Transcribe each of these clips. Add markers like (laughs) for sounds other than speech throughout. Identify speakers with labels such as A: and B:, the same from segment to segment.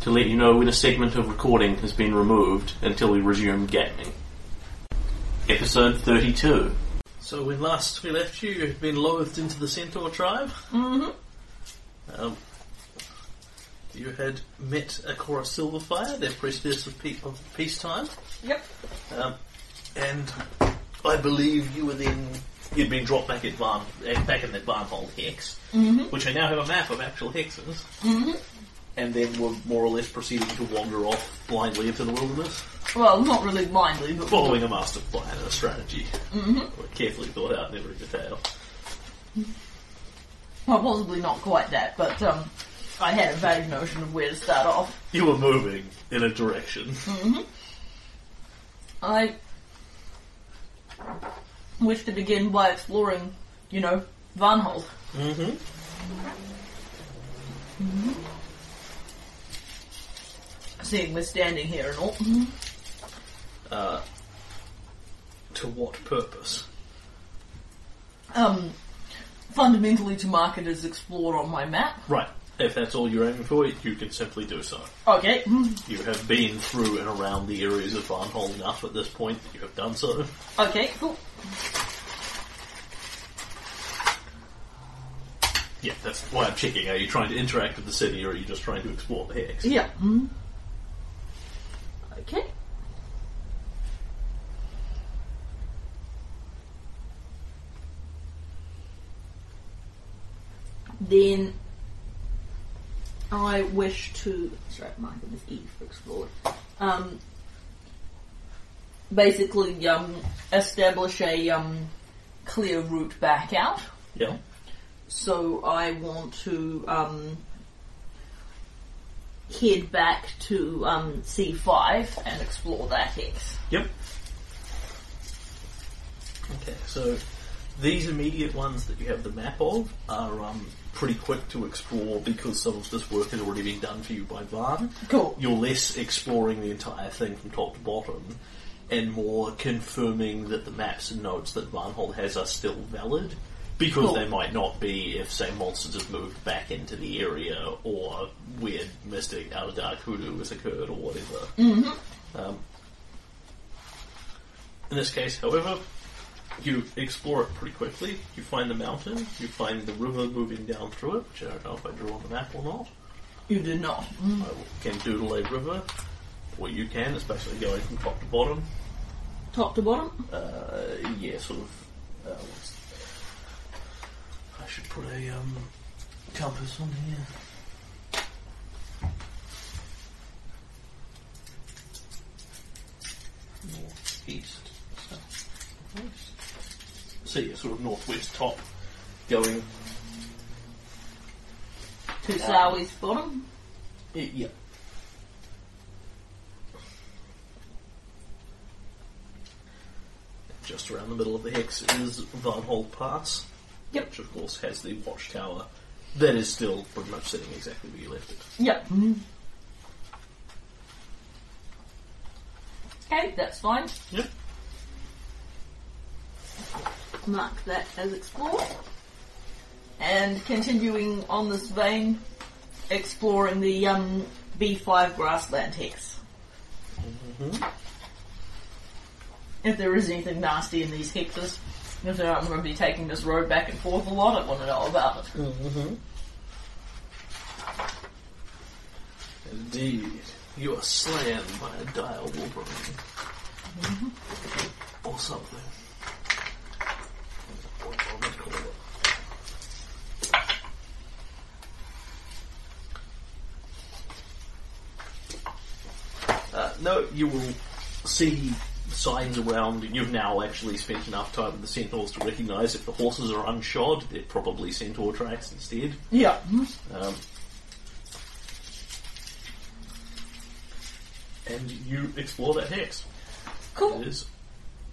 A: to let you know when a segment of recording has been removed until we resume gaming. Episode 32. So, when last we left you, you had been loathed into the Centaur tribe. Mm-hmm. Um, you had met Akora Silverfire, their priestess of, pe- of peacetime.
B: Yep.
A: Um, and I believe you were then you'd been dropped back at Barn, eh, back in the Barnhold hex, which I now have a map of actual hexes, and then were more or less proceeding to wander off blindly into the wilderness,
B: Well, not really blindly, but
A: following a master plan and a strategy, Were carefully thought out in every detail.
B: well, possibly not quite that. But um, I had a vague notion of where to start off.
A: You were moving in a direction.
B: I wish to begin by exploring, you know, Varnhold.
A: Mm-hmm.
B: Mm-hmm. Seeing we're standing here and all.
A: Uh, to what purpose?
B: Um, fundamentally, to mark it as explored on my map.
A: Right. If that's all you're aiming for, you can simply do so.
B: Okay. mm,
A: You have been through and around the areas of Varnhold enough at this point that you have done so.
B: Okay. Cool.
A: Yeah, that's why I'm checking. Are you trying to interact with the city or are you just trying to explore the hex?
B: Yeah. mm. Okay. Then I wish to. Sorry, my goodness, E for explored. Um, basically, um, establish a um, clear route back out.
A: Yeah.
B: So I want to um, head back to um, C5 and explore that X.
A: Yep. Okay, so these immediate ones that you have the map of are um, pretty quick to explore because some of this work has already been done for you by Varn.
B: Cool.
A: You're less exploring the entire thing from top to bottom and more confirming that the maps and notes that Varnhold has are still valid. Because
B: Cool.
A: they might not be if, say, monsters have moved back into the area or weird mystic out of dark hoodoo has occurred or whatever. Um, in this case, however, you explore it pretty quickly. You find the mountain, you find the river moving down through it, which I don't know if I drew on the map or not.
B: You did not. Mm.
A: I can doodle a river, or you can, especially going from top to bottom.
B: Top to bottom.
A: Uh, yeah, sort of. Uh, what's I should put a um, compass on here. Northeast, south, northwest. So yeah, sort of northwest top, going
B: To Sawi's bottom.
A: Y- Yeah. Just around the middle of the hex is Varnhold Pass,
B: Yep.
A: which of course has the watchtower that is still pretty much sitting exactly
B: Mm.
A: where you left it.
B: Yep. Mm. Okay, that's fine.
A: Yep.
B: Mark that as explore. And continuing on this vein, exploring the um, B5 grassland hex. If there is anything nasty in these hexes, if there, I'm going to be taking this road back and forth a lot. I want to know about it.
A: Indeed. You are slammed by a dire wolverine. Or something. What I would call it. Uh, no, you will see signs around. You've now actually spent enough time with the centaurs to recognise if the horses are unshod, they're probably centaur tracks instead.
B: Yeah.
A: Um, and you explore that hex.
B: Cool.
A: It is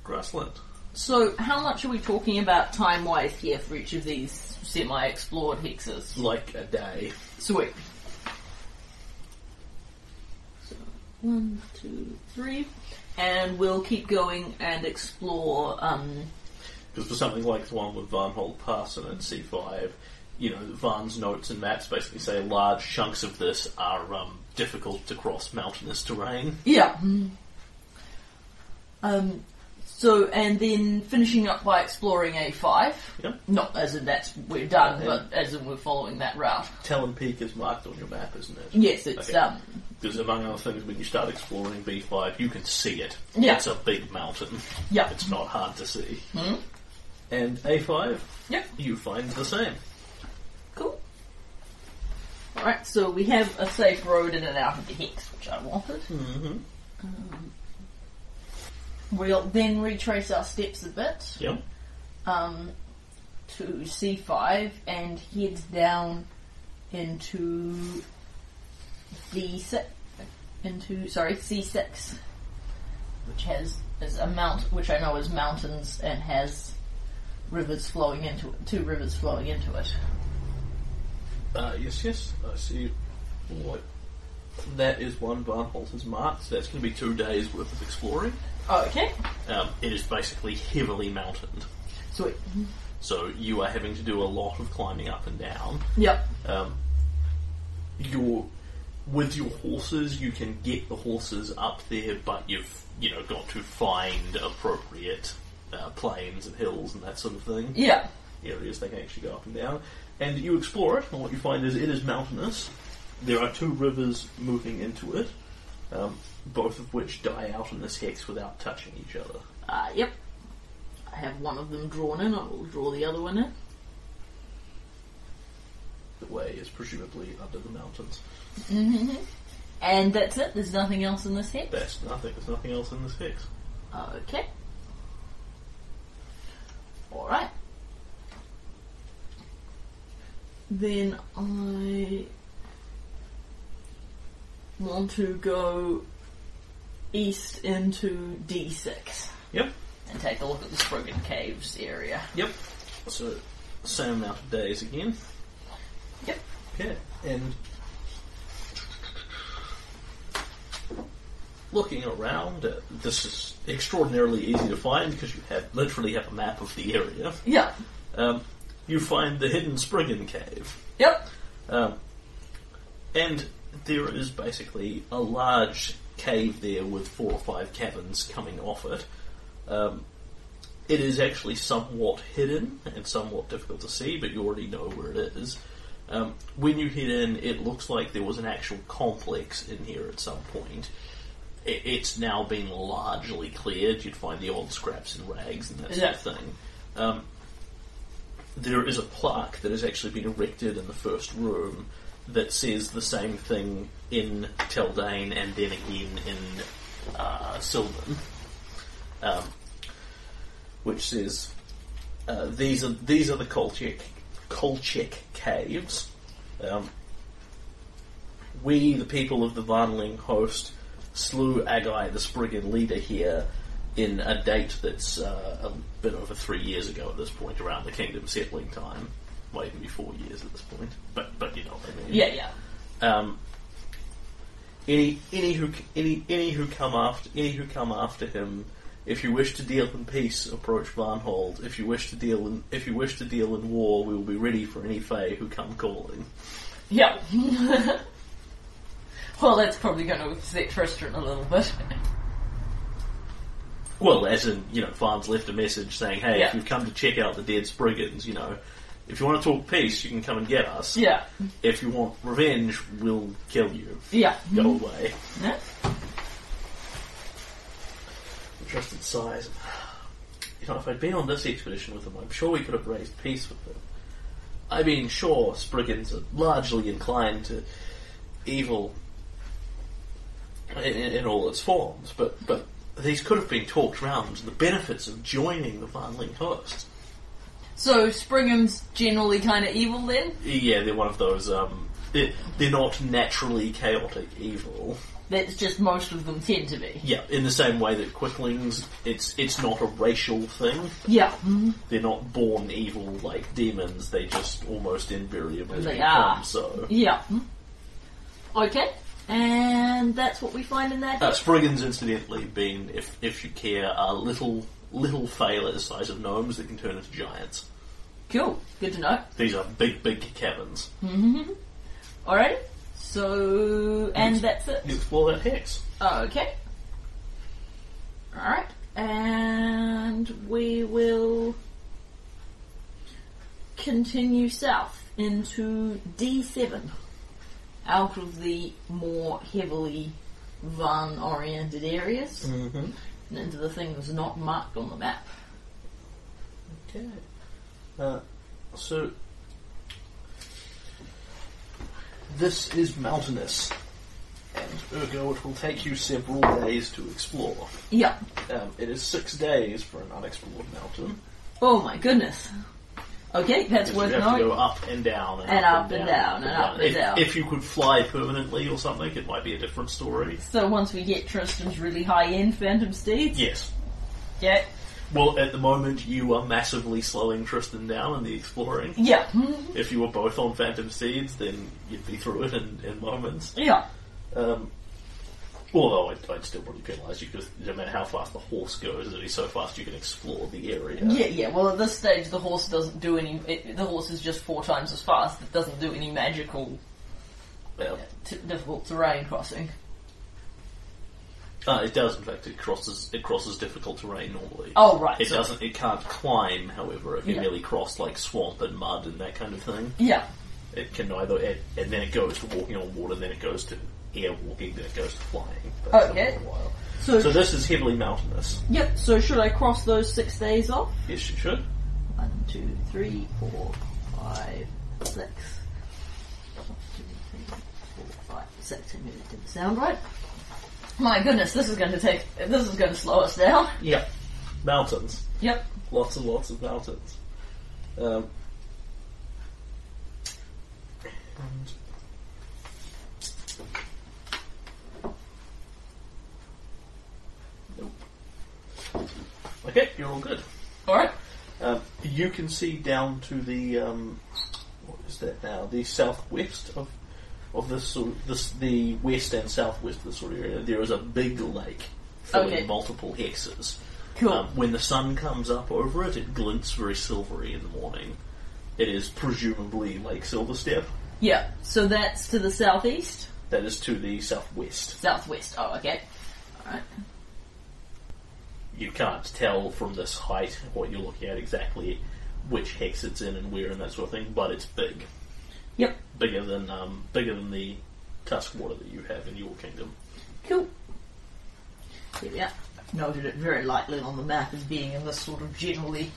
A: grassland.
B: So, how much are we talking about time wise here for each of these semi explored hexes?
A: Like a day.
B: Sweet. So, one, two, three. And we'll keep going and explore. Um,
A: Because for something like the one with Varnhold Pass and C5, you know, Varn's notes and maps basically say large chunks of this are um, difficult to cross mountainous terrain.
B: yeah. Mm-hmm. Um, so, and then finishing up by exploring A5.
A: Yep.
B: Not as in that's we're done,
A: Yeah.
B: but as in we're following that route.
A: Talon Peak is marked on your map, isn't it?
B: Yes, it's
A: Okay.
B: um,
A: Because among other things, when you start exploring B5, you can see it.
B: Yeah.
A: It's a big mountain.
B: Yeah.
A: It's not hard to see. And A5,
B: yep.
A: you find the same.
B: Cool. Alright, so we have a safe road in and out of the hex, which I wanted. Mm-hmm. Um, we'll then retrace our steps a bit
A: Yep.
B: um, to C5 and head down into D6. Into, sorry, C6. Which has is a mount, which I know is mountains and has rivers flowing into it, two rivers flowing into it.
A: Uh, yes, yes. I see. What? That is one Barnholter's mark. So that's going to be two days worth of exploring.
B: Okay.
A: Um, it is basically heavily mountained,
B: Sweet.
A: so you are having to do a lot of climbing up and down.
B: Yep.
A: Um, your with your horses, you can get the horses up there, but you've you know got to find appropriate uh, plains and hills and that sort of thing.
B: Yeah.
A: areas they can actually go up and down. And you explore it, and what you find is it is mountainous. There are two rivers moving into it, um, both of which die out in this hex without touching each other.
B: Uh, yep. I have one of them drawn in. I will draw the other one in.
A: The way is presumably under the mountains.
B: And that's it. There's nothing else in this hex.
A: That's nothing. There's nothing else in this hex.
B: Okay. Alright. Then I want to go east into D6
A: Yep.
B: and take a look at the Spriggan Caves area.
A: Yep. So, same amount of days again.
B: Yep.
A: Okay, and looking around, uh, this is extraordinarily easy to find because you have literally have a map of the area.
B: Yep.
A: Um, you find the hidden Spriggan cave,
B: Yep.
A: um, and there is basically a large cave there with four or five caverns coming off it. Um, it is actually somewhat hidden and somewhat difficult to see, but you already know where it is. Um, when you hit in, it looks like there was an actual complex in here at some point. It, it's now been largely cleared. You'd find the old scraps and rags and that sort
B: Yeah.
A: of thing. Um, there is a plaque that has actually been erected in the first room that says the same thing in Teldane and then again in uh, Sylvan um, which says uh, these are these are the Kolchak Kolchak caves. Um, we, the people of the Varnling host, slew Agai, the Spriggan leader here, in a date that's uh, a bit over three years ago at this point, around the kingdom settling time. Might even be four years at this point, but but you know what I mean.
B: Yeah, yeah.
A: Um, Any, any who, c- any, any who come after, any who come after him. If you wish to deal in peace, approach Varnhold. If you wish to deal in, if you wish to deal in war, we will be ready for any Fey who come calling.
B: Yeah. (laughs) well, that's probably going to upset Tristan a little bit. (laughs)
A: Well, as in, you know, Farms left a message saying, hey, if
B: Yeah.
A: you've come to check out the dead Spriggans, you know, if you want to talk peace, you can come and get us.
B: yeah.
A: If you want revenge, we'll kill you.
B: Yeah.
A: Go away.
B: Yeah.
A: Trusted sighs. You know, if I'd been on this expedition with them, I'm sure we could have raised peace with them. I mean, sure, Spriggans are largely inclined to evil in, in, in all its forms, but, but these could have been talked round to the benefits of joining the Vanling host.
B: So Springham's generally kind of evil then.
A: Yeah, they're one of those. Um, they're, they're not naturally chaotic evil.
B: That's just most of them tend to be.
A: Yeah, in the same way that quicklings, it's it's not a racial thing.
B: Yeah. Mhm.
A: They're not born evil like demons. They just almost invariably
B: They
A: become
B: are.
A: so.
B: Yeah. Mhm. Okay. And that's what we find in that.
A: Uh, Spriggans, incidentally, being if if you care, are little little fail at the size of gnomes that can turn into giants.
B: cool. Good to know.
A: These are big, big cabins.
B: Alrighty. So and that's it.
A: You explore that hex.
B: Okay. Alright. And we will continue south into D7. Out of the more heavily van oriented areas
A: Mm-hmm.
B: and into the things not marked on the map.
A: Okay. Uh, so this is mountainous, and ergo it will take you several days to explore.
B: Yeah.
A: Um, it is six days for an unexplored mountain.
B: Oh my goodness. Okay, that's
A: You
B: worth
A: have to
B: knowing.
A: go up and down and,
B: And
A: up
B: up
A: and
B: and
A: down,
B: down and up and
A: if,
B: down.
A: If you could fly permanently or something, it might be a different story.
B: So once we get Tristan's really high end Phantom Steeds.
A: Yes.
B: Yeah.
A: Well, at the moment you are massively slowing Tristan down in the exploring.
B: Yeah. Mm-hmm.
A: If you were both on Phantom Seeds, then you'd be through it in, in moments.
B: Yeah.
A: Um, although I'd, I'd still probably penalise you because no matter how fast the horse goes, it's only so fast you can explore the area.
B: Yeah, yeah. Well, at this stage, the horse doesn't do any. It, the horse is just four times as fast. It doesn't do any magical
A: Um,
B: t- difficult terrain crossing.
A: uh, it does, in fact. It crosses it crosses difficult terrain normally.
B: Oh, right.
A: It
B: so-
A: doesn't. It can't climb. However, if you
B: Yeah.
A: merely cross like swamp and mud and that kind of thing,
B: Yeah,
A: it can either. It, and then it goes to walking on water. Then it goes to air walking. Then it goes to flying. But it's
B: Okay.
A: a while.
B: Oh, So-
A: so this is heavily mountainous.
B: Yep. So should I cross those six days off?
A: Yes, you should.
B: One, two, three, four, five, six. One, two, three, four, five, six. I knew that didn't sound right. My goodness, this is going to take. This is going to slow us down.
A: Yeah. Mountains.
B: Yep.
A: lots and lots of mountains. Um, and nope. Okay, you're all good.
B: All right.
A: Um, you can see down to the um, what is that now? The southwest of of this sort of this the west and southwest of this sort of area. There is a big lake filling
B: Okay.
A: multiple hexes.
B: Cool.
A: Um, when the sun comes up over it, it glints very silvery in the morning. It is presumably Lake Silverstep.
B: yeah. So that's to the southeast,
A: That is to the southwest.
B: southwest. Oh, okay. All right.
A: You can't tell from this height what you're looking at exactly, which hex it's in and where and that sort of thing, but it's big.
B: Yep.
A: bigger than um, bigger than the tusk water that you have in your kingdom.
B: Cool. Here we are. Noted it very lightly on the map as being in this sort of generally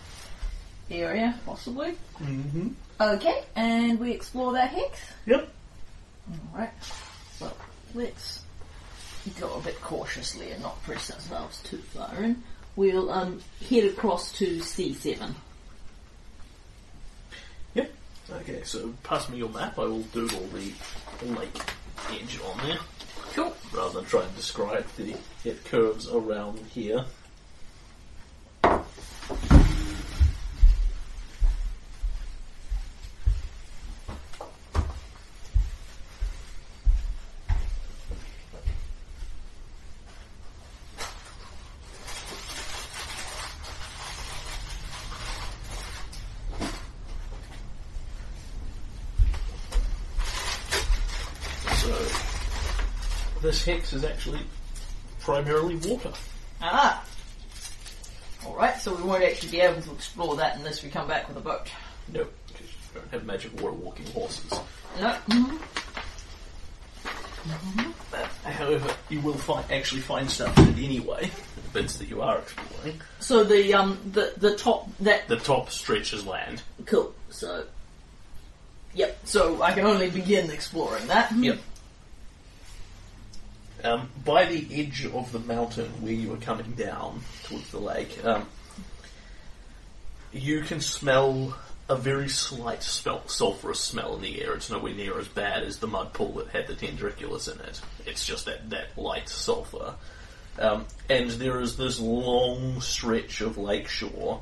B: area, possibly.
A: Mm-hmm.
B: Okay, and we explore that hex.
A: Yep.
B: Alright, so let's go a bit cautiously and not press ourselves too far in. We'll um, head across to C7.
A: Yep. Okay, so pass me your map. I will doodle the lake edge on there
B: Cool.
A: rather than try and describe the it curves around here. this hex is actually primarily water.
B: Ah. Alright, so we won't actually be able to explore that unless we come back with a boat.
A: No, because you don't have magic water walking horses.
B: No?
A: However, you will find actually find stuff in it anyway. The bits that you are exploring.
B: So the, um, the, the top, that,
A: The top stretch is land.
B: cool, so... Yep, so I can only begin exploring that.
A: Yep. Um, by the edge of the mountain where you are coming down towards the lake, um, you can smell a very slight smell, sulphurous smell in the air. It's nowhere near as bad as the mud pool that had the tendriculus in it. It's just that, that light sulphur. Um, and there is this long stretch of lakeshore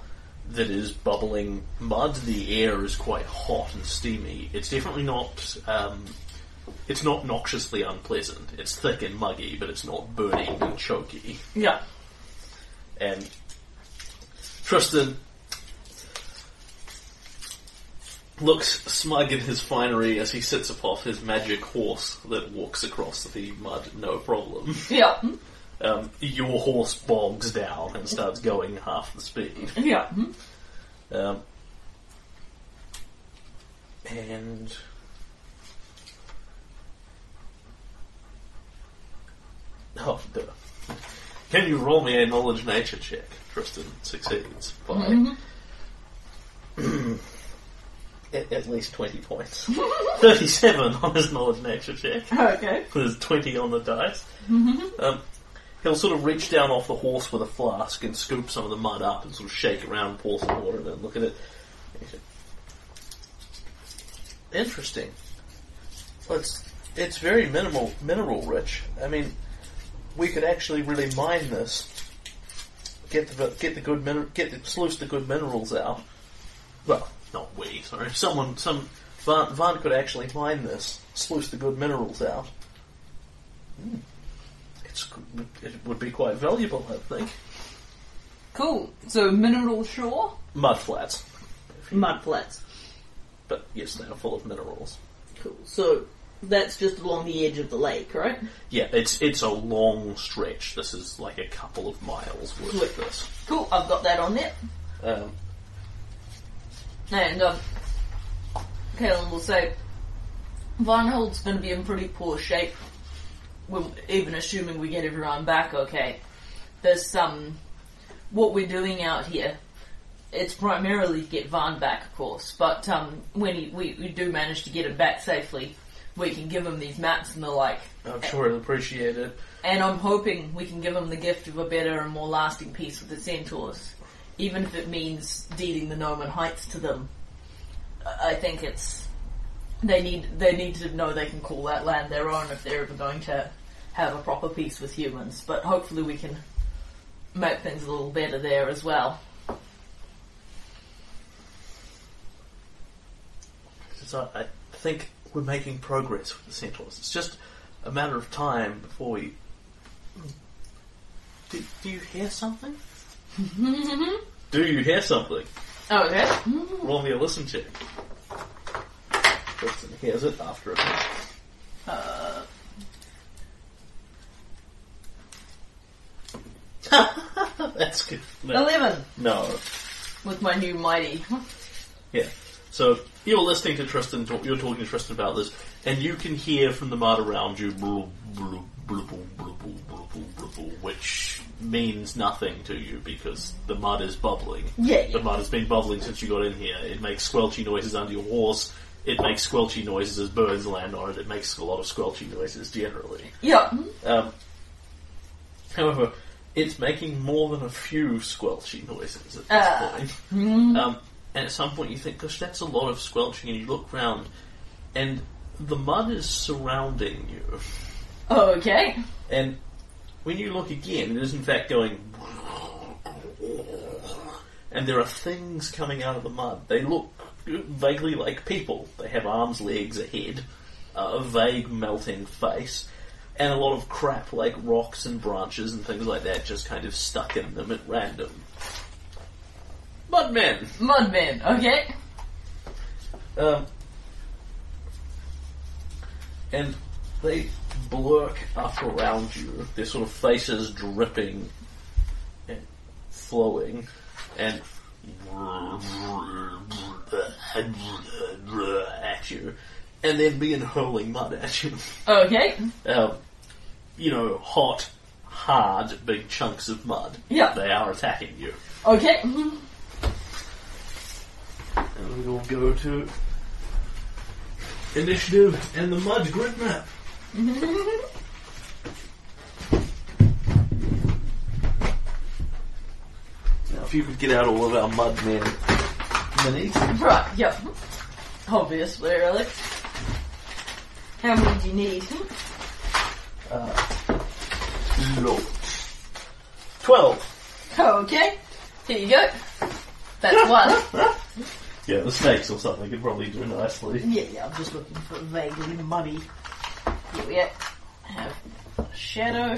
A: that is bubbling mud. The air is quite hot and steamy. It's definitely not um, it's not noxiously unpleasant. It's thick and muggy, but it's not burning and choky.
B: Yeah.
A: And Tristan looks smug in his finery as he sits upon his magic horse that walks across the mud no problem.
B: Yeah. Mm-hmm.
A: Um, your horse bogs down and starts going half the speed.
B: Yeah.
A: Um, and oh, duh. can you roll me a knowledge nature check? Tristan succeeds by
B: Mm-hmm.
A: at, at least twenty points. (laughs) Thirty-seven on his knowledge nature check.
B: Okay.
A: There's 20 on the dice. Um, he'll sort of reach down off the horse with a flask and scoop some of the mud up and sort of shake around, pour some water in it, look at it. Interesting. Well, it's, it's very minimal, mineral rich. I mean, we could actually really mine this. Get the get the good min- get the, sluice the good minerals out. Well, not we. Sorry, someone some Van, Van could actually mine this, sluice the good minerals out. It's, it would be quite valuable, I think.
B: Cool. So mineral shore?
A: Mud flats,
B: Mud flats.
A: but yes, they are full of minerals.
B: Cool. So that's just along the edge of the lake, right?
A: Yeah, it's it's a long stretch. This is like a couple of miles worth of this.
B: Cool. I've got that on there.
A: Um,
B: And um, Kalen will say, Vinehold's going to be in pretty poor shape. Well, even assuming we get everyone back, okay. There's some what we're doing out here. It's primarily to get Varn back, of course, but um, when he, we, we do manage to get him back safely, we can give him these maps and the like.
A: I'm sure he'll appreciate it.
B: And I'm hoping we can give him the gift of a better and more lasting peace with the centaurs, even if it means dealing the Norman Heights to them. I I think it's they need they need to know they can call that land their own if they're ever going to have a proper peace with humans. But hopefully we can make things a little better there as well.
A: So I think we're making progress with the centaurs. It's just a matter of time before we. Do, do you hear something? do you hear something?
B: Okay.
A: Roll me a listen check. Tristan hears it Uh. after a minute. (laughs) That's good. No.
B: Eleven
A: no.
B: with my new mighty.
A: Yeah. So you're listening to Tristan. Talk, you're talking to Tristan about this, and you can hear from the mud around you, blub, blub, blub, blub, blub, blub, blub, blub, which means nothing to you because the mud is bubbling.
B: Yeah,
A: The
B: yeah.
A: mud has been bubbling since you got in here. It makes squelchy noises under your horse. It makes squelchy noises as birds land on it. It makes a lot of squelchy noises generally.
B: Yeah.
A: Um, however, it's making more than a few squelchy noises at this
B: Ah.
A: point. Um, and at some point you think, gosh, that's a lot of squelching, and you look round, and the mud is surrounding you.
B: Okay.
A: And when you look again, it is in fact going. And there are things coming out of the mud. They look vaguely like people. They have arms, legs, a head, a vague melting face, and a lot of crap like rocks and branches and things like that just kind of stuck in them at random. Mudmen!
B: Mudman. Okay.
A: Um, and they blurk up around you. Their sort of faces dripping and flowing, and at you, and then being hurling mud at you.
B: Okay.
A: Um, you know, hot, hard, big chunks of mud.
B: Yeah.
A: They are attacking you.
B: Okay. mhm.
A: And we'll go to initiative and the mud grid map.
C: (laughs) Now, if you could get out all of our mud men minis,
B: Right. Yep. Obviously, really. How many do you need?
C: uh, no. Twelve.
B: Okay. Here you go. (laughs) That's one.
C: (laughs) Yeah, the snakes or something could probably do nicely.
B: Yeah, yeah, I'm just looking for vaguely muddy. Here we have Shadow,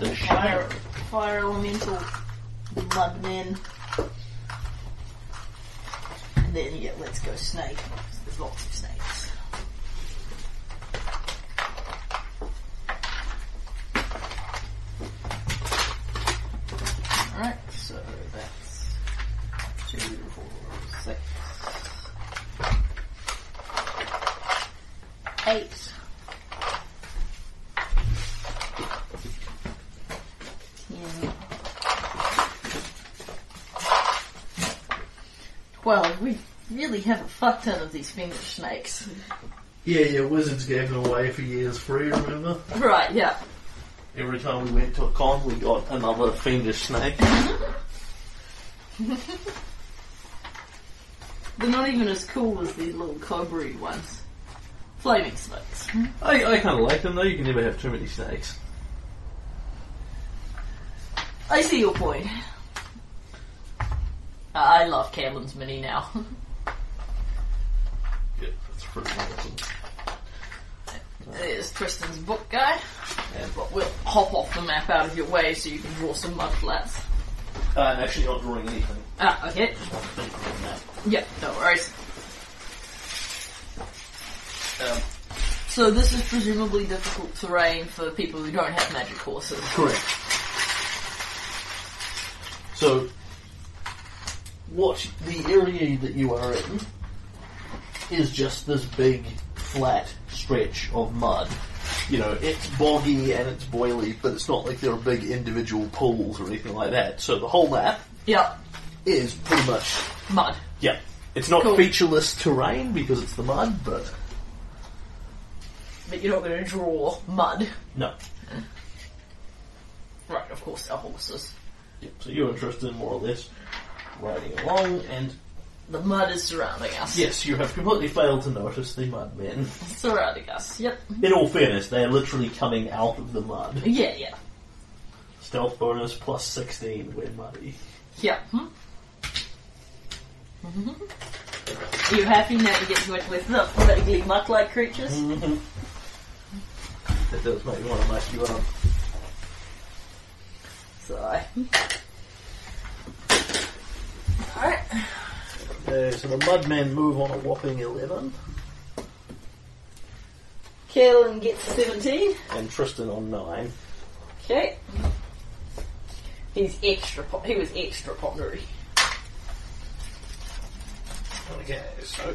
C: The
B: Fire,
C: shadow.
B: fire Elemental, Mudman. And then, yeah, let's go Snake. There's lots of snakes. Alright, so that's two, four, six, eight. Ten. Twelve. We really have a fuck ton of these finger snakes.
A: Yeah, yeah, wizards gave them away for years free, remember?
B: (laughs) Right, yeah.
C: Every time we went to a con, we got another fiendish snake.
B: They're not even as cool as these little cobra ones. Flaming snakes.
C: I, I kind of like them though. You can never have too many snakes.
B: I see your point. I love Cameron's mini (laughs) now.
C: Yeah, that's pretty awesome.
B: There's Tristan's book guy.
C: And well,
B: We'll hop off the map out of your way so you can draw some mud flats.
C: I'm Uh, actually not drawing anything.
B: Ah, okay. Yeah, no worries.
C: Um,
B: So this is presumably difficult terrain for people who don't have magic horses.
C: Correct. So, what the area that you are in is just this big flat stretch of mud. You know, it's boggy and it's boily, but it's not like there are big individual pools or anything like that. So the whole map
B: Yeah,
C: is pretty much
B: mud.
C: yeah. It's not
B: Cool.
C: featureless terrain because it's the mud, but
B: But you're not going to draw mud.
C: no.
B: Right, of course, our horses.
C: Yep, so you're interested in more or less riding along, and
B: The mud is surrounding us.
C: yes, you have completely failed to notice the mud men. (laughs)
B: Surrounding us. Yep.
C: In all fairness, they are literally coming out of the mud.
B: Yeah, yeah.
C: Stealth bonus plus 16, we're muddy. (laughs)
B: Yeah. Hmm? Are Mm-hmm. you happy now to get to it with the vaguely muck-like creatures?
A: Mm-hmm.
C: That does make me want to mess you um, up.
B: So I... Alright.
C: Uh, so the mudmen move on a whopping 11,
B: Kaelin gets 17.
C: and Tristan on 9.
B: Okay. He's extra. Po- he was extra pottery.
C: Okay, so.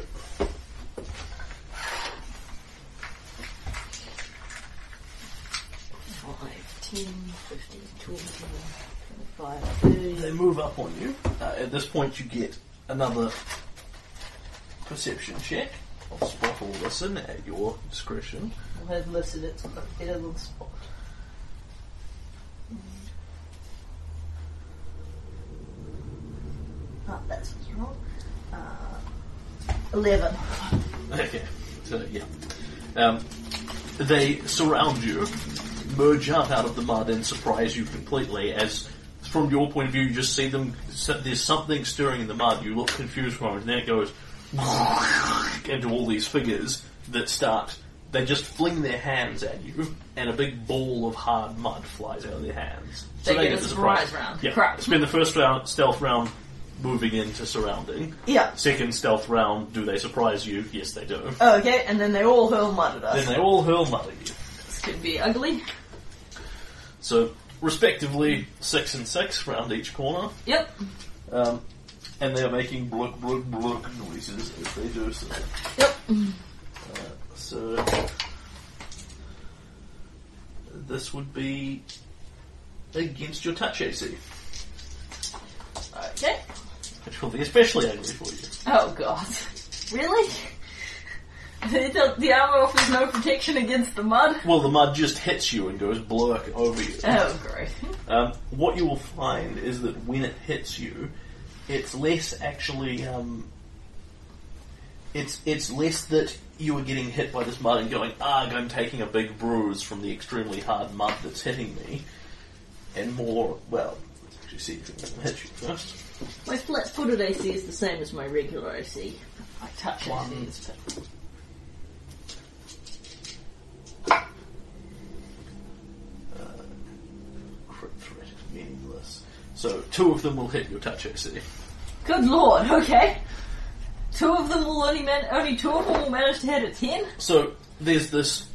B: Five, 10, 15, 20, 25, 30.
C: They move up on you. Uh, at this point, you get another perception check. I'll spot or listen at your discretion.
B: I have listed it in a little spot. Ah, that's what's wrong. Uh, 11.
A: Okay, so yeah. Um, they surround you, merge up out of the mud, and surprise you completely. As from your point of view, you just see them. so- There's something stirring in the mud. You look confused for a moment, and then it goes (laughs) into all these figures that start. They just fling their hands at you, and a big ball of hard mud flies out of their hands.
B: They get a
A: the
B: surprise round.
A: Yeah,
B: Crap.
A: spend the first round stealth round, moving into surrounding.
B: Yeah.
A: Second stealth round, do they surprise you? Yes, they do.
B: Okay, and then they all hurl mud at
A: Then
B: us.
A: they all hurl mud at you.
B: This could be ugly.
A: So, respectively, six and six round each corner,
B: Yep.
A: um, and they are making bluk bluk bluk noises as they do so.
B: Yep.
A: So, this would be against your touch AC,
B: Okay.
A: which will be especially ugly for you.
B: Oh god. Really? They don't- the armor offers no protection against the mud?
A: Well, the mud just hits you and goes blurk over you.
B: Oh great.
A: Um, what you will find is that when it hits you, it's less actually. Um, it's it's less that you are getting hit by this mud and going, "Ugh, I'm taking a big bruise from the extremely hard mud that's hitting me," and more. Well, let's actually see if it will hit you first.
B: My flat footed AC is the same as my regular AC. I touch
A: One.
B: ACs, but
A: Crit threat is meaningless. So two of them will hit your touch AC.
B: Good lord, okay. Two of them will only man only two of them will manage to hit a ten?
A: So there's this.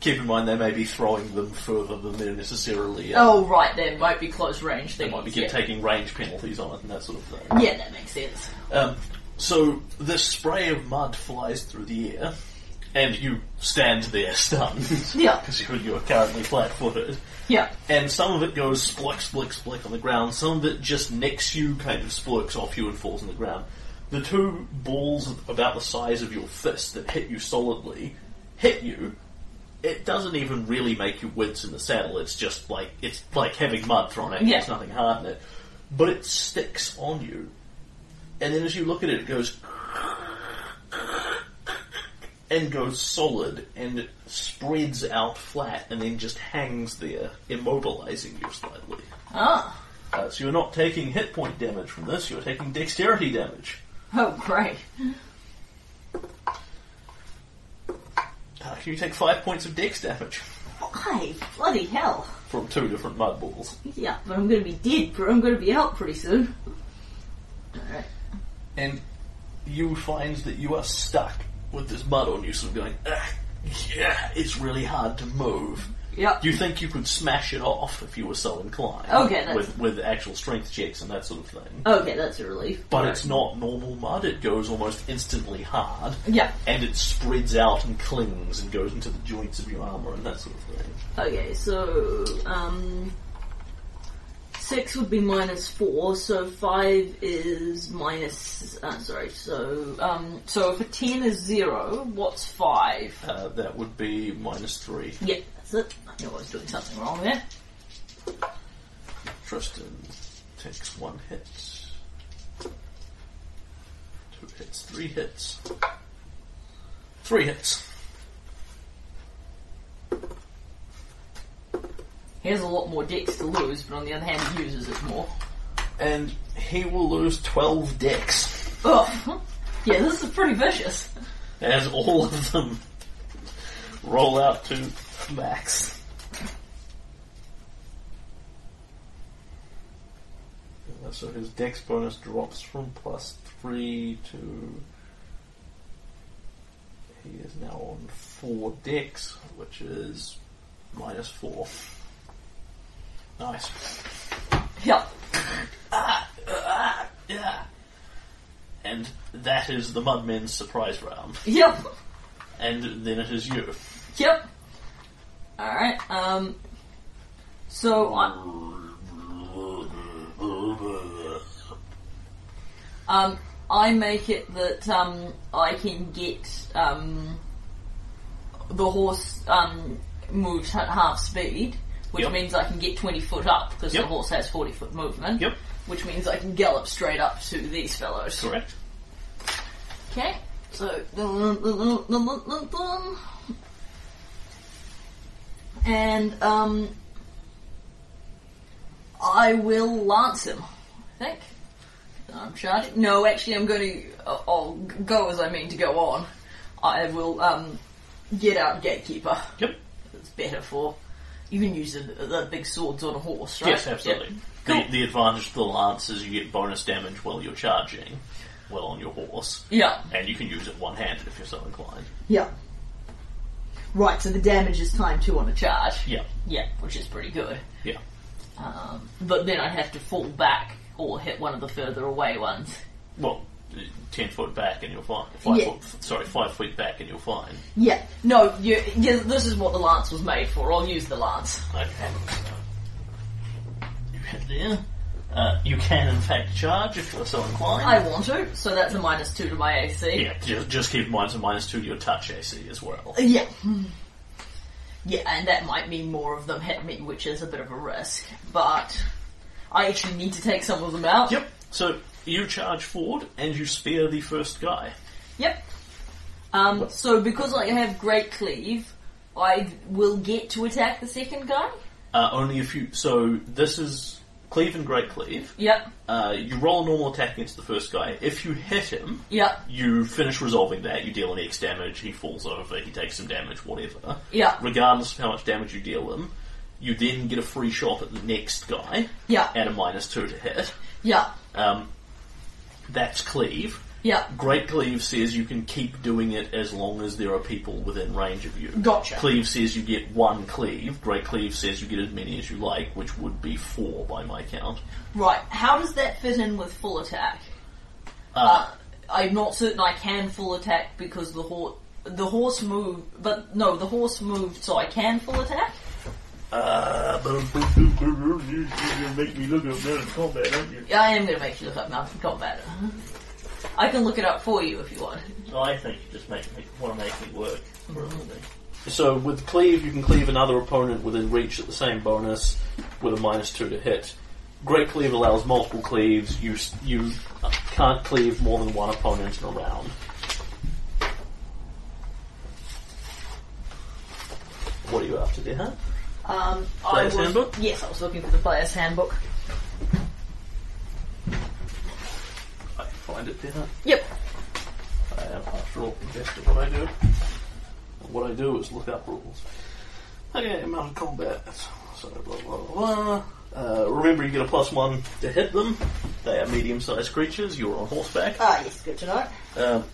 A: Keep in mind they may be throwing them further than they're necessarily. uh,
B: Oh right, they might be close range
A: They
B: things.
A: might be
B: yeah.
A: get, taking range penalties on it and that sort of thing.
B: yeah, that makes sense.
A: Um, so the spray of mud flies through the air, and you stand there stunned (laughs)
B: Yeah.
A: because you're, you're currently flat-footed.
B: Yeah.
A: And some of it goes splick, splick, splick on the ground. Some of it just nicks you, kind of splurks off you, and falls on the ground. The two balls about the size of your fist that hit you solidly hit you. It doesn't even really make you wince in the saddle. It's just like it's like having mud thrown at you.
B: Yeah.
A: There's nothing hard in it, but it sticks on you. And then as you look at it, it goes and goes solid and spreads out flat and then just hangs there, immobilizing you slightly.
B: Ah.
A: Uh, so you're not taking hit point damage from this, you're taking dexterity damage.
B: Oh great.
A: Uh, you take five points of dex damage
B: Why? Bloody hell.
A: from two different mud balls.
B: Yeah, but I'm gonna be dead, but I'm gonna be out pretty soon. Alright.
A: And you find that you are stuck with this mud on you, sort of going, "Ah, yeah, it's really hard to move.
B: Yep.
A: You think you could smash it off if you were so inclined.
B: Oh, Okay, that's-
A: With, with actual strength checks and that sort of thing.
B: Okay, that's a relief.
A: But
B: Right.
A: it's not normal mud. It goes almost instantly hard,
B: Yeah.
A: and it spreads out and clings and goes into the joints of your armor and that sort of thing.
B: Okay, so um, six would be minus four, so five is minus. Uh, sorry, so um, so if a ten is zero, what's five?
A: Uh, that would be minus three.
B: Yeah, that's it. I knew I was doing something wrong there.
A: Tristan takes one hit, two hits, three hits, three hits.
B: He has a lot more decks to lose, but on the other hand, he uses it more.
A: And he will lose 12 decks.
B: Ugh. Oh, (laughs) Yeah, this is pretty vicious.
A: As all of them roll out to max. Uh, So his dex bonus drops from plus three to. He is now on four dex, which is minus four. Nice.
B: Yeah.
A: Yeah. And that is the Mudmen's surprise round.
B: Yep.
A: And then it is you.
B: Yep. Alright, um. So, I, Um, I make it that um, I can get um, the horse um, moves at half speed, which
A: Yep.
B: means I can get 20 foot up because
A: Yep.
B: the horse has 40 foot movement.
A: Yep.
B: Which means I can gallop straight up to these fellows.
A: Correct.
B: Okay. So. dun, dun, dun, dun, dun, dun, dun. And um, I will lance him. I think. I'm shouting. No, actually, I'm going to. Uh, I'll go as I mean to go on. I will um, get out gatekeeper.
A: Yep.
B: It's better for. You can use the, the big swords on a horse, right?
A: Yes, absolutely.
B: Yep.
A: The,
B: Cool.
A: the advantage to the lance is you get bonus damage while you're charging, well on your horse,
B: Yeah.
A: and you can use it one handed if you're so inclined.
B: Yeah. Right, so the damage is time two on a charge.
A: Yeah,
B: Yeah, which is pretty good.
A: yeah.
B: Um, but then I'd have to fall back or hit one of the further away ones.
A: Well, uh, ten foot back and you're fine. Five
B: Yeah.
A: foot, sorry, five feet back and you're fine.
B: Yeah, no, you, yeah, this is what the lance was made for. I'll use the lance.
A: Okay. You hit there. Uh, you can in fact charge if you're so inclined.
B: I want to, so that's a minus two to my AC.
A: yeah, just, just keep in mind it's a minus two to your touch AC as well.
B: Yeah. Yeah, and that might mean more of them hit me, which is a bit of a risk. But I actually need to take some of them out.
A: Yep. So you charge forward and you spear the first guy.
B: Yep. Um, so because I have Great Cleave, I will get to attack the second guy.
A: Uh, only if you. So this is cleave and great cleave.
B: Yep.
A: Uh, you roll a normal attack against the first guy. If you hit him,
B: Yep.
A: you finish resolving that. You deal an X damage. He falls over. He takes some damage. Whatever.
B: Yeah.
A: Regardless of how much damage you deal him, you then get a free shot at the next guy.
B: Yeah.
A: At a minus two to hit.
B: Yep.
A: Um, that's cleave.
B: Yep.
A: Great Cleave says you can keep doing it as long as there are people within range of you.
B: Gotcha.
A: Cleave says you get one cleave. Great Cleave says you get as many as you like, which would be four by my count.
B: Right. How does that fit in with full attack?
A: Uh,
B: I'm not certain I can full attack because the horse the horse moved, but no, the horse moved, so I can full attack.
C: Uh, you make me look at that combat, aren't you?
B: Yeah, I am going to make you look up Mountain Combat. Uh-huh. I can look it up for you if you want.
C: I think you just make me, want to make me work for a living.
A: So with cleave, you can cleave another opponent within reach at the same bonus with a minus two to hit. Great cleave allows multiple cleaves. You s- you uh, can't cleave more than one opponent in a round. What are you after there? Huh?
B: Um,
A: Player's
B: I was,
A: handbook?
B: Yes, I was looking for the player's handbook.
A: I can find it there.
B: Yep.
A: I am, after all, the best at what I do. And what I do is look up rules. Okay, amount of combat. So, blah, blah, blah, blah. Uh, remember, you get a plus one to hit them. They are medium sized creatures. You're on horseback.
B: Ah, yes, good to know.
A: Um,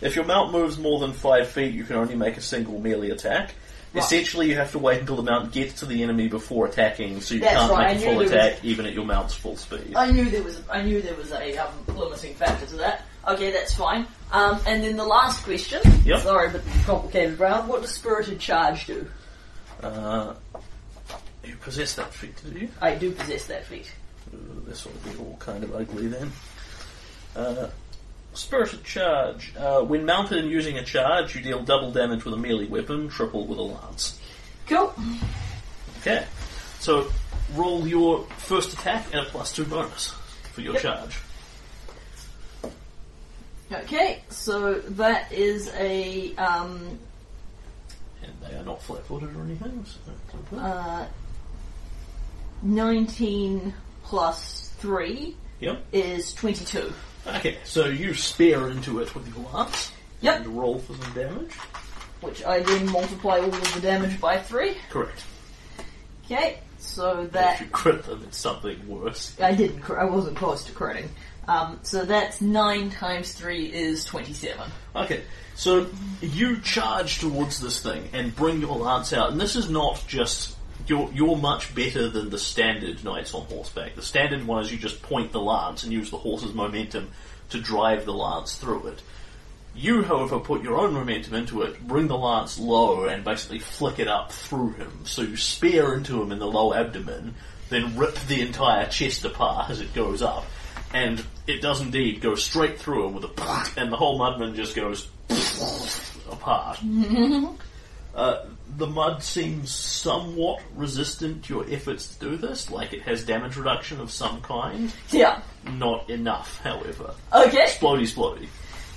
A: if your mount moves more than five feet, you can only make a single melee attack.
B: Right.
A: Essentially, you have to wait until the mount gets to the enemy before attacking, so you
B: That's
A: can't
B: right,
A: make
B: I
A: a
B: knew
A: full
B: there was-
A: attack even at your mount's full speed.
B: I knew there was I knew there was a um, limiting factor to that. Okay, that's fine. Um, and then the last question.
A: Yep.
B: Sorry, but complicated round. What does spirited charge do?
A: Uh, you possess that feat, do you?
B: I do possess that feat.
A: This will be all kind of ugly then. Uh, spirited charge. Uh, when mounted and using a charge, you deal double damage with a melee weapon, triple with a lance.
B: Cool.
A: Okay. So roll your first attack and a plus two bonus for your
B: Yep.
A: charge.
B: Okay, so that is a um,
A: And they are not flat footed or anything, so that's all good.
B: uh, nineteen plus three
A: Yep.
B: is twenty-two.
A: Okay, so you spear into it with your lance.
B: Yep.
A: And roll for some damage.
B: Which I then multiply all of the damage by three.
A: Correct.
B: Okay, so
A: If
B: that
A: you crit them, it's something worse.
B: I didn't. cr- I wasn't close to critting. Um, so that's nine times three is twenty-seven.
A: Okay, so you charge towards this thing and bring your lance out, and this is not just you're you're much better than the standard knights on horseback. The standard one is you just point the lance and use the horse's momentum to drive the lance through it. You, however, put your own momentum into it, bring the lance low, and basically flick it up through him. So you spear into him in the low abdomen, then rip the entire chest apart as it goes up. And it does indeed go straight through him with a and the whole mudman just goes apart. uh, the mud seems somewhat resistant to your efforts to do this, like it has damage reduction of some kind.
B: Yeah.
A: Not enough, however.
B: Okay.
A: Splody, splody.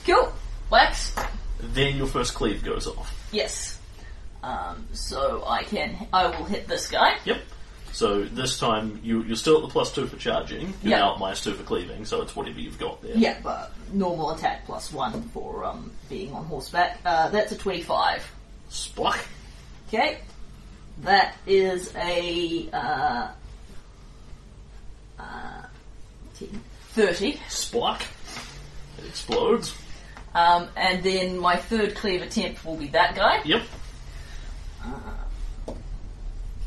B: Cool. Wax.
A: Then your first cleave goes off.
B: Yes. Um, so I can. I will hit this guy.
A: Yep. So this time you, you're still at the plus two for charging. You're
B: Yeah.
A: now at minus two for cleaving, so it's whatever you've got there.
B: Yeah, but normal attack plus one for um, being on horseback. Uh, that's a twenty-five.
A: Splach.
B: Okay. That is a uh, uh, 10, 30.
A: Splach. It explodes.
B: Um, and then my third cleave attempt will be that guy.
A: Yep.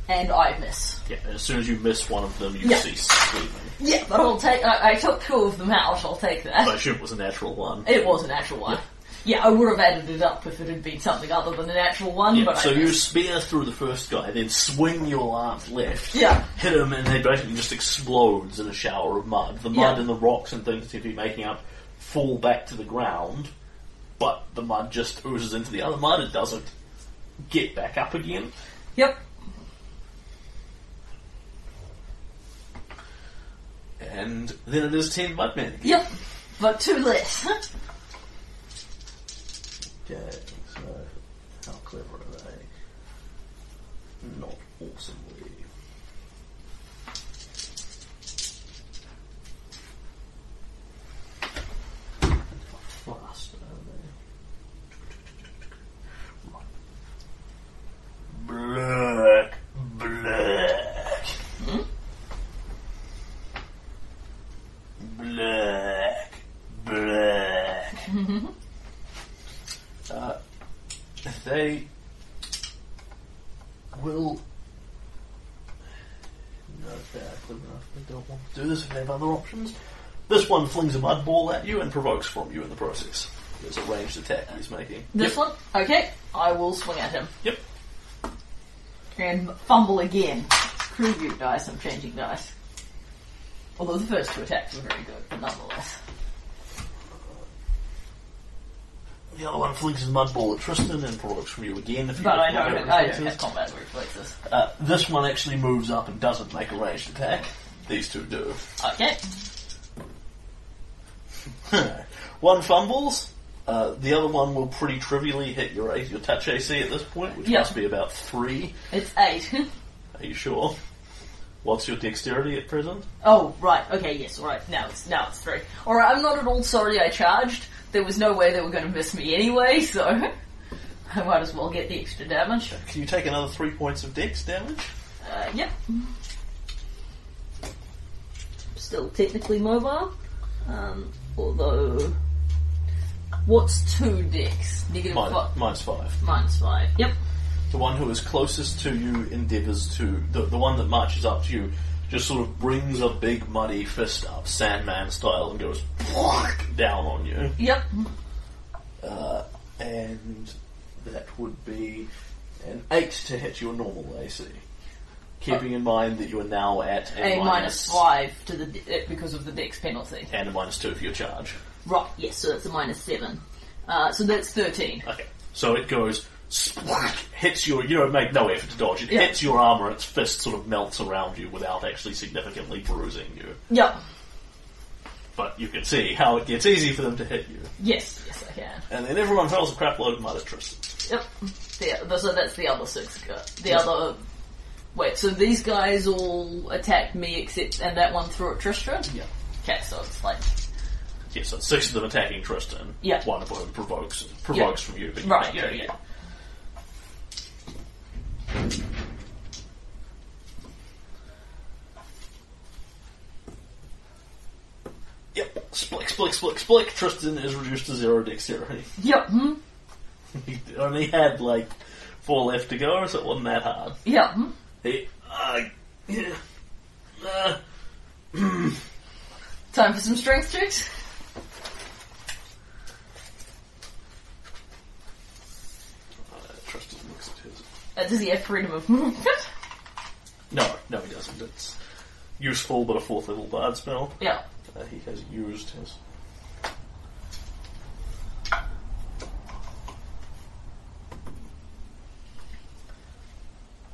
B: and I miss.
A: Yeah, and as soon as you miss one of them, you
B: Yeah.
A: cease screaming.
B: Yeah, but I'll take. I, I took two of them out. I'll take that.
A: I assume it was a natural one.
B: It was a natural one. Yeah. I would have added it up if it had been something other than a natural one.
A: Yeah,
B: but
A: so
B: I
A: you
B: missed.
A: spear through the first guy, then swing your arms left,
B: Yeah.
A: hit him, and they basically just explodes in a shower of mud. The mud
B: Yeah.
A: and the rocks and things seem to be making up fall back to the ground, but the mud just oozes into the other mud. It doesn't get back up again.
B: Yep.
A: And then it is ten mudmen.
B: Yep. But two less. (laughs)
A: Okay, so how clever are they? Not awesomely. How fast are they? Black, black, black, black. Uh, they will. No, if they're clever enough. They don't want to do this if they have other options. This one flings a mud ball at you and provokes from you in the process. There's a ranged attack he's making.
B: This
A: yep.
B: one? Okay. I will swing at him.
A: Yep.
B: And fumble again. Screw you dice, I'm changing dice. Although the first two attacks were very good, but nonetheless.
A: The other one flings his mud ball at Tristan and provokes from you again. If you
B: But I
A: have
B: don't,
A: combat
B: I don't
A: reflexes.
B: have combat reflexes.
A: Uh, this one actually moves up and doesn't make a ranged attack. These two do. (laughs)
B: Okay.
A: one fumbles. Uh, the other one will pretty trivially hit your your touch AC at this point, which
B: Yeah.
A: must be about three.
B: It's eight. (laughs)
A: Are you sure? What's your dexterity at present?
B: oh, right. Okay, yes, alright. Now it's, now it's three. Alright, I'm not at all sorry I charged. There was no way they were going to miss me anyway, so (laughs) I might as well get the extra damage.
A: Can you take another three points of dex damage?
B: Uh, yep. Still technically mobile. Um, although, what's two decks? Negative
A: Mine,
B: five.
A: Minus five.
B: Minus five. Yep.
A: The one who is closest to you endeavours to the, the one that marches up to you just sort of brings a big muddy fist up, Sandman style, and goes (laughs) down on you.
B: Yep.
A: and that would be an 8 to hit your normal AC. Keeping in mind that you are now at
B: A
A: a,
B: minus five to the de- uh, because of the dex penalty.
A: and a minus 2 if you charge.
B: Right. Yes. So that's a minus seven. Uh, so that's thirteen.
A: Okay. So it goes, (laughs) splack, hits your, you don't make no effort to dodge, it
B: Yeah.
A: hits your armour, its fist sort of melts around you without actually significantly bruising you.
B: Yep.
A: But you can see how it gets easy for them to hit you.
B: Yes. Yes, I can.
A: And then everyone throws a crap load of mud at Tristan.
B: Yep. The, the, so that's the other six. gu- The other. Wait. So these guys all attacked me except and that one threw at Tristram.
A: Yeah.
B: Okay, so it's like
A: Yeah, so six of them attacking Tristan.
B: Yeah.
A: One of them provokes provokes from you, but you
B: right,
A: don't
B: yeah,
A: take it.
B: yeah.
A: Yep. Splick, splick, splick, splick. Tristan is reduced to zero dexterity. (laughs)
B: Yep, hmm?
A: he only had like four left to go, so it wasn't that hard.
B: yep, hmm?
A: He, uh, yeah, uh,
B: Time for some strength checks.
A: Tristan looks at Uh, his.
B: Uh, does he have freedom of movement? (laughs)
A: No, no, he doesn't. It's useful, but a fourth level bard spell.
B: yeah.
A: Uh, he has used his.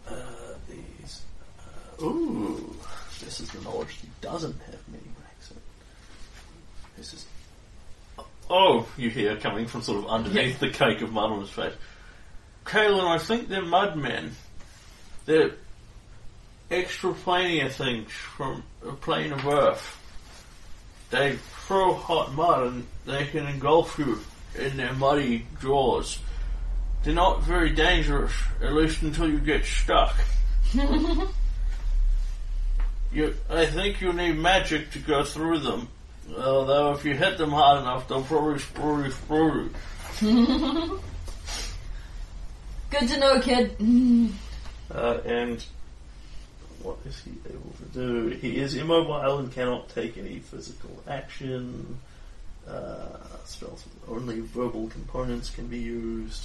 A: Uh, these. Uh, ooh, this is the knowledge he doesn't have many ranks in. This is. Oh, you hear coming from sort of underneath the cake of mud on his face. Kaelin, I think they're mudmen. They're extraplanar things from a plane of Earth they throw hot mud and they can engulf you in their muddy jaws. They're not very dangerous, at least until you get stuck. you, I think you need magic to go through them. Although if you hit them hard enough, they'll probably screw you through.
B: Good to know, kid. Mm.
A: Uh, and
D: What is he able to do? He is immobile and cannot take any physical action. Uh, spells with only verbal components can be used.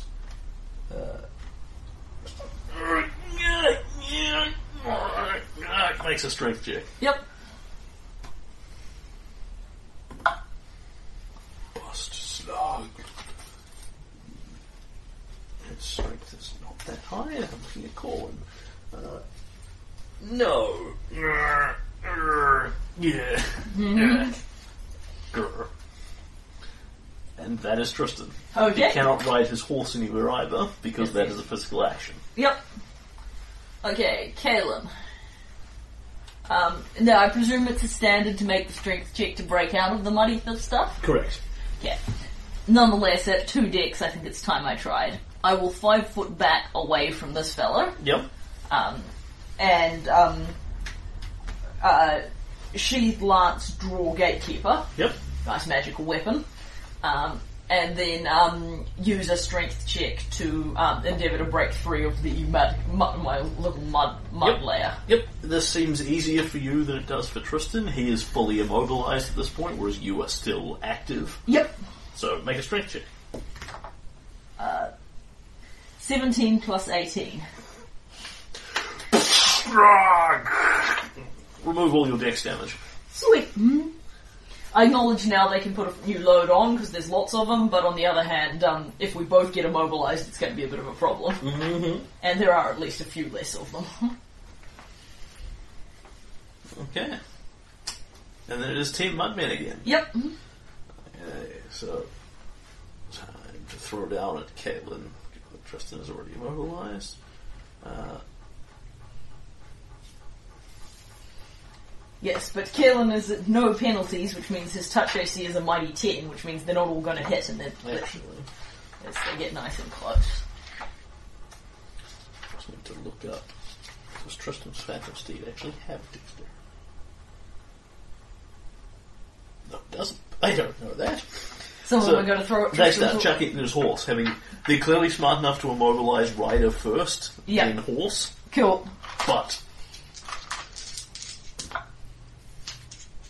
D: Uh, (clears throat)
A: Makes a strength check.
B: Yep.
A: Bust slug. Its strength is not that high. I'm looking at Corwin. Uh, no. Yeah. Yeah. Grr. And that is Tristan.
B: Okay.
A: He cannot ride his horse anywhere either because that is a physical action.
B: Yep. Okay, Caleb. Um, now, I presume it's a standard to make the strength check to break out of the muddy th- stuff?
A: Correct.
B: Yeah. Nonetheless, at two decks, I think it's time I tried. I will five foot back away from this fella,
A: Yep.
B: um, and um, uh, sheathe lance, draw gatekeeper.
A: Yep.
B: nice magical weapon, um, and then um, use a strength check to um, endeavour to break through of the mud, mud my little mud mud
A: Yep.
B: layer.
A: Yep, this seems easier for you than it does for Tristan. He is fully immobilized at this point, whereas you are still active.
B: Yep,
A: So make a strength check.
B: seventeen plus eighteen.
A: Remove all your dex damage.
B: Sweet. Hmm. I acknowledge now they can put a new load on because there's lots of them, but on the other hand, um, if we both get immobilised, it's going to be a bit of a problem.
A: Mm.
B: Mm-hmm. And there are at least a few less of them. (laughs)
A: Okay. And then it is Team Mudman again.
B: yep.
A: Okay, so time to throw down at Caitlin. Tristan is already immobilized. Uh,
B: Yes, but Kaelin is at no penalties, which means his touch AC is a mighty 10, which means they're not all going to hit and they're,
A: actually,
B: Yes, they get nice and close.
A: I just need to look up. Does Tristan's Phantom Steed actually have dexterity? No, it doesn't. I don't know that.
B: Some
A: So,
B: of them are going to throw it.
A: They start chucking at his horse, having they're clearly smart enough to immobilize rider first,
B: Yeah.
A: then horse,
B: Cool.
A: but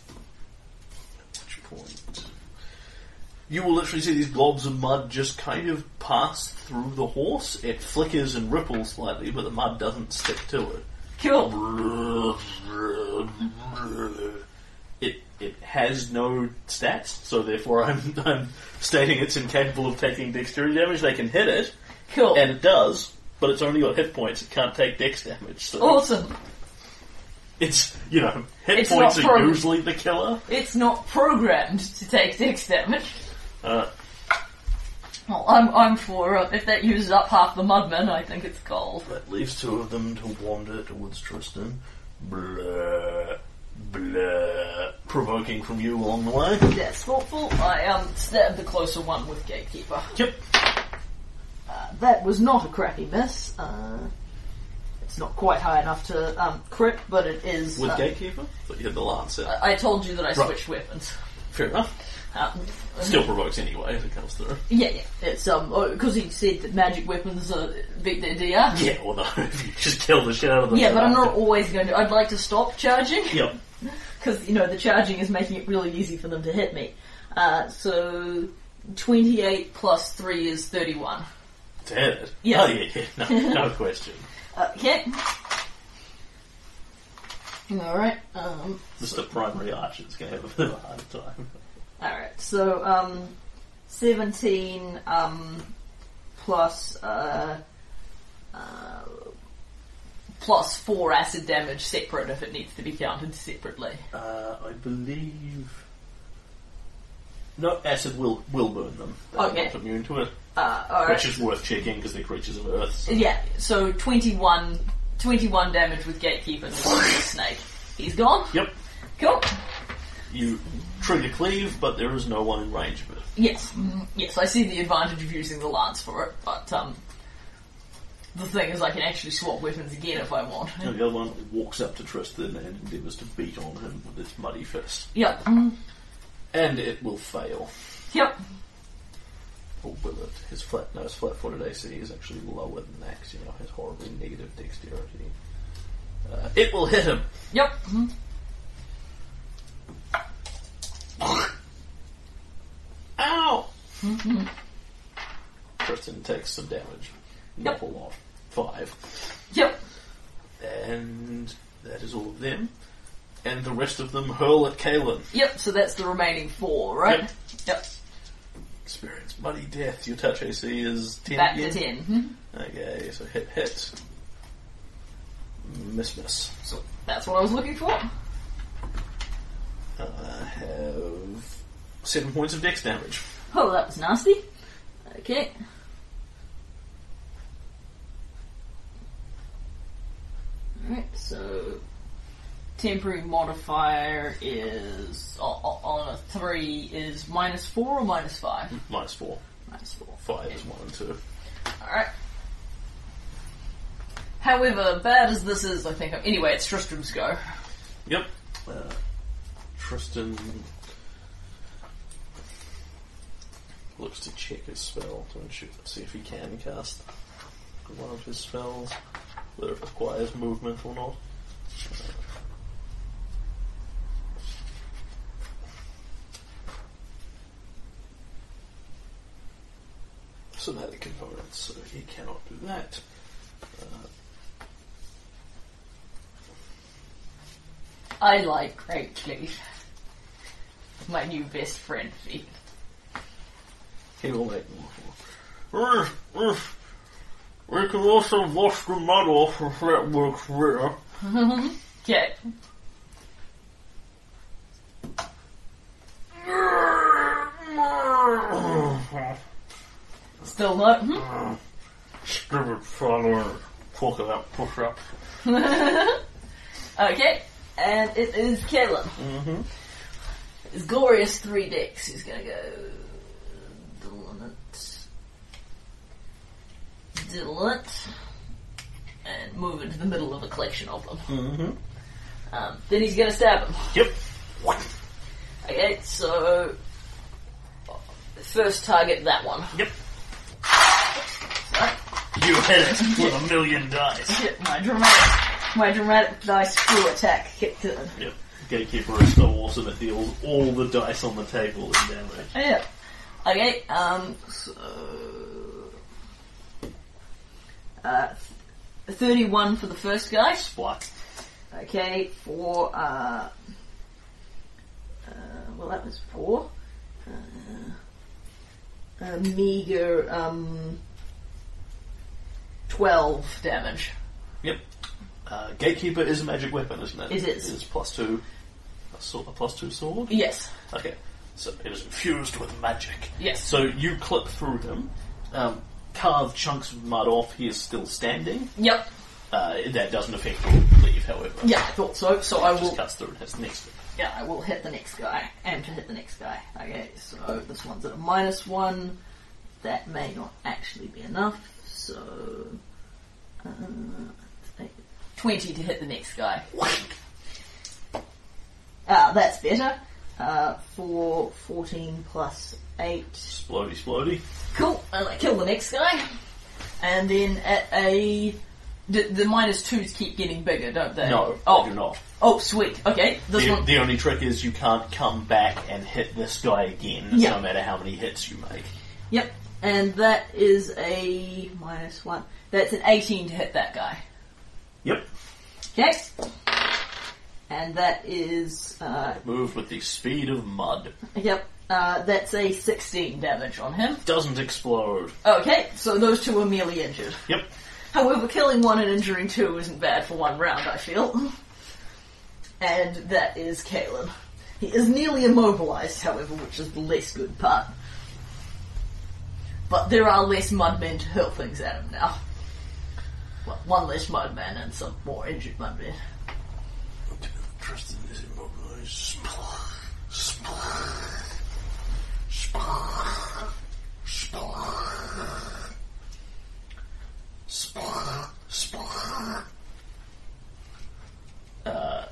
A: at which point you will literally see these blobs of mud just kind of pass through the horse. It flickers and ripples slightly, but the mud doesn't stick to it.
B: Cool.
A: It it has no stats, so therefore I'm I'm stating it's incapable of taking dexterity damage. They can hit it,
B: Cool.
A: and it does, but it's only got hit points. It can't take dex damage. So
B: awesome.
A: it's you know hit
B: It's
A: points
B: not
A: are
B: prone.
A: usually the killer.
B: It's not programmed to take dex damage.
A: Uh,
B: Well, I'm, I'm for it. If that uses up half the mudman, I think it's gold.
A: that leaves two of them to wander towards Tristan. Blah, blah, provoking from you along the way.
B: That's thoughtful. I um, stabbed the closer one with Gatekeeper.
A: Yep.
B: That was not a crappy miss. Uh, it's not quite high enough to um, crit, but it is.
A: With
B: uh,
A: gatekeeper, but you had the lance out.
B: I told you that I
A: Right.
B: switched weapons.
A: Fair enough.
B: Um,
A: Still provokes anyway as it comes through.
B: yeah, yeah. It's um because he said that magic weapons uh, beat their DR.
A: Yeah, well, no, (laughs) if you just kill the shit out of them.
B: Yeah, but I'm
A: after-
B: not always going to. I'd like to stop charging
A: Yep.
B: because you know the charging is making it really easy for them to hit me. Uh, so twenty-eight plus three is thirty-one.
A: Dead.
B: Yeah.
A: Oh, yeah, yeah. No,
B: (laughs)
A: no question.
B: Okay. All right. Um,
A: Just the primary archer's going to have a bit of a hard time.
B: all right. So um, seventeen um, plus uh, uh, plus four acid damage separate if it needs to be counted separately.
A: Uh, I believe. No, acid will will burn them. They're
B: Okay.
A: not immune to it,
B: Uh, all right.
A: which is worth checking because they're creatures of Earth. So.
B: Yeah, so 21, 21 damage with Gatekeeper and the (laughs) Snake. He's gone.
A: Yep.
B: Cool.
A: You trigger cleave, but there is no one in range of it.
B: Yes, mm, yes, I see the advantage of using the lance for it, but um, the thing is I can actually swap weapons again if I want.
A: And the other one walks up to Tristan and endeavours to beat on him with its muddy fist,
B: Yep, mm,
A: and it will fail.
B: yep.
A: Or will it? His flat, no, his flat-footed AC is actually lower than that 'cause, you know, his horribly negative dexterity. Uh, Uh, it will hit him.
B: Yep. mhm.
A: (laughs) Ow! Tristan takes some damage. Not a lot. Five.
B: Yep.
A: And that is all of them. And the rest of them hurl at Kalen.
B: Yep. So that's the remaining four, right? Yep.
A: Experience bloody death. Your touch AC is 10.
B: Back to
A: again?
B: ten. mhm.
A: Okay, so hit, hit. Miss, miss.
B: So that's what I was looking for.
A: I have seven points of dex damage.
B: Oh, that was nasty. Okay. Alright, so temporary modifier is oh, o- o- on a three is minus four or minus five?
A: Minus four.
B: Minus four.
A: Five is one and two.
B: Alright. However, bad as this is, I think. I'm, anyway, it's Tristram's go.
A: Yep. Uh, Tristan looks to check his spell to ensure, see if he can cast one of his spells, whether it requires movement or not. Somatic components, so he cannot do that.
B: I like greatly. My new best friend, Fee.
A: He will make more. We can also wash the mud off if that works better.
B: Yeah. Still not. hmm? (laughs)
A: Stupid father, talk about push ups.
B: Okay, and it is Caleb. Mm-hmm. It's glorious three decks. He's gonna go. Dilant. Dilant. And move into the middle of a collection of them.
A: Hmm.
B: Mm-hmm. Um, then he's gonna stab him.
A: Yep.
B: Okay, so. First target that one.
A: Yep. You hit it with a million dice.
B: Shit, my dramatic, my dramatic dice screw attack kicked in.
D: Yep. Gatekeeper is so awesome it deals all the dice on the table in damage.
B: Yeah. Okay, um, so. Uh, th- 31 for the first guy.
D: Splat.
B: Okay, for, uh. uh well, that was four. Uh, a meager, um. 12 damage.
A: Yep. Uh, gatekeeper is a magic weapon, isn't it?
B: It is.
A: It is plus two. A, sword, a plus two sword?
B: Yes.
A: Okay. So it is infused with magic.
B: Yes.
A: So you clip through him, um, carve chunks of mud off, he is still standing.
B: Yep.
A: Uh, that doesn't affect your leave, however.
B: Yeah, I thought so. So I
A: Just
B: will.
A: cuts through and hits the next one.
B: Yeah, I will hit the next guy. Aim to hit the next guy. Okay, so this one's at a minus one. That may not actually be enough. So. Uh, 20 to hit the next guy. Ah, that's better. Uh, for 14 plus 8.
A: Splody, splody.
B: Cool, and I kill the next guy. And then at a. The, the minus twos keep getting bigger, don't they?
A: No,
B: Oh,
A: they do not.
B: oh sweet. Okay, this
A: The,
B: one.
A: the only trick is you can't come back and hit this guy again,
B: Yeah.
A: no matter how many hits you make.
B: Yep, and that is a minus one. That's an 18 to hit that guy.
A: Yep.
B: Okay? And that is, uh,
A: Move with the speed of mud.
B: yep, uh, that's a 16 damage on him.
A: Doesn't explode.
B: Okay, so those two are merely injured.
A: Yep.
B: However, killing one and injuring two isn't bad for one round, I feel. And that is Caleb. He is nearly immobilized, however, which is the less good part. But there are less mudmen to hurl things at him now. Well, one less mudman and some more injured mudmen.
A: Tristan is immobilized. Uh,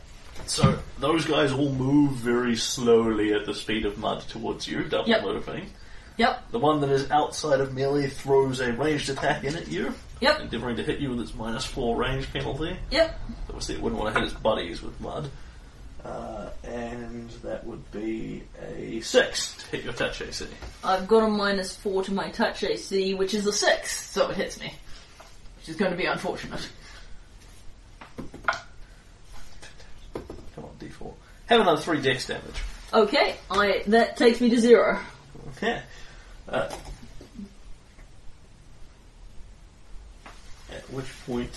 A: So those guys all move very slowly at the speed of mud towards you, double
B: Yep.
A: moving.
B: Yep,
A: The one that is outside of melee throws a ranged attack in at you.
B: Yep.
A: endeavouring to hit you with its minus four range penalty.
B: Yep.
A: Obviously, it wouldn't want to hit its buddies with mud.
D: Uh, and that would be a six.
A: To hit your touch AC.
B: I've got a minus four to my touch AC, which is a six, so it hits me. Which is going to be unfortunate.
A: Come on, D4. Have another three dex damage.
B: Okay, I that takes me to zero.
A: Yeah. Uh,
D: At which point,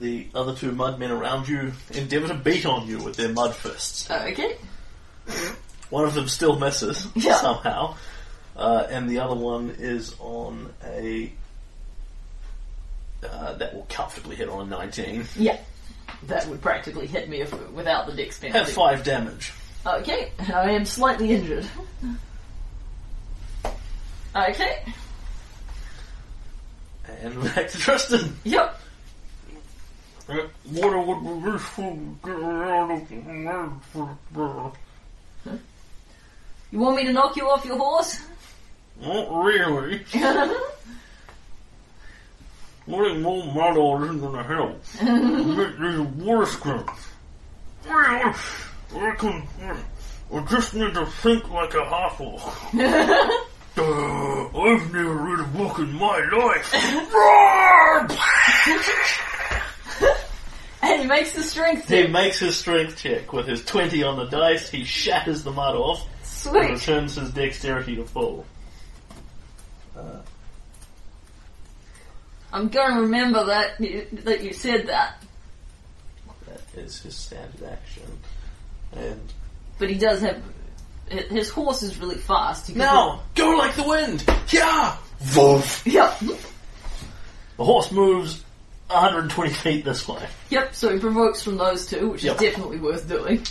D: the
A: Other two mud men around you endeavour to beat on you with their mud fists.
B: Okay.
A: One of them still misses
B: Yeah.
A: somehow.
D: uh, and the other one is on a
A: Uh, that will comfortably hit on a 19.
B: Yeah. That would practically hit me if, without the dex
A: Have
B: penalty.
A: five damage.
B: Okay, and I am slightly injured. Okay.
A: And back to Tristan.
B: Yep.
A: Water would be useful to get around of
B: You want me to knock you off your horse? (laughs)
A: Not really. Putting more mud on isn't gonna help. Make these water scrubs. I can. I just need to think like a half (laughs) orc. Uh, I've never read a book in my life.
B: and he makes the
A: (laughs)
B: strength
A: he
B: check.
A: makes his strength check with his 20 on the dice. He shatters the mud off. and
B: Sweet.
A: returns his dexterity to full.
B: I'm gonna remember that you, that you said that.
A: That is his standard action. And
B: But he does have. hi- His horse is really fast. He can-
A: now go like the wind. Yeah, Voof.
B: Yep.
A: The horse moves 120 feet this way.
B: Yep, so he provokes from those two, which
A: Yep.
B: is definitely worth doing.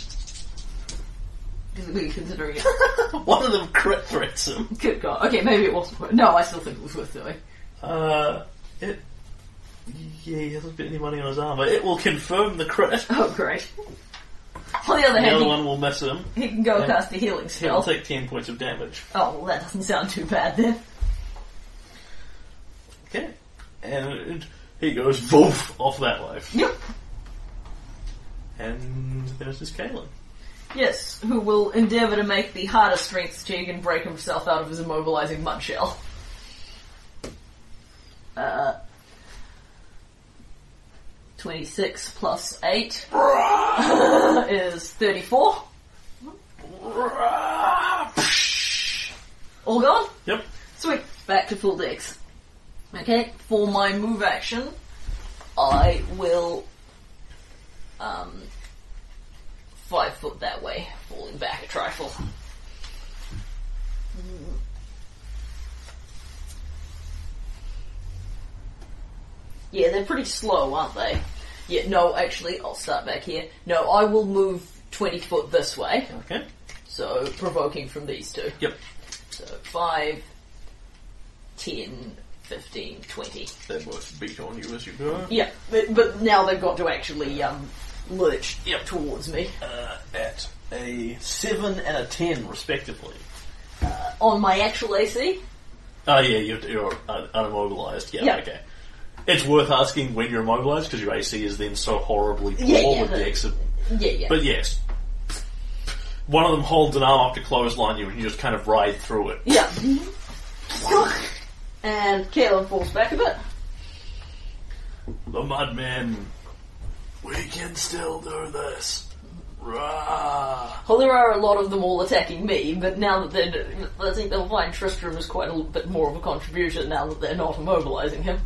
B: Particularly Considering it. (laughs)
A: (laughs) One of them crit threats him.
B: Good God. Okay, maybe it wasn't worth No, I still think it was worth doing.
A: Uh, it. Yeah, he hasn't bit any money on his armor. It will confirm the crit.
B: Oh, great. On the other
A: The
B: hand,
A: other
B: he,
A: one will miss him.
B: he can go
A: Yeah.
B: past the healing
A: He'll
B: spell.
A: take 10 points of damage.
B: oh, well, that doesn't sound too bad then.
A: Okay. And he goes Voof off that way.
B: Yep.
A: And there's his Kalen.
B: Yes, who will endeavour to make the harder strength check and break himself out of his immobilising mud shell. Uh, 26 plus 8 is 34. All gone?
A: Yep.
B: Sweet. Back to full decks. Okay, for my move action, I will um, five foot that way, falling back a trifle. Yeah, they're pretty slow, aren't they? Yeah, no, actually, I'll start back here. No, I will move 20 foot this way,
A: Okay.
B: so provoking from these two.
A: Yep.
B: So 5, 10, 15, 20.
A: They both beat on you as you go.
B: Yeah, but, but now they've got to actually um, lurch
A: Yep.
B: towards me.
A: Uh, at a 7 and a 10, respectively.
B: On my actual AC?
A: Oh, yeah, you're, you're un- unimmobilized. Yeah,
B: Yeah.
A: okay. It's worth asking when you're immobilized because your AC is then so horribly poor
B: Yeah, yeah,
A: with
B: the-
A: the exit.
B: Yeah, yeah.
A: But yes. One of them holds an arm up to clothesline you and you just kind of ride through it.
B: yeah. (laughs) and Caleb falls back a bit.
A: The Mudmen. We can still do this. Rah.
B: Well, there are a lot of them all attacking me, but now that they're. I think they'll find Tristram is quite a little bit more of a contribution now that they're not immobilising him.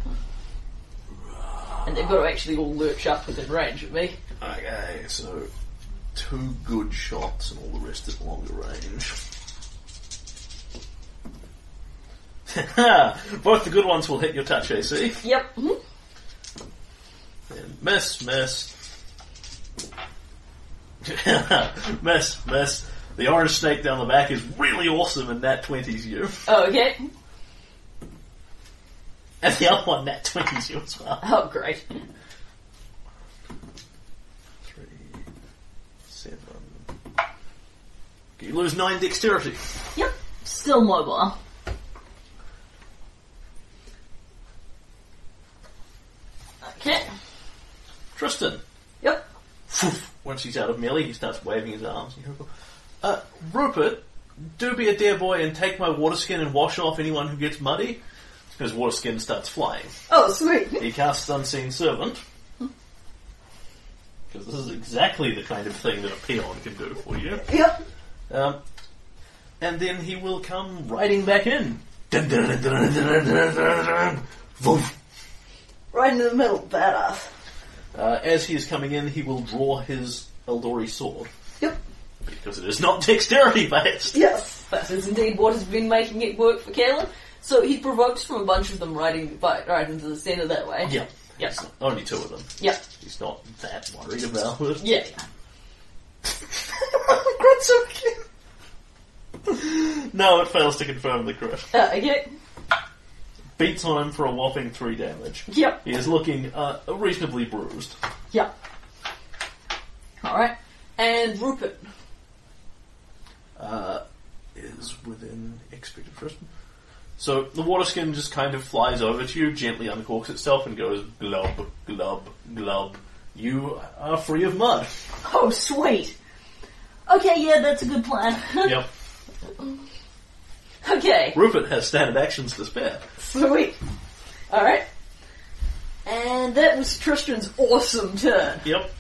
B: And they've got to actually all lurch up within range of me.
A: Okay, so two good shots and all the rest is longer range. (laughs) Both the good ones will hit your touch AC.
B: Yep. mhm.
A: And miss, miss. (laughs) miss, miss. The orange snake down the back is really awesome and that 20s you. (laughs)
B: Okay.
A: And the other one, that 20s you as well.
B: Oh, great.
A: Three, seven. You lose nine dexterity.
B: Yep. Still mobile. Okay.
A: Tristan,
B: Yep.
A: once he's out of melee, he starts waving his arms. and he'll go, Uh, Rupert, do be a dear boy and take my water skin and wash off anyone who gets muddy. His water skin starts flying.
B: Oh, sweet.
A: He casts Unseen Servant. Because this is exactly the kind of thing that a peon can do for you.
B: Yep.
A: Um, and then he will come riding back in. Dun, dun, dun, dun, dun, dun, dun, dun. Voof.
B: Right in the middle. Badass.
A: Uh, as he is coming in, he will draw his Eldori sword.
B: Yep.
A: Because it is not dexterity based.
B: Yes. That is indeed what has been making it work for Caleb. So he's provoked from a bunch of them riding right, right into the centre that way.
A: Yeah.
B: Yep.
A: It's Only two of them.
B: Yep.
A: He's not that worried about it.
B: Yeah.
A: Crit's so cute. (laughs) No, it fails to confirm the crit.
B: Uh, okay.
A: Beats on him for a whopping three damage.
B: Yep.
A: He is looking uh, reasonably bruised.
B: Yep. Alright. And Rupert.
A: uh, is within expected Tristan. So the water skin just kind of flies over to you, gently uncorks itself, and goes glub, glub, glub. You are free of (laughs) mud.
B: Oh, sweet. Okay, yeah, that's a good plan. (laughs)
A: yep.
B: okay.
A: Rupert has standard actions to spare.
B: Sweet. Alright. And that was Tristan's awesome turn.
A: Yep.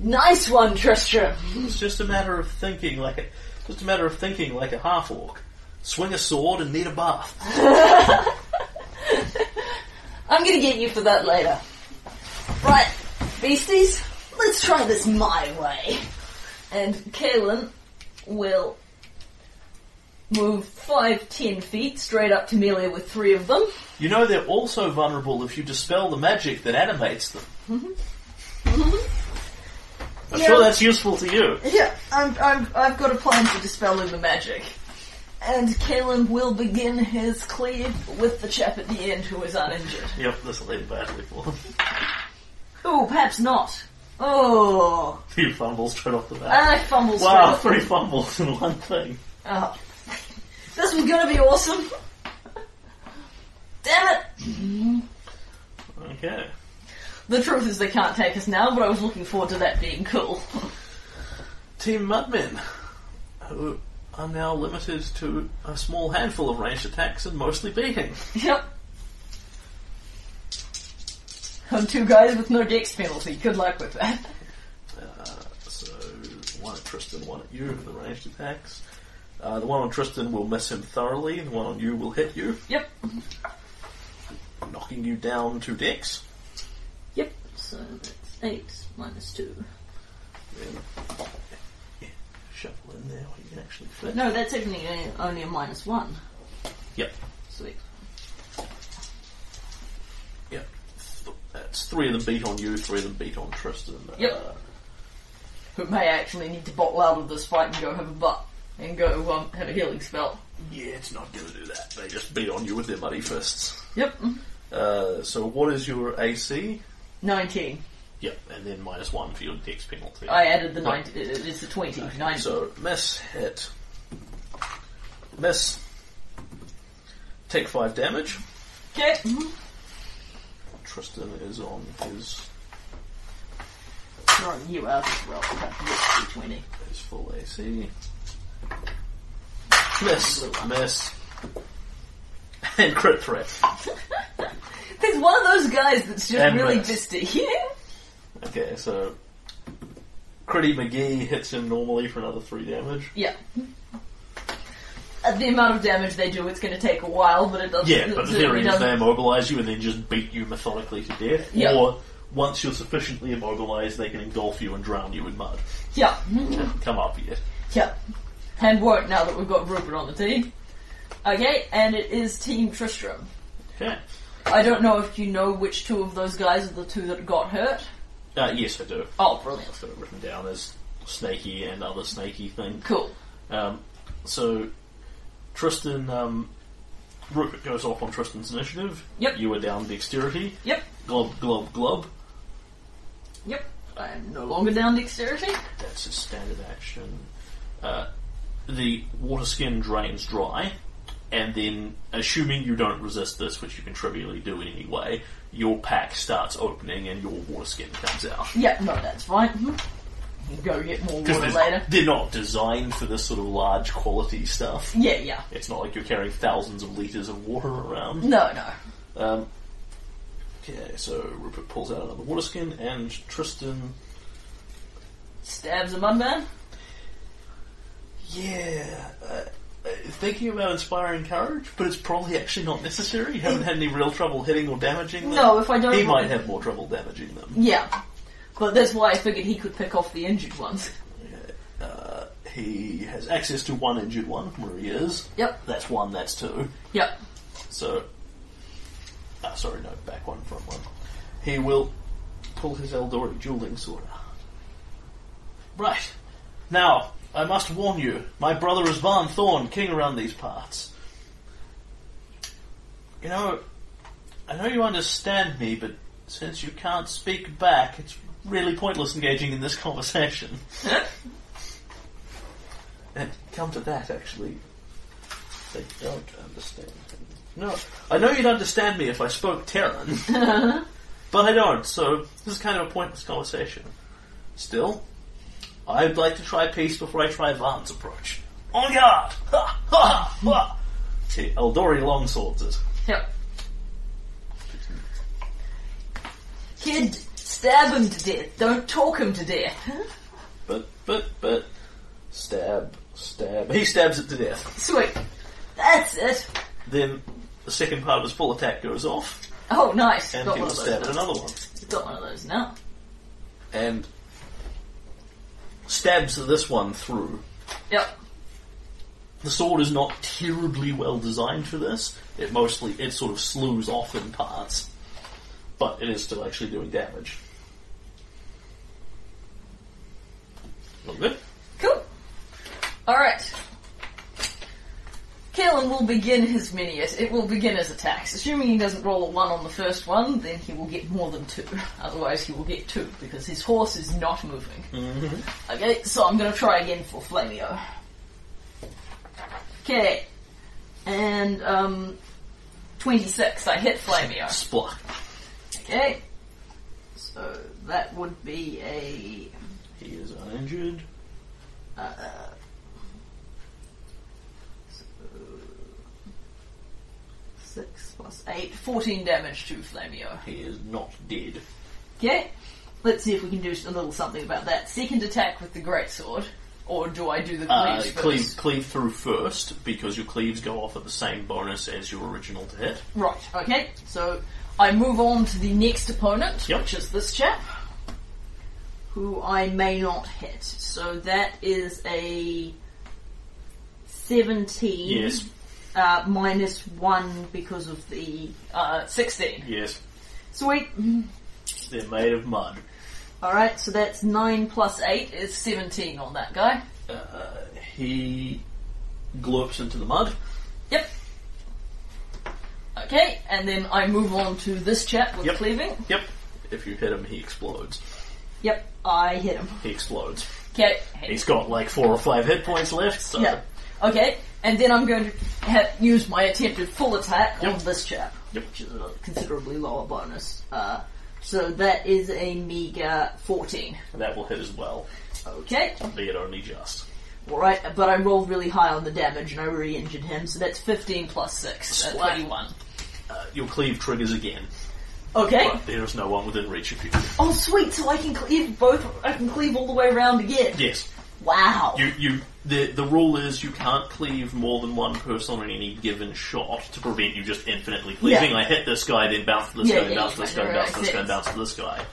B: Nice one, Tristram.
A: It's just a matter of thinking like a, just a matter of thinking like a half orc. Swing a sword and need a bath.
B: I'm gonna get you for that later. Right, beasties, let's try this my way. And Kaelin will move five, ten feet straight up to Melia with three of them.
A: You know they're also vulnerable if you dispel the magic that animates them. I'm
B: Yeah.
A: sure that's useful to you.
B: Yeah, I'm, I'm, I've got a plan for dispelling the magic. And Kaelin will begin his cleave with the chap at the end who is uninjured.
A: Yep, this will end badly for (laughs) them.
B: Oh, perhaps not. Oh,
A: Two fumbles straight off the bat.
B: and I fumble straight
A: wow,
B: off
A: three fumbles in one thing.
B: Oh. This was gonna be awesome. Damn it!
A: Okay.
B: The truth is they can't take us now, but I was looking forward to that being cool. (laughs)
A: Team Mudmen, who are now limited to a small handful of ranged attacks and mostly beating.
B: yep. And two guys with no dex penalty. Good luck with that.
A: So, one at Tristan, one at you for the ranged attacks. Uh, the one on Tristan will miss him thoroughly, the one on you will hit you,
B: Yep.
A: knocking you down two decks.
B: Yep. So that's eight minus two.
A: Then, yeah, shuffle in there where you can actually fit.
B: No, that's only a, only a minus one.
A: Yep,
B: Sweet.
A: yep. Th- That's three of them beat on you, three of them beat on Tristan.
B: Yep.
A: Uh,
B: Who may actually need to bottle out of this fight and go have a butt and go um, have a healing spell.
A: Yeah, it's not going to do that. They just beat on you with their muddy fists.
B: Yep.
A: Uh, so what is your AC?
B: Nineteen.
A: Yep, and then minus one for your dex penalty.
B: I added the 90, it- it's the 20, 90.
A: So miss, hit, miss. Take five damage.
B: Okay. Mm-hmm.
A: Tristan is on his
B: Right, you are as well. That's 20.
A: his full AC. Miss, miss, (laughs) and crit threat.
B: There's one of those guys that's just
A: And
B: really
A: miss.
B: fisty. Yeah.
A: Okay, so Critty McGee hits him normally for another three damage.
B: yeah. At the amount of damage they do, it's going to take a while, but it doesn't.
A: Yeah, but
B: it
A: the theory is
B: doesn't-
A: they immobilise you and then just beat you methodically to death.
B: Yeah.
A: Or once you're sufficiently immobilised, they can engulf you and drown you in mud.
B: Yeah, Mm-hmm.
A: Come up yet.
B: yeah. And won't now that we've got Rupert on the team. Okay, and it is Team Tristram.
A: Okay.
B: I don't know if you know which two of those guys are the two that got hurt.
A: Uh, yes, I do.
B: Oh, brilliant.
A: I've got it written down as snaky and other snaky thing.
B: Cool.
A: Um, so Tristan, um, Rupert goes off on Tristan's initiative.
B: Yep.
A: You are down dexterity.
B: Yep,
A: Glob, glob, glob.
B: yep. I'm no longer down dexterity.
A: That's his standard action. Uh, the water skin drains dry, and then assuming you don't resist this, which you can trivially do in any way, your pack starts opening and your water skin comes out.
B: Yeah, no, that's fine. Mhm. You Go get more
A: Because
B: water
A: there's-
B: later.
A: they're not designed for this sort of large quality stuff.
B: Yeah, yeah.
A: It's not like you're carrying thousands of litres of water around.
B: No, no.
A: Um, okay, so Rupert pulls out another water skin, and Tristan.
B: Stabs a mudman.
A: Yeah. Uh, uh, thinking about inspiring courage, but it's probably actually not necessary. You haven't had any real trouble hitting or damaging them.
B: No, if I don't.
A: He might have more trouble damaging them.
B: Yeah. But that's why I figured he could pick off the injured ones. Mm.
A: Uh, he has access to one injured one from where he is.
B: Yep.
A: That's one, that's two.
B: Yep.
A: So, ah, sorry, no, back one, front one. He will pull his Eldori dueling sword out. Right. Now, I must warn you, my brother is Van Thorn, king around these parts. You know, I know you understand me, but since you can't speak back, it's really pointless engaging in this conversation. and come to that, actually, they don't understand him. No, I know you'd understand me if I spoke
B: (laughs)
A: Terran, but I don't, so this is kind of a pointless conversation. Still, I'd like to try peace before I try Van's approach. On guard! (laughs) Ha! Ha! Ha! See, Eldori longswords it.
B: Yep. Kid, stab him to death. Don't talk him to death.
A: But, but, but, stab, stab. He stabs it to death.
B: Sweet. That's it.
A: Then the second part of his full attack goes off,
B: Oh, nice.
A: and
B: Got
A: he
B: one
A: will
B: of
A: stab
B: those.
A: at
B: now.
A: another one.
B: Got one of those now.
A: And stabs this one through.
B: Yep.
A: The sword is not terribly well designed for this. It mostly it sort of slews off in parts, but it is still actually doing damage. Not good.
B: Cool. Alright. Kalen will begin his miniot. It will begin his attacks. Assuming he doesn't roll a 1 on the first one, then he will get more than 2. (laughs) Otherwise he will get 2, because his horse is not moving. Okay, so I'm going to try again for Flamio. Okay. And, um... 26. I hit Flamio.
A: Spluck.
B: Okay. So that would be a uh,
A: He is uninjured.
B: Six plus eight, 14 damage to Flamio.
A: He is not dead.
B: Okay, let's see if we can do a little something about that. Second attack with the greatsword, or do I do the
A: Uh,
B: cleave
A: cleave,
B: first?
A: cleave through first because your cleaves go off at the same bonus as your original to hit.
B: Right, okay, so I move on to the next opponent,
A: Yep.
B: which is this chap, who I may not hit. So that is a 17.
A: Yes,
B: Uh, minus one because of the uh, 16.
A: yes.
B: Sweet.
A: They're made of mud.
B: Alright, so that's 9 plus 8 is 17 on that guy.
A: He glurps into the mud.
B: Yep. Okay, and then I move on to this chap with
A: Yep.
B: cleaving.
A: Yep. If you hit him, he explodes.
B: Yep, I hit him.
A: He explodes.
B: Okay.
A: He's got like four or five hit points left, so
B: Yeah. Okay, and then I'm going to ha- use my attempted full attack
A: Yep.
B: on this chap,
A: Yep.
B: which is a considerably lower bonus. Uh, so that is a meager 14.
A: that will hit as well,
B: Okay,
A: be it only just.
B: alright, but I rolled really high on the damage and I re injured him, so that's 15 plus 6, uh,
A: Splat.
B: 21.
A: Uh, your cleave triggers again,
B: Okay.
A: but there is no one within reach of you.
B: Oh, sweet! So I can cleave both. I can cleave all the way around again.
A: Yes,
B: Wow.
A: you you the the rule is you can't cleave more than one person on any given shot to prevent you just infinitely cleaving.
B: Yeah.
A: I hit this guy, then bounce to this
B: Yeah,
A: guy,
B: yeah,
A: bounce to
B: yeah,
A: this guy,
B: right,
A: bounce
B: right,
A: to this guy,
B: yes.
A: bounce to this guy.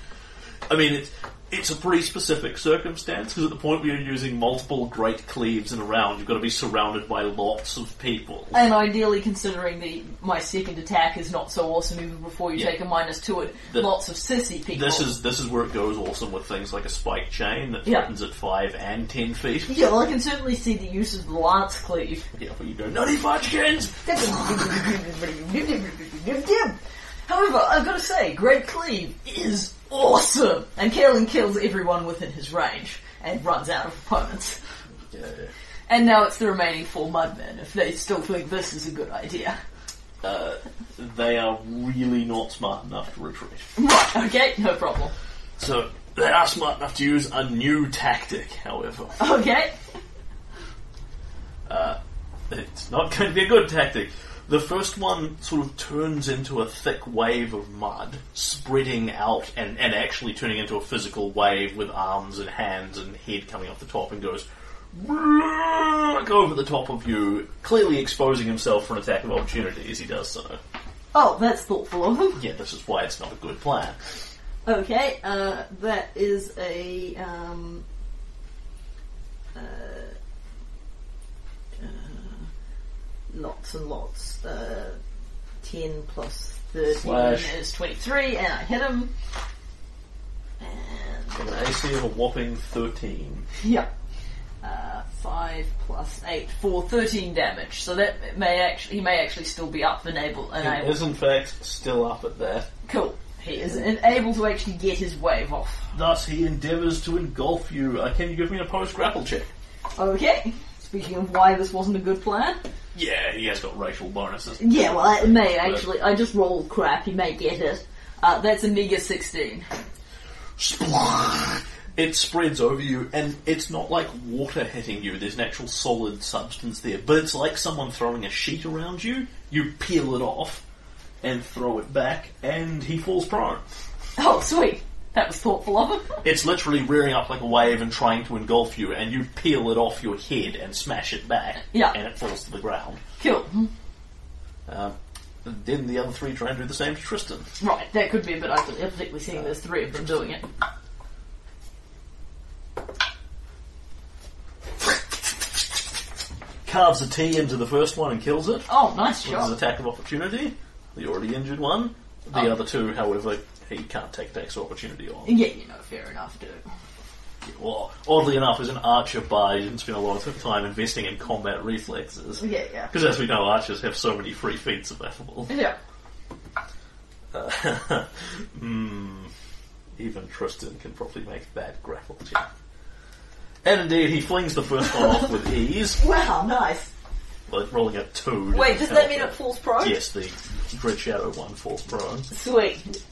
A: I mean, it's it's a pretty specific circumstance because at the point where you're using multiple great cleaves in a round, you've got to be surrounded by lots of people.
B: and ideally, considering the my second attack is not so awesome, even before you
A: Yeah.
B: take a minus to it,
A: The-
B: lots of sissy people.
A: This is this is where it goes awesome with things like a spike chain that
B: Yeah.
A: threatens at five and ten feet.
B: (laughs) yeah. Well, I can certainly see the use of the lance cleave.
A: Yeah, but you go nutty fudgekins.
B: However, I've got to say, Great Cleave is awesome, and Kalen kills everyone within his range and runs out of opponents.
A: Yeah,
B: And now it's the remaining four mudmen if they still think this is a good idea.
A: Uh, they are really not smart enough to retreat.
B: Right, okay, no problem.
A: So they are smart enough to use a new tactic, however.
B: Okay.
A: It's not (laughs) going to be a good tactic. The first one sort of turns into a thick wave of mud, spreading out and, and actually turning into a physical wave with arms and hands and head coming off the top and goes like over the top of you, clearly exposing himself for an attack of opportunity as he does so.
B: Oh, that's thoughtful of him.
A: Yeah, this is why it's not a good plan.
B: Okay, uh, that is a um, uh, uh, lots and lots. Uh, Ten plus thirteen
A: Slash.
B: is twenty-three, and I hit him. And
A: An AC of a whopping 13.
B: yeah, uh, five plus eight for thirteen damage. So that may actually he may actually still be up and able and
A: He
B: able.
A: is in fact still up at that.
B: Cool. He is able to actually get his wave off.
A: Thus he endeavours to engulf you. Uh, can you give me an opposed grapple check?
B: Okay. Speaking of why this wasn't a good plan.
A: Yeah, he has got racial bonuses.
B: Yeah, well, it may actually. I just rolled crap. You may get it. Uh, that's a mega 16.
A: It spreads over you, and it's not like water hitting you. There's an actual solid substance there, but it's like someone throwing a sheet around you. You peel it off and throw it back, and he falls prone.
B: Oh, sweet. That was thoughtful of him. (laughs)
A: It's literally rearing up like a wave and trying to engulf you, and you peel it off your head and smash it back,
B: Yeah.
A: and it falls to the ground.
B: cool.
A: Um, then the other three try and do the same to Tristan.
B: Right, that could be a bit ugly. I think we're seeing there's three of them doing it.
A: Carves a T into the first one and kills it.
B: Oh, nice
A: This is
B: shot.
A: attack of opportunity. The already injured one. The
B: Oh.
A: other two, however, he can't take attacks of opportunity on.
B: Yeah, you know, fair enough, dude.
A: Well, oddly enough, as an archer by, he didn't spend a lot of time investing in combat reflexes.
B: Yeah, yeah.
A: Because as we know, archers have so many free feats available.
B: Yeah.
A: Hmm. Even Tristan can probably make that grapple check. And indeed, he flings the first one off with ease,
B: Wow, nice.
A: like rolling a two.
B: Wait, does
A: doesn't
B: that mean
A: help
B: it falls prone?
A: Yes, the Dread Shadow one falls prone.
B: Sweet.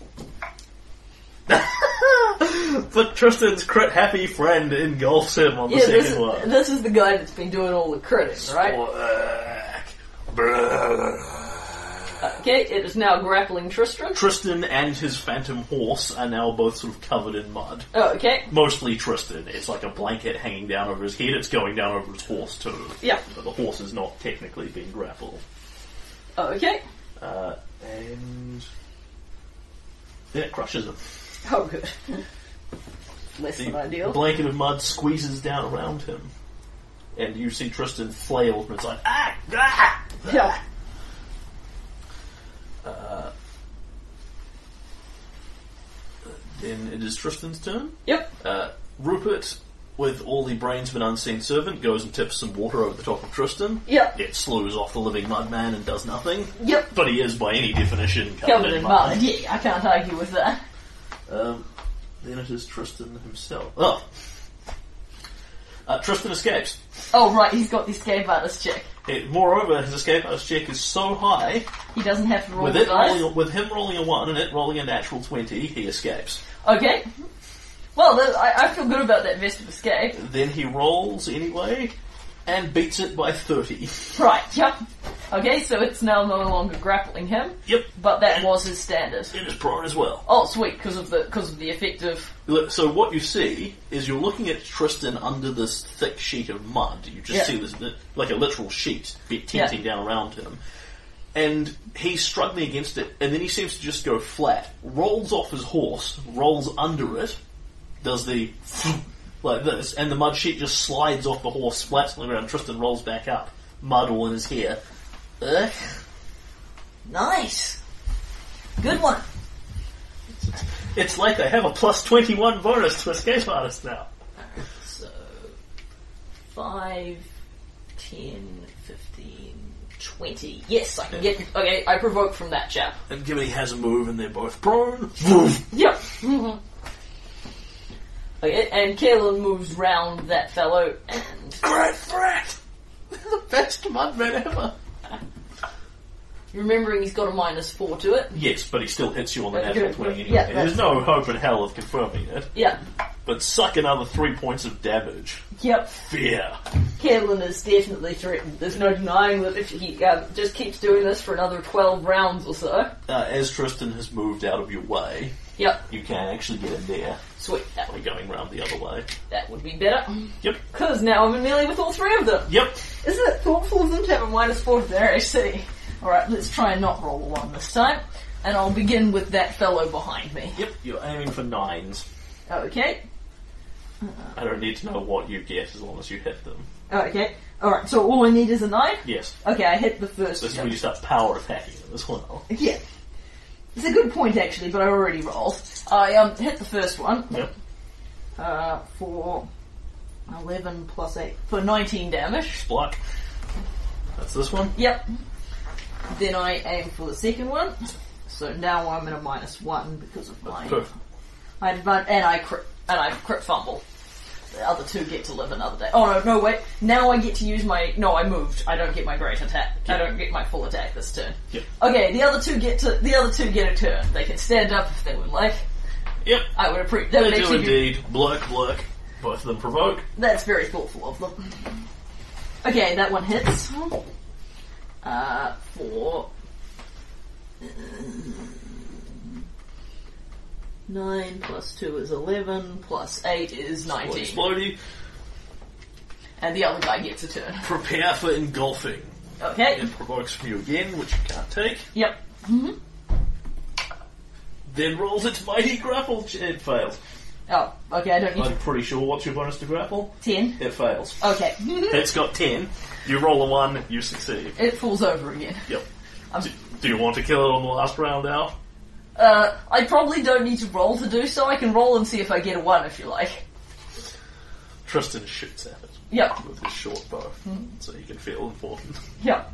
A: But Tristan's crit happy friend engulfs him on the
B: Yeah,
A: second
B: this is,
A: one.
B: this is the guy that's been doing all the critics, right? Okay, it is now grappling Tristram.
A: Tristan and his phantom horse are now both sort of covered in mud.
B: Oh, okay.
A: Mostly Tristan. It's like a blanket hanging down over his head. It's going down over his horse too.
B: Yeah.
A: But the horse is not technically being grappled.
B: Oh, okay.
A: Uh, and then it crushes him.
B: Oh, good.
A: (laughs)
B: Less
A: The
B: than ideal.
A: blanket of mud squeezes down around him, and you see Tristan flail from inside. Ah, ah!
B: Yeah.
A: Then it is Tristan's turn.
B: Yep.
A: Uh, Rupert, with all the brains of an unseen servant, goes and tips some water over the top of Tristan.
B: Yep.
A: It slews off the living mudman and does nothing.
B: Yep.
A: But he is, by any definition, covered,
B: Covered in mud. Yeah, I can't argue with that.
A: Um, then it is Tristan himself. Oh. Uh, Tristan escapes.
B: Oh, right, he's got the escape artist check.
A: It, moreover, his escape artist check is so high,
B: He doesn't have to roll
A: with,
B: Oh, the
A: it rolling,
B: dice.
A: a- with him rolling a 1 and it rolling a natural 20, he escapes.
B: Okay. Well, th- I, I feel good about that vest of escape.
A: Then he rolls anyway and beats it by 30.
B: Right, yep. Okay, so it's now no longer grappling him,
A: (laughs) Yep,
B: but that
A: And-
B: was his standard.
A: it is prone as well.
B: Oh, sweet, because of the because of the effect of
A: Look, So what you see is you're looking at Tristan under this thick sheet of mud. You just
B: Yeah.
A: see this li- like a literal sheet be- tinting down around him, and he's struggling against it. And then he seems to just go flat, rolls off his horse, rolls under it, does the (sniffs) like this, and the mud sheet just slides off the horse, splats on the ground. Tristan rolls back up, mud all in his hair. Ugh.
B: nice. Good one.
A: It's like they have a plus twenty one bonus to escape artist now.
B: So, 5, 10, 15, 20. Yes, I can get. Okay, I provoke from that chap.
A: And given he has a move, and they're both prone. (sniffs)
B: Yep. (laughs) Okay, and Kaelin moves round that fellow and.
A: Great threat! (laughs) the best mudman ever.
B: Remembering he's got a minus four to it.
A: Yes, but he still hits you on the
B: Okay,
A: natural
B: good.
A: 20 anyway.
B: Yeah,
A: There's no hope in hell of confirming it.
B: Yeah.
A: But suck another three points of damage.
B: Yep.
A: Fear.
B: Catelyn is definitely threatened. There's no denying that if he um, just keeps doing this for another 12 rounds or so.
A: Uh, as Tristan has moved out of your way,
B: Yep.
A: you can actually get in there
B: Sweet. That,
A: by going round the other way.
B: that would be better.
A: Yep.
B: Because now I'm in melee with all three of them.
A: Yep.
B: Isn't it thoughtful of them to have a minus four to their AC? Alright, let's try and not roll a one this time. And I'll begin with that fellow behind me.
A: Yep. You're aiming for nines.
B: Okay.
A: I don't need to know what you get as long as you hit them.
B: Okay. Alright, so all I need is a nine?
A: Yes.
B: Okay, I hit the first
A: This is
B: one.
A: when you start power attacking them as well.
B: Yeah. It's a good point actually, but I already rolled. I um hit the first one.
A: Yep.
B: Uh, for eleven plus eight for nineteen damage.
A: Block. That's this one.
B: Yep. Then I aim for the second one. So now I'm at a minus one because of my
A: Perfect.
B: I advan- and I crit and I crit fumble. The other two get to live another day. Oh no, no wait. Now I get to use my no. I moved. I don't get my great attack. I don't get my full attack this turn.
A: Yep.
B: Okay, the other two get to the other two get a turn. They can stand up if they would like.
A: Yep.
B: I would appreciate. That would
A: They do
B: actually be-
A: indeed. Block, block. Both of them provoke.
B: that's very thoughtful of them. Okay, that one hits. Uh, for nine plus two is eleven plus eight is nineteen,
A: Explodey.
B: and the other guy gets a turn.
A: Prepare for engulfing.
B: Okay.
A: It provokes from you again, which you can't take.
B: Yep. Mm-hmm.
A: Then rolls its mighty grapple. ch- It fails.
B: Oh, okay. I don't need
A: I'm pretty sure what's your bonus to grapple?
B: ten.
A: It fails.
B: Okay.
A: It's got 10. You roll a 1, you succeed.
B: it falls over again. Um,
A: Yep.
B: I'm-
A: Do, do you want to kill it on the last round out?
B: Uh, I probably don't need to roll to do so. I can roll and see if I get a one, if you like.
A: Tristan shoots at it
B: Yep.
A: with his short bow, so you can feel important.
B: Yep.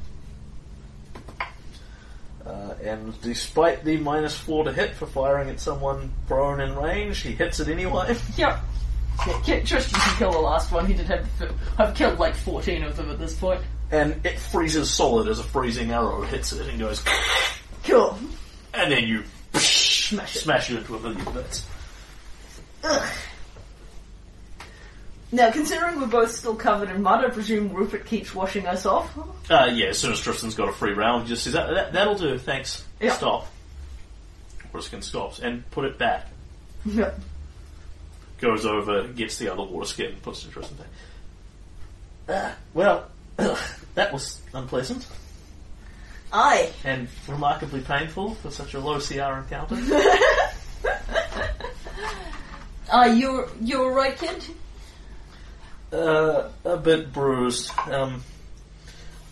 A: Uh, and despite the minus 4 to hit for firing at someone prone in range, he hits it anyway.
B: Yep. Yeah, Ki- Tristan can kill the last one. He did have. f- I've killed like 14 of them at this point.
A: And it freezes solid as a freezing arrow hits it and goes, (laughs)
B: Cool.
A: and then you smash it, smash it into a million bits.
B: Ugh. Now, considering we're both still covered in mud, I presume Rupert keeps washing us off.
A: Uh, yeah, as soon as Tristan's got a free round, he just says, that, that, that'll do, thanks.
B: Yeah.
A: Stop. Tristan stops and put it back.
B: Yep.
A: Goes over, gets the other water skin, puts it in Tristan's back. Ah, well, (coughs) that was unpleasant
B: Aye.
A: and remarkably painful for such a low CR encounter.
B: Aye, you're, you're right, kid.
A: uh, a bit bruised. Um,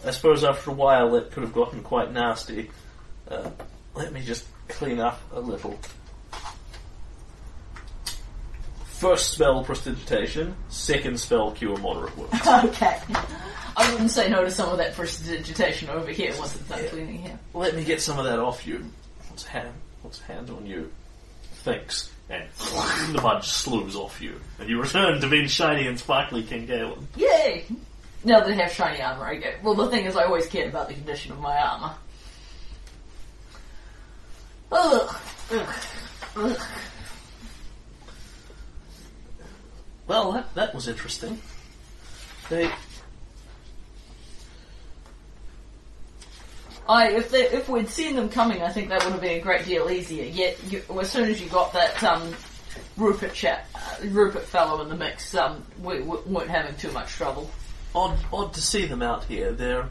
A: I suppose after a while it could have gotten quite nasty. Uh, let me just clean up a little. First spell prestidigitation, second spell cure moderate wounds.
B: Okay. I wouldn't say no to some of that prestidigitation over here once it's done cleaning here.
A: let me get some of that off you. What's hand? What's hand on you? Thanks. And (laughs) the mud slews off you, and you return to being shiny and sparkly, King Galen.
B: Yay! Now that I have shiny armor, I get. Well, the thing is, I always cared about the condition of my armor. Ugh. Ugh. Ugh.
A: Well, that, that was interesting. They
B: I if they, if we'd seen them coming, I think that would have been a great deal easier. Yet, you, as soon as you got that um, Rupert chap, uh, Rupert fellow in the mix, um, we, we weren't having too much trouble.
A: odd odd to see them out here. They're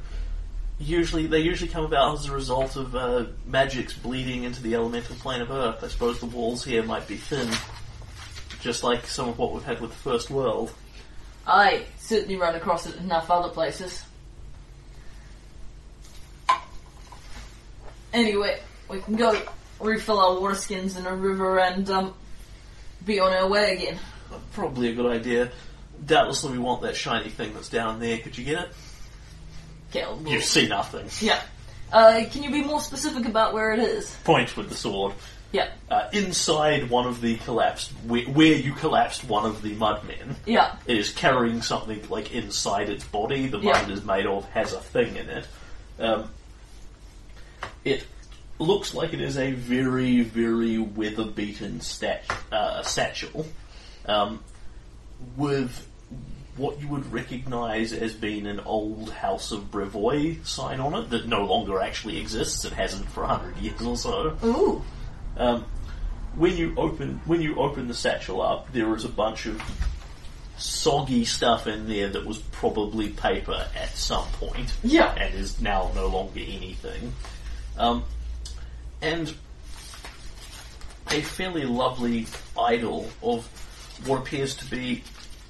A: usually they usually come about as a result of uh, magic's bleeding into the elemental plane of Earth. I suppose the walls here might be thin, just like some of what we've had with the first world.
B: I certainly run across it enough other places. Anyway, we can go refill our water skins in a river and um, be on our way again.
A: Probably a good idea. Doubtlessly, we want that shiny thing that's down there. Could you get it?
B: Okay, I'll-
A: You see nothing.
B: yeah. Uh, can you be more specific about where it is?
A: Point with the sword.
B: Yeah.
A: uh, inside one of the collapsed, where, where you collapsed one of the mud men.
B: Yeah.
A: It is carrying something like inside its body. The
B: Yeah.
A: mud is made of has a thing in it. Um, it looks like it is a very, very weather beaten stat- uh, satchel um, with what you would recognise as being an old House of Brevoy sign on it that no longer actually exists. It hasn't for a hundred years or so.
B: Ooh.
A: Um, when you open when you open the satchel up, there is a bunch of soggy stuff in there that was probably paper at some point,
B: Yeah.
A: and is now no longer anything. Um, and a fairly lovely idol of what appears to be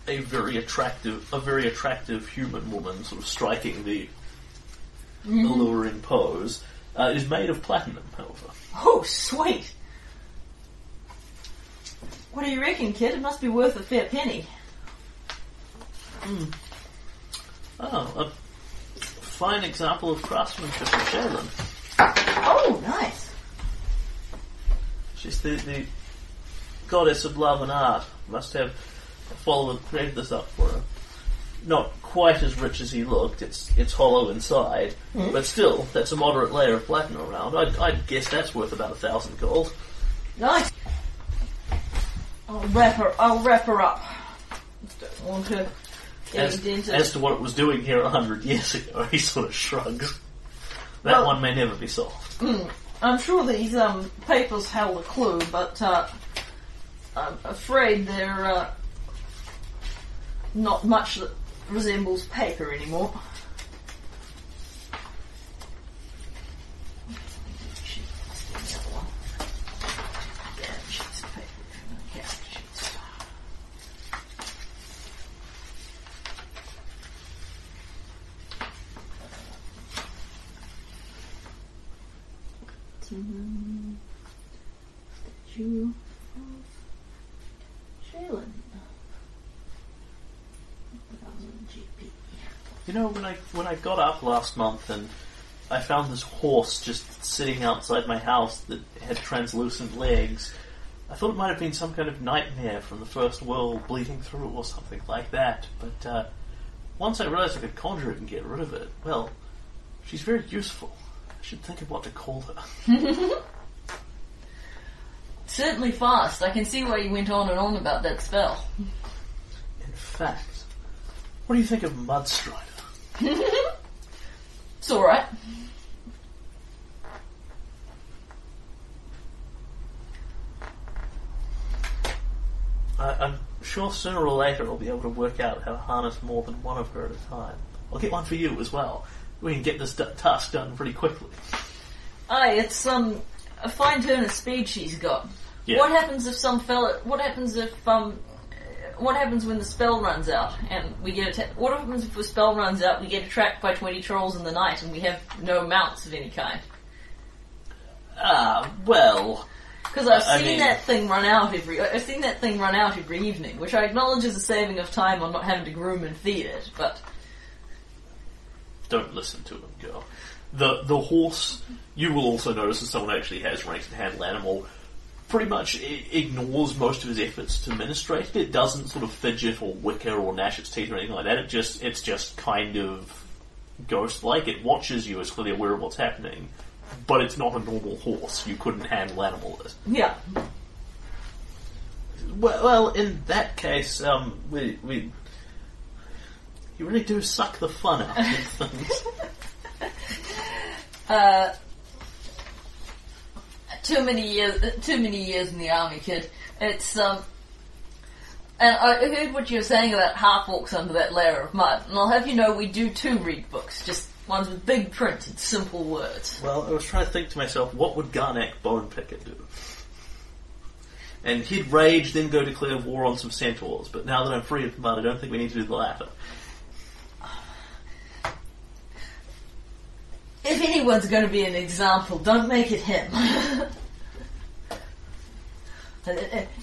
A: a very attractive, a very attractive human woman, sort of striking the alluring pose, uh, is made of platinum, however.
B: Oh, sweet. What do you reckon, kid? It must be worth a fair penny.
A: Oh, a fine example of craftsmanship in Shaylin.
B: Oh, nice.
A: She's the, the goddess of love and art. Must have a follower created this up for her. Not quite as rich as he looked. It's it's hollow inside, but still, that's a moderate layer of platinum around. I'd, I'd guess that's worth about a thousand gold.
B: Nice. I'll wrap her. I'll wrap her up. Don't want her getting
A: As,
B: dented.
A: as to what it was doing here a hundred years (laughs) ago, he sort of shrugs. That
B: Well-
A: one may never be solved.
B: I'm sure these um, papers held a clue, but uh, I'm afraid they're uh, not much that resembles paper anymore. Sheet, must be the other one. Damn sheets of paper, damn sheets. Statue of Shaylin. 1000 GP.
A: You know, when I when I got up last month and I found this horse just sitting outside my house that had translucent legs, I thought it might have been some kind of nightmare from the first world bleeding through or something like that. But uh, once I realised I could conjure it and get rid of it, well, she's very useful. I should think of what to call her.
B: Certainly fast. I can see why you went on and on about that spell.
A: In fact, what do you think of Mudstrider?
B: It's alright.
A: I, I'm sure sooner or later I'll be able to work out how to harness more than one of her at a time. I'll get one for you as well. We can get this d- task done pretty quickly.
B: Aye, it's um, a fine turn of speed she's got.
A: Yeah.
B: What happens if some fella. What happens if. um, uh, What happens when the spell runs out and we get attacked? What happens if the spell runs out, we get attacked by 20 trolls in the night and we have no mounts of any kind?
A: Ah, well,
B: Because I've
A: I- I
B: seen
A: mean-
B: that thing run out every. I've seen that thing run out every evening, which I acknowledge is a saving of time on not having to groom and feed it. But
A: don't listen to him, girl. The the horse, you will also notice that someone actually has ranks in handle animal, pretty much I- ignores most of his efforts to ministrate it. It doesn't sort of fidget or wicker or gnash its teeth or anything like that. It just it's just kind of ghost like. It watches you, it's clearly aware of what's happening. But it's not a normal horse. You couldn't handle animal it.
B: yeah,
A: Well, well, in that case, um, we, we you really do suck the fun out of things.
B: too many years. uh, Too many years in the army, kid. It's um. And I heard what you were saying about half orcs under that layer of mud, and I'll have you know we do too read books, just ones with big print and simple words.
A: Well, I was trying to think to myself, what would Garnack Bone Picket do? And he'd rage, then go declare war on some centaurs. But now that I'm free of the mud, I don't think we need to do the latter.
B: If anyone's going to be an example, don't make it him. (laughs)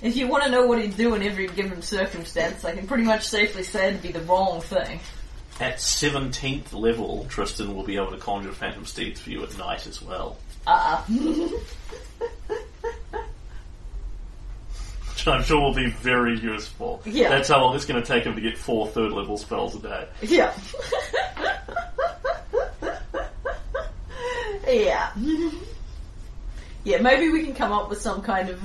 B: if you want to know what he'd do in every given circumstance, I can pretty much safely say it'd be the wrong thing.
A: At 17th level, Tristan will be able to
B: (laughs)
A: conjure phantom steeds for you at night as well.
B: Uh-uh.
A: which I'm sure will be very useful.
B: Yeah.
A: That's how long it's going to take him to get four third level spells a day.
B: Yeah. yeah. yeah, maybe we can come up with some kind of.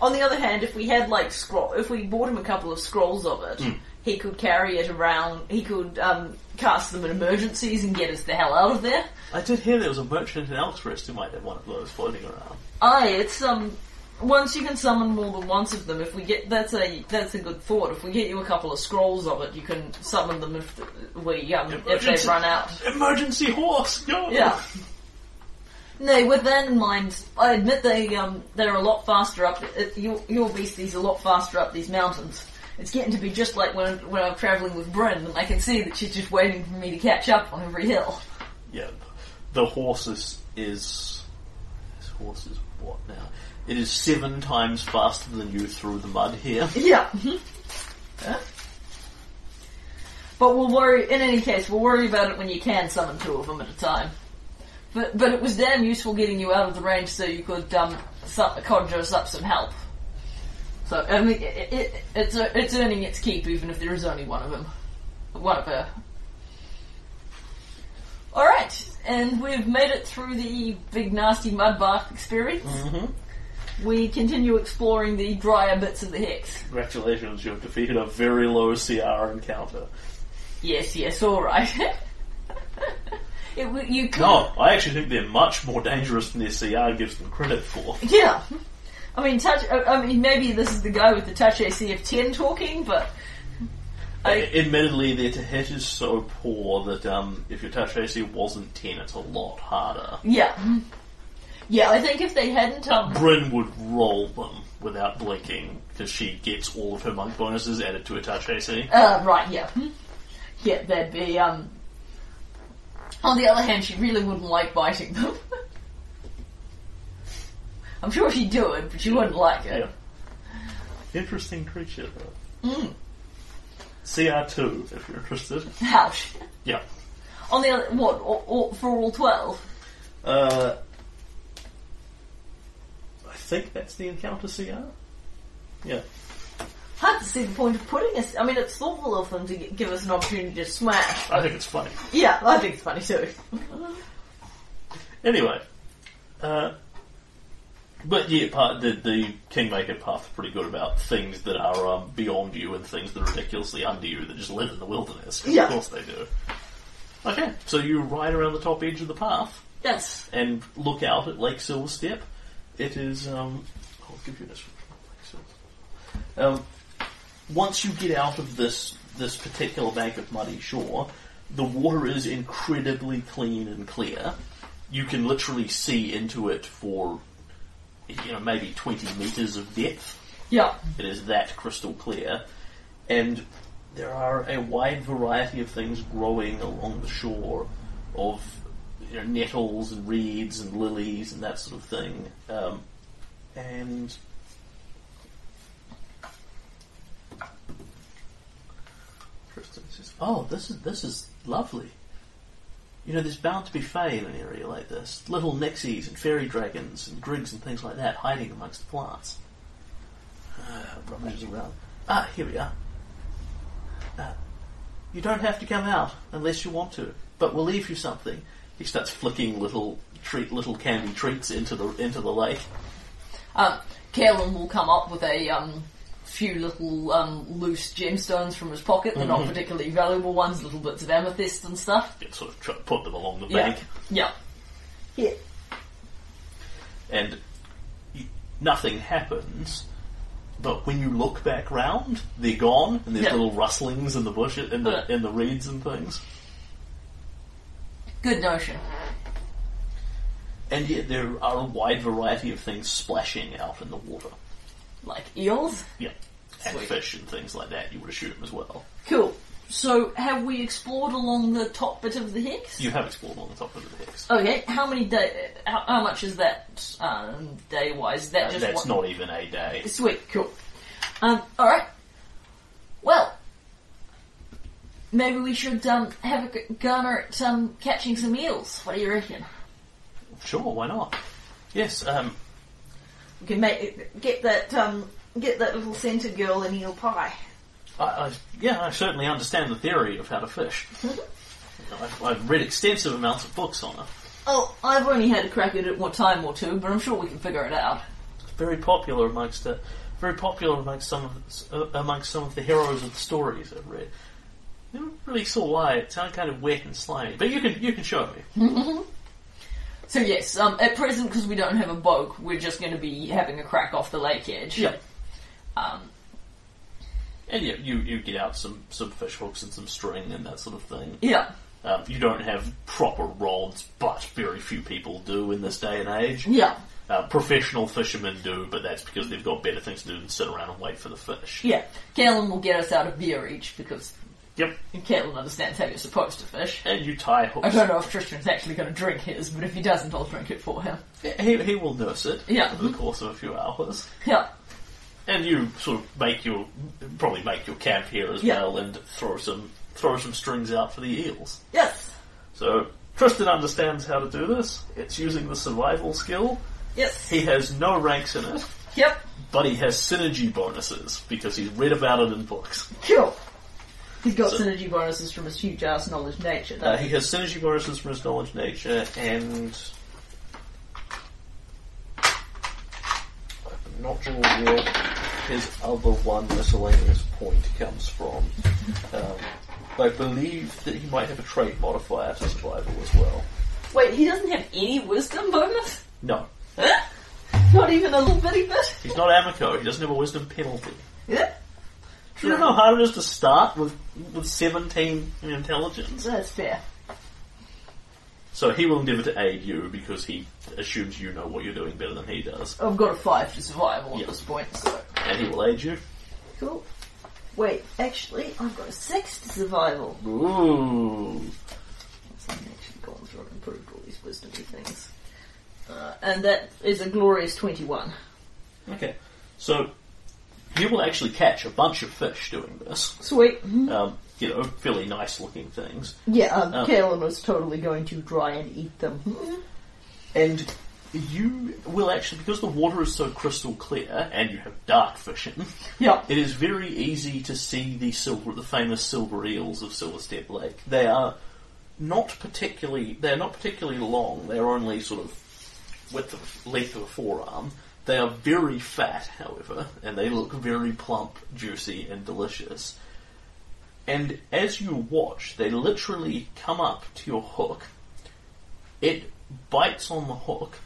B: On the other hand, if we had like scroll, if we bought him a couple of scrolls of it, he could carry it around. He could um, cast them in emergencies and get us the hell out of there.
A: I did hear there was a merchant in Altrist who might have one of those floating around.
B: Aye, it's um. Once you can summon more than once of them, if we get that's a that's a good thought. If we get you a couple of scrolls of it, you can summon them if we um, if they
A: Emergency-
B: run out.
A: Emergency horse, go!
B: Yeah. No, with that in mind, I admit they um they're a lot faster up. uh, Your your beastie's a lot faster up these mountains. It's getting to be just like when when I'm travelling with Bryn, and I can see that she's just waiting for me to catch up on every hill.
A: Yeah, the horse is, is this horse is what now? It is seven times faster than you through the mud here.
B: Yeah. Mm-hmm. Yeah. But we'll worry. In any case, we'll worry about it when you can summon two of them at a time. But but it was damn useful getting you out of the range so you could um su- conjure us up some help. So I mean, it, it, it's uh, it's earning its keep even if there is only one of them, one of her. All right, and we've made it through the big nasty mud bath experience.
A: Mm.
B: We continue exploring the drier bits of the hex.
A: Congratulations, you have defeated a very low CR encounter.
B: Yes, yes, all right. (laughs) it, w- you could,
A: No, I actually think they're much more dangerous than their CR gives them credit for.
B: yeah. I mean, touch. I- I mean, maybe this is the guy with the touch AC of ten talking, but I,
A: Uh, Admittedly, their to hit is so poor that um, if your touch AC wasn't 10, it's a lot harder.
B: yeah, yeah. I think if they hadn't, um,
A: Bryn would roll them without blinking because she gets all of her monk bonuses added to her touch AC.
B: uh, right, yeah, hmm. yeah, that'd be. Um, on the other hand, she really wouldn't like biting them. (laughs) I'm sure she'd do it, but she wouldn't like it.
A: Yeah. Hmm. Interesting creature, though. CR2, if you're interested.
B: Ouch.
A: Yeah.
B: On the other, what? All, all, for all twelve?
A: Uh, I think that's the encounter CR. Yeah.
B: hard to see the point of putting us. I mean, it's thoughtful of them to gi- give us an opportunity to smash.
A: I think it's funny.
B: Yeah, I think it's funny too.
A: Anyway, uh, but yeah, part, the, the Kingmaker path's pretty good about things that are um, beyond you and things that are ridiculously under you that just live in the wilderness. 'cause
B: Yeah.
A: Of course they do. Okay, so you ride around the top edge of the path
B: Yes.
A: and look out at Lake Silverstep. It is, um, I'll give you this one. Lake Silverstep. Um, once you get out of this this particular bank of muddy shore, the water is incredibly clean and clear. You can literally see into it for you know maybe twenty meters of depth.
B: Yeah.
A: It is that crystal clear, and there are a wide variety of things growing along the shore, of you know, nettles and reeds and lilies and that sort of thing, um, and Tristan says, "Oh, this is this is lovely." You know, there's bound to be fae in an area like this. Little nixies and fairy dragons and grigs and things like that hiding amongst the plants rummages around. Ah, here we are. Ah, you don't have to come out unless you want to, but we'll leave you something. He starts flicking little treat, little candy treats into the into the lake.
B: Um, Kalen will come up with a um, few little um, loose gemstones from his pocket. They're not particularly valuable ones, little bits of amethyst and stuff.
A: You sort of try, put them along the
B: Yeah.
A: bank,
B: Yeah. Yeah.
A: and y nothing happens. But when you look back round, they're gone, and there's
B: Yeah. Uh.
A: little rustlings in the bush, in the
B: Yeah.
A: in the reeds and things.
B: Good notion.
A: And yet there are a wide variety of things splashing out in the water.
B: Like eels.
A: Yeah. And
B: Sweet.
A: fish and things like that, you would assume as well.
B: Cool. So, have we explored along the top bit of the hex?
A: You have explored on the top of the hex.
B: Okay. How many day? How, how much is that um, day wise? That just
A: That's
B: one-
A: not even a day.
B: Sweet, cool. Um, alright. Well, maybe we should um, have a g- garner at um, catching some eels. What do you reckon?
A: Sure, why not? Yes, um,
B: We can make get that um, get that little centred girl and eel pie.
A: I, I, yeah, I certainly understand the theory of how to
B: (laughs)
A: fish. I've, I've read extensive amounts of books on it.
B: Oh, I've only had a crack at it one time or two, but I'm sure we can figure it out.
A: It's very popular amongst the, very popular amongst some of the, uh, amongst some of the heroes of the stories I've read. Never really saw why it sounded kind of wet and slimy, but you can you can show me.
B: So yes, um, at present because we don't have a boat, we're just going to be having a crack off the lake edge.
A: Yeah.
B: Um,
A: And yeah, you, you get out some, some fish hooks and some string and that sort of thing.
B: yeah.
A: Um, you don't have proper rods, but very few people do in this day and age.
B: Yeah.
A: Uh, professional fishermen do, but that's because they've got better things to do than sit around and wait for the fish.
B: Yeah. Caelan will get us out of beer each because
A: Yep.
B: Caelan understands how you're supposed to fish.
A: And you tie
B: I
A: hooks.
B: don't know if Tristan's actually going to drink his, but if he doesn't, I'll drink it for him.
A: He, he will nurse it
B: Yeah.
A: over the course of a few hours.
B: Yeah.
A: And you sort of make your probably make your camp here as
B: Yeah.
A: well and throw some throw some strings out for the eels.
B: Yes.
A: So Tristan understands how to do this. It's using the survival skill.
B: Yes.
A: He has no ranks in it,
B: Yep.
A: but he has synergy bonuses because he's read about it in books.
B: Cool. He's got
A: So-
B: synergy bonuses from his huge ass knowledge nature, though.
A: Uh, he has synergy bonuses from his knowledge nature and I'm not sure where his other one miscellaneous point comes from. Um, I believe that he might have a trait modifier to survival as well.
B: Wait, he doesn't have any wisdom bonus?
A: No,
B: Huh? Not even a little bitty bit?
A: he's not Amico. He doesn't have a wisdom penalty.
B: Yeah.
A: You don't know how hard it is to start with with seventeen in intelligence.
B: That's fair.
A: So he will endeavour to aid you because he assumes you know what you're doing better than he does,
B: I've got a five for survival
A: Yeah.
B: at this point, so.
A: and he will aid you.
B: Cool. Wait, actually, I've got a six to survival.
A: Ooh.
B: So I've actually gone through and improved all these wisdom things. Uh, and that is a glorious 21.
A: Okay. So you will actually catch a bunch of fish doing this.
B: Sweet.
A: Um, you know, fairly nice looking things.
B: Yeah, um,
A: Oh.
B: Caelan was totally going to dry and eat them.
A: And you will actually, because the water is so crystal clear and you have dark fishing,
B: yeah.
A: it is very easy to see the silver, the famous silver eels of Silverstep Lake. They are not particularly, they're not particularly long. They're only sort of width of length of a forearm. They are very fat, however, and they look very plump, juicy, and delicious. And as you watch, they literally come up to your hook. It bites on the hook,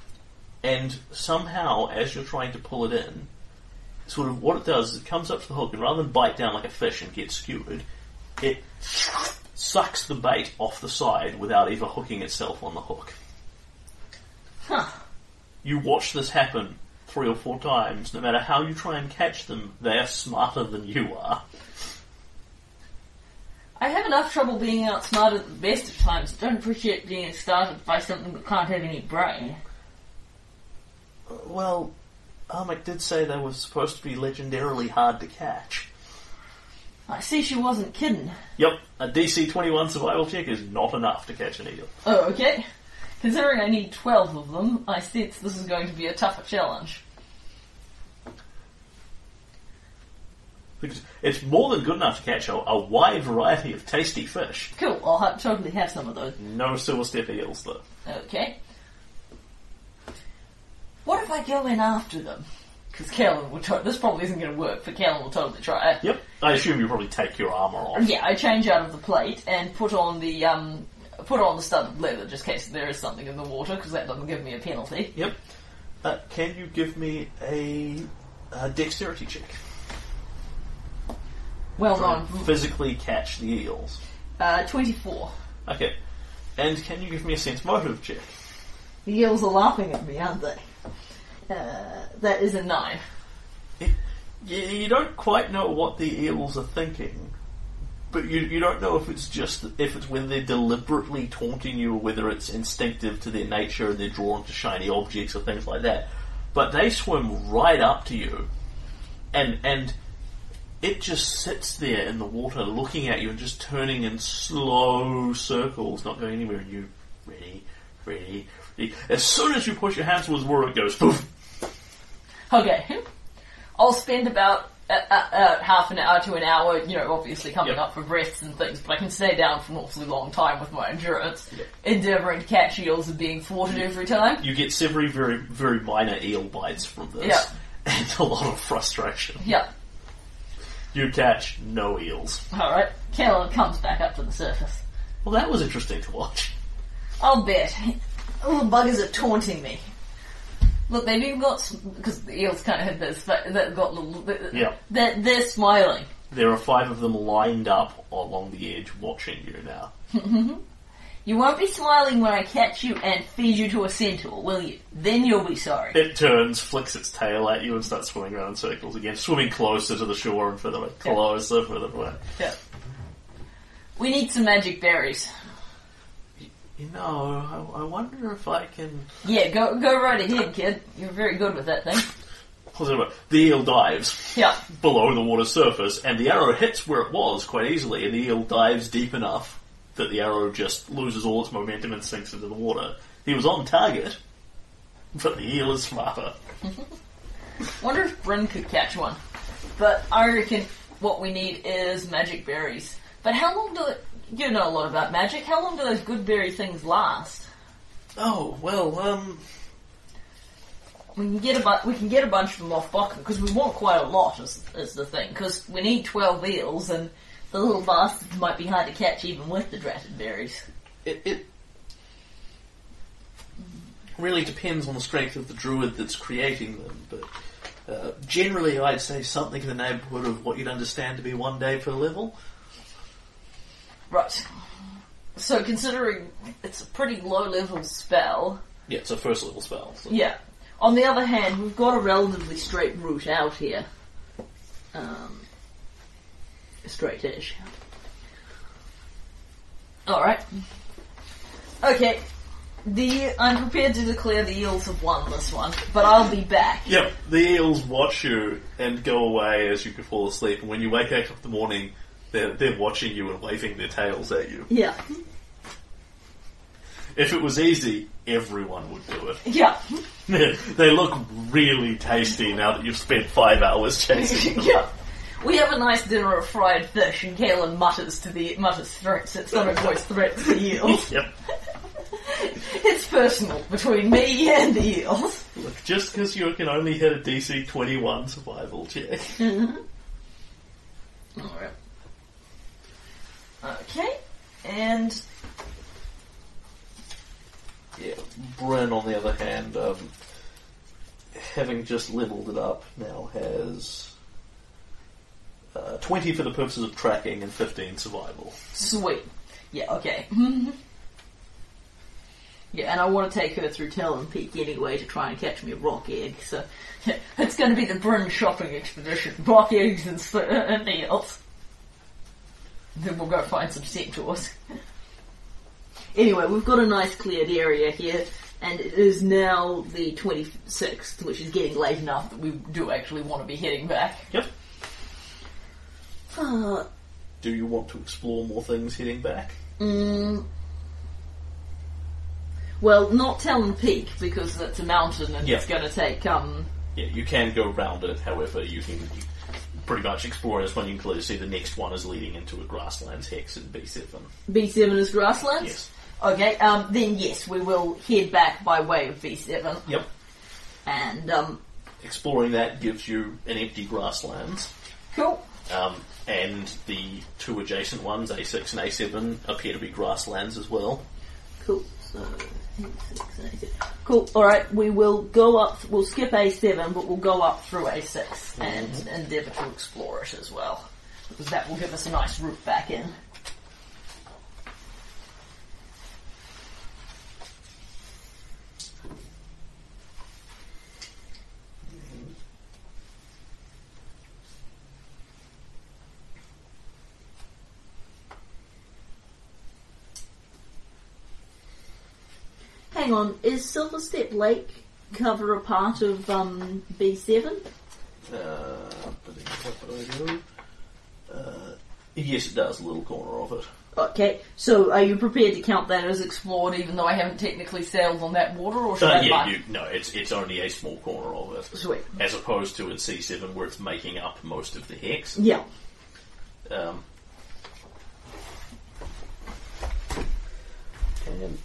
A: and somehow, as you're trying to pull it in, sort of what it does is it comes up to the hook, and rather than bite down like a fish and get skewered, it sucks the bait off the side without ever hooking itself on the hook.
B: Huh.
A: You watch this happen three or four times. No matter how you try and catch them, they are smarter than you are.
B: I have enough trouble being outsmarted at the best of times. Don't appreciate being started by something that can't have any brain.
A: Well, Armic did say they were supposed to be legendarily hard to catch.
B: I see she wasn't kidding.
A: Yep, a DC 21 survival check is not enough to catch an eagle.
B: Oh, okay. Considering I need 12 of them, I sense this is going to be a tougher challenge.
A: Because it's more than good enough to catch a, a wide variety of tasty fish.
B: Cool, I'll ha- totally have some of those.
A: No silver step eels though.
B: Okay. What if I go in after them? Because Kellen will try. This probably isn't going to work, but Kellen will totally try it.
A: Yep. I assume you probably take your armor off.
B: Yeah, I change out of the plate and put on the um, put on the studded leather just in case there is something in the water, because that doesn't give me a penalty.
A: Yep. Uh, can you give me a, a dexterity check?
B: Well known.
A: Physically catch the eels.
B: Uh, Twenty-four.
A: Okay. And can you give me a sense motive check?
B: The eels are laughing at me, aren't they? Uh, that is a nine.
A: You, you don't quite know what the eels are thinking, but you, you don't know if it's just if it's whether they're deliberately taunting you or whether it's instinctive to their nature and they're drawn to shiny objects or things like that. But they swim right up to you, and and it just sits there in the water looking at you and just turning in slow circles, not going anywhere. And you ready, ready, ready. As soon as you push your hands towards the water, it goes poof.
B: Okay. I'll spend about uh, uh, uh, half an hour to an hour, you know, obviously coming
A: Yep.
B: up for breaths and things, but I can stay down for an awfully long time with my endurance,
A: Yep.
B: endeavouring to catch eels and being thwarted every time.
A: You get several very, very minor eel bites from this,
B: Yeah.
A: and a lot of frustration.
B: Yeah.
A: You catch no eels.
B: Alright. Caleb comes back up to the surface.
A: Well, that was interesting to watch.
B: I'll bet. All the buggers are taunting me. Look, they've even got, because the eels kind of had this, but they've got little,
A: Yeah.
B: they're, they're smiling.
A: There are five of them lined up along the edge watching you now.
B: You won't be smiling when I catch you and feed you to a centaur, will you? Then you'll be sorry.
A: It turns, flicks its tail at you, and starts swimming around in circles again, swimming closer to the shore and further away, closer, further away.
B: Yeah. We need some magic berries.
A: You know, I, I wonder if I can.
B: Yeah, go go right ahead, kid. You're very good with that thing.
A: Pause it a moment. The eel dives
B: Yeah.
A: below the water surface, and the arrow hits where it was quite easily, and the eel dives deep enough that the arrow just loses all its momentum and sinks into the water. He was on target, but the eel is smarter.
B: Wonder if Bryn could catch one. But I reckon what we need is magic berries. But how long do it? You know a lot about magic. How long do those good berry things last?
A: Oh, well, um,
B: We can get a bu- we can get a bunch from off Bokken because we want quite a lot is, is the thing because we need twelve eels and the little bastards might be hard to catch even with the dratted berries.
A: it, it really depends on the strength of the druid that's creating them, but uh, generally I'd say something in the neighbourhood of what you'd understand to be one day per level.
B: Right. So considering it's a pretty low level spell,
A: Yeah, it's a first level spell. so-
B: yeah. On the other hand, we've got a relatively straight route out here. Um, straight-ish. Alright. Okay. The I'm prepared to declare the eels have won this one, but I'll be back.
A: Yep, the eels watch you and go away as you can fall asleep, and when you wake up in the morning, they're, they're watching you and waving their tails at you.
B: Yeah.
A: If it was easy, everyone would do
B: Yeah.
A: it. (laughs) they look really tasty now that you've spent five hours chasing
B: (laughs)
A: them.
B: yeah. We have a nice dinner of fried fish, and Galen mutters to the mutters threats at some of voice threats to eels.
A: (laughs) Yep.
B: It's personal between me and the eels.
A: Look, just because you can only hit a DC 21 survival check.
B: Alright. Okay, and
A: Yeah, Bryn, on the other hand, um, having just leveled it up, now has uh, 20 for the purposes of tracking and 15 survival.
B: sweet. Yeah, okay. yeah, and I want to take her through Talon Peak anyway to try and catch me a rock egg, so (laughs) yeah, it's going to be the Bryn shopping expedition. Rock eggs and, sp- (laughs) and eels. Then we'll go find some centaurs. (laughs) anyway, we've got a nice cleared area here, and it is now the 26th, which is getting late enough that we do actually want to be heading back.
A: Yep.
B: Uh,
A: Do you want to explore more things heading back?
B: Mm. Well, not Talon Peak because it's a mountain and
A: Yeah.
B: it's going to take um.
A: Yeah, you can go round it, however, you can pretty much explore this one. You can clearly see the next one is leading into a grasslands hex in B7.
B: B seven is grasslands.
A: Yes.
B: Okay. Um. Then yes, we will head back by way of B seven
A: Yep.
B: and um.
A: Exploring that gives you an empty grasslands.
B: Cool.
A: Um, and the two adjacent ones, A6 and A7, appear to be grasslands as well.
B: Cool. So. six, eight, seven. Cool. All right. We will go up. We'll skip A seven, but we'll go up through A 6 and
A: Mm-hmm.
B: endeavour to explore it as well because that will give us a nice route back in. Hang on, is Silver Step Lake cover a part of um, B7?
A: Uh, I think that's what I do. Uh, yes, it does, a little corner of it.
B: Okay, so are you prepared to count that as explored, even though I haven't technically sailed on that water, or should
A: Uh,
B: I
A: yeah,
B: mark-
A: you, no, it's it's only a small corner of it.
B: Sweet.
A: As opposed to in C7 where it's making up most of the hex.
B: Yeah.
A: Um, and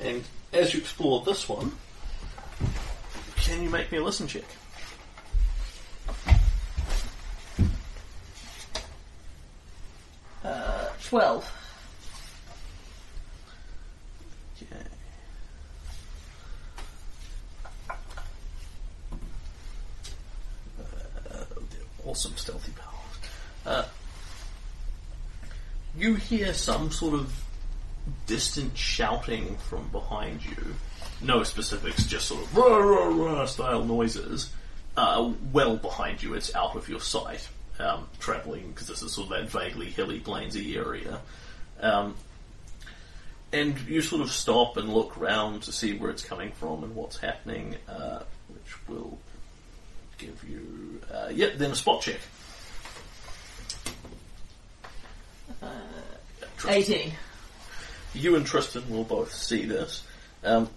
D: And as you explore this one,
A: can you make me a listen check?
B: Twelve.
A: Okay. Uh, they're awesome stealthy powers. Uh, you hear some sort of distant shouting from behind you. No specifics, just sort of rah rah rah style noises. Uh, well behind you, it's out of your sight. Um, traveling because this is sort of that vaguely hilly, plainsy area. Um, and you sort of stop and look round to see where it's coming from and what's happening, uh, which will give you, uh, yep, then a spot check. Yeah, Tristan.
B: Eighteen.
A: You and Tristan will both see this. Um,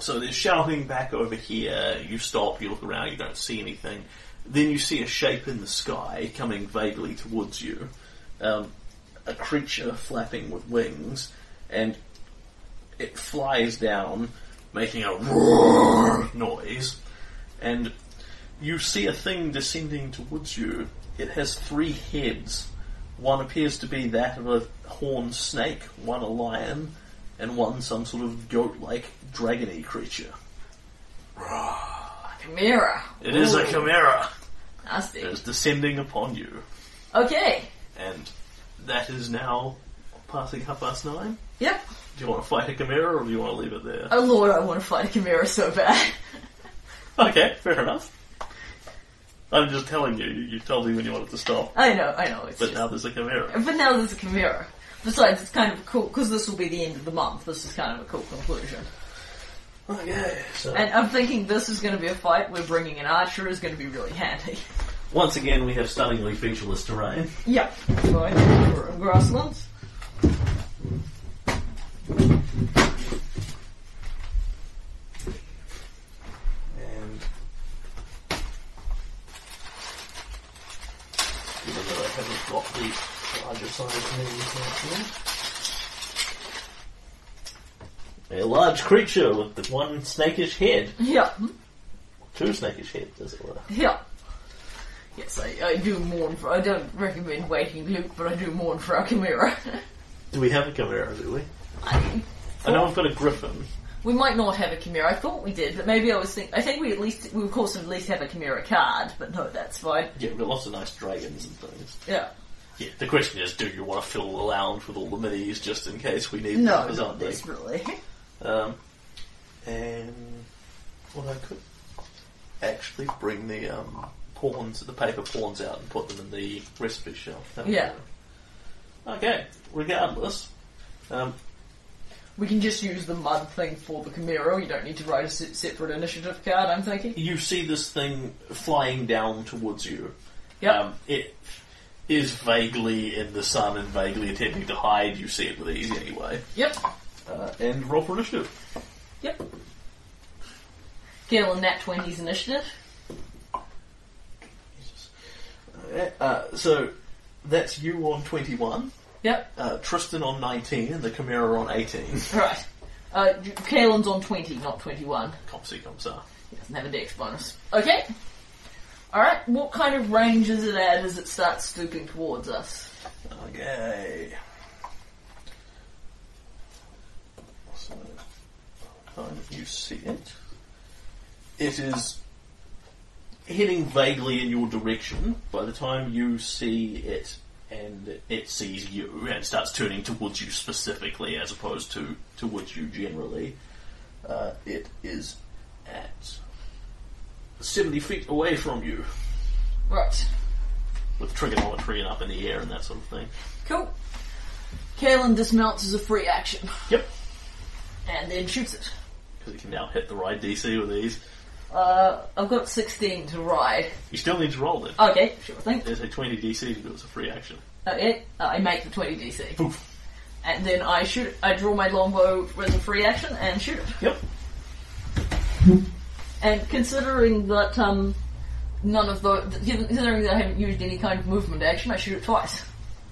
A: so there's shouting back over here. You stop, you look around, you don't see anything. Then you see a shape in the sky coming vaguely towards you. Um, a creature flapping with wings, and it flies down, making a roar noise, and you see a thing descending towards you. It has three heads. One appears to be that of a horned snake, one a lion, and one some sort of goat-like dragony creature.
B: Chimera.
A: It is a
B: Ooh,
A: chimera.
B: Nasty.
A: It is descending upon you,
B: Okay.
A: and that is now passing half past nine.
B: Yep.
A: Do you want to fight a chimera, or do you want to leave it there?
B: Oh lord, I want to fight a chimera so bad. (laughs)
A: Okay, fair enough. I'm just telling you. You you told me when you wanted to stop,
B: I know, I know. It's
A: but
B: just,
A: now there's a chimera.
B: but now there's a chimera. Besides, it's kind of cool because this will be the end of the month. This is kind of a cool conclusion.
A: Okay, so
B: And I'm thinking this is going to be a fight where bringing an archer is going to be really handy.
C: Once again, we have stunningly featureless terrain.
B: Yeah. Going to grasslands.
A: And even though I haven't got the larger size menus
C: A
A: out
C: large creature with the one snakish head.
B: Yeah.
C: Two snakish heads, as it were.
B: Yeah. Yes, I, I do mourn for. I don't recommend waiting, Luke, but I do mourn for our chimera. (laughs)
C: Do we have a chimera, do we?
B: I,
A: here. I know I've got a griffin.
B: we might not have a chimera. I thought we did, but maybe I was think. I think we at least we of course at least have a chimera card, but no, that's fine.
A: Yeah, we've got lots of nice dragons and things.
B: Yeah.
A: Yeah, the question is, do you want to fill the lounge with all the minis just in case we need
B: No,
A: those,
B: not
A: aren't they?
B: desperately.
A: Um, and well, I could actually bring the um, pawns, the paper pawns out and put them in the recipe shelf. That would
B: Yeah.
A: work. Okay. Regardless, um,
B: We can just use the mud thing for the chimera. You don't need to write a se- separate initiative card. I'm thinking.
A: you see this thing flying down towards you.
B: Yep.
A: Um, it is vaguely in the sun and vaguely attempting to hide. You see it with ease anyway.
B: Yep.
A: Uh, and roll for initiative.
B: Yep. Gale and Nat 20's initiative.
A: Uh, Uh, so that's you on twenty-one.
B: Yep.
A: uh, Tristan on 19 and the Chimera on 18.
B: Right. Uh, Kaelin's on 20, not 21.
A: Compsy Compsar.
B: He doesn't have a dex bonus. Okay. Alright, what kind of range is it at as it starts stooping towards us?
A: Okay. So, time you see it. It is heading vaguely in your direction. By the time you see it and it sees you and starts turning towards you specifically as opposed to towards you generally, uh, it is at 70 feet away from you.
B: Right.
A: with trigonometry and up in the air and that sort of thing.
B: Cool. Kalen dismounts as a free action
A: Yep.
B: and then shoots it.
A: Because you can now hit the ride DC with these.
B: Uh, I've got 16 to ride.
A: You still need to roll it.
B: Okay, sure thing.
A: There's a 20 DC to do as a free action.
B: Okay, uh, I make the 20 DC. And then I shoot it. I draw my longbow as a free action and shoot it.
A: Yep.
B: And considering that um, none of the given- considering that I haven't used any kind of movement action, I shoot it twice.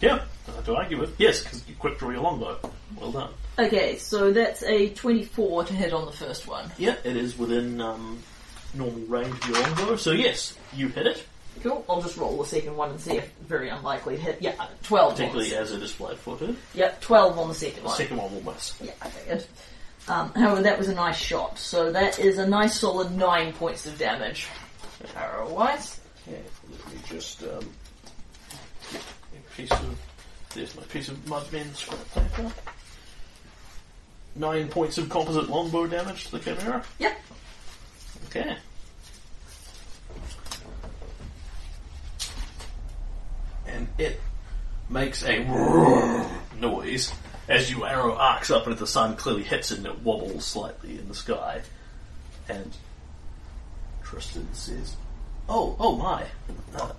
A: Yeah. Don't have to argue with. Yes, because you quick draw your longbow. Well done.
B: Okay, so that's a 24 to hit on the first one.
A: Yeah, it is within um, normal range of your longbow. So yes, you hit it.
B: Cool. I'll just roll the second one and see if very unlikely to hit. Yeah, 12.
A: Particularly
B: on
A: as it is flat footed.
B: the, yep, 12 on the second one.
A: Second one will miss.
B: Yeah, I figured. Um, however, that was a nice shot, so that is a nice solid nine points of damage. Alright.
A: Okay, let me just um, get a piece of there's my piece of mudmen scrap paper. Nine points of composite longbow damage to the chimera.
B: Yep.
A: Okay. And it makes a (laughs) noise as your arrow arcs up into the sun, clearly hits it and it wobbles slightly in the sky. And Tristan says, Oh, oh my. Uh,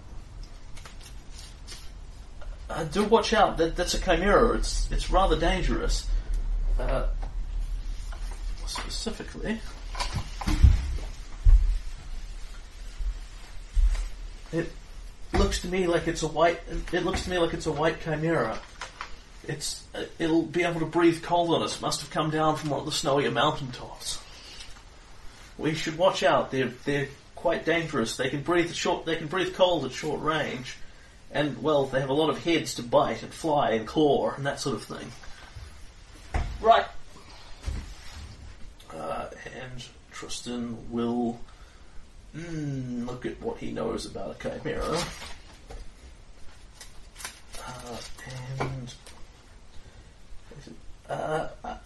A: uh, do watch out, that, that's a chimera, it's, it's rather dangerous. Uh, specifically, It looks to me like it's a white. It looks to me like it's a white chimera. It's. uh, It'll be able to breathe cold on us. Must have come down from one of the snowier mountain tops. We should watch out. They're they're quite dangerous. They can breathe at short. They can breathe cold at short range, and well, they have a lot of heads to bite and fly and claw and that sort of thing.
B: Right.
A: Uh, and Tristan will mm, look at what he knows about a chimera. Uh, and uh, I, I-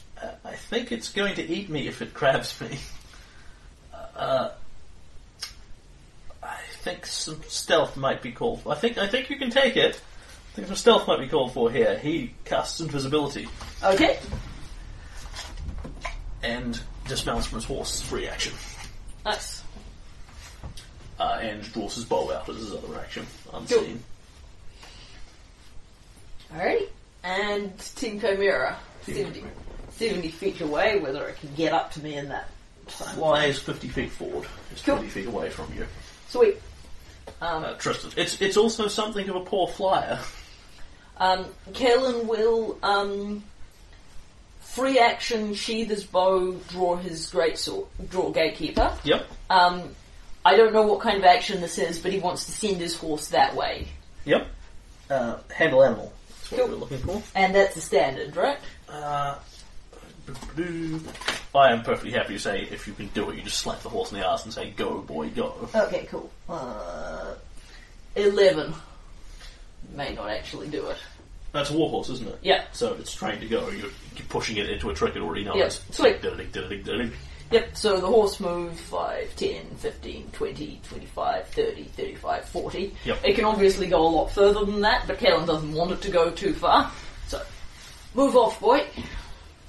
A: I think it's going to eat me if it grabs me. Uh, I think some stealth might be called. For. I think I think you can take it. I think some stealth might be called for here. He casts invisibility
B: Okay.
A: and dismounts from his horse. Free action.
B: Nice.
A: uh, and draws his bow out as his other action, unseen.
B: Alrighty. And Team Chimera. 70, 70 feet away, whether it can get up to me in that.
A: Flies 50 feet forward. It's
B: Cool. Um,
A: 20 feet away from you.
B: Sweet.
A: Uh, Tristan, it's it's also something of a poor flyer.
B: Um, Kalen will, um, free action, sheath his bow, draw his great sword, draw gatekeeper.
A: Yep.
B: Um, I don't know what kind of action this is, but he wants to send his horse that way.
A: Yep. Uh, handle animal. That's what
B: Cool.
A: we're looking for.
B: And that's the standard, right?
A: Uh, I am perfectly happy to say if you can do it, you just slap the horse in the ass and say, "Go, boy, go."
B: Okay, cool. Uh, 11. May not actually do it.
A: That's a warhorse, isn't it?
B: Yeah.
A: So it's trained to go. You're, you're pushing it into a trick it already knows.
B: Yep. Sweet.
A: Diddly, diddly, diddly.
B: Yep, so the horse moves 5, 10, 15, 20, 25, 30, 35, 40.
A: Yep.
B: It can obviously go a lot further than that, but Kalen doesn't want it to go too far. So, move off, boy.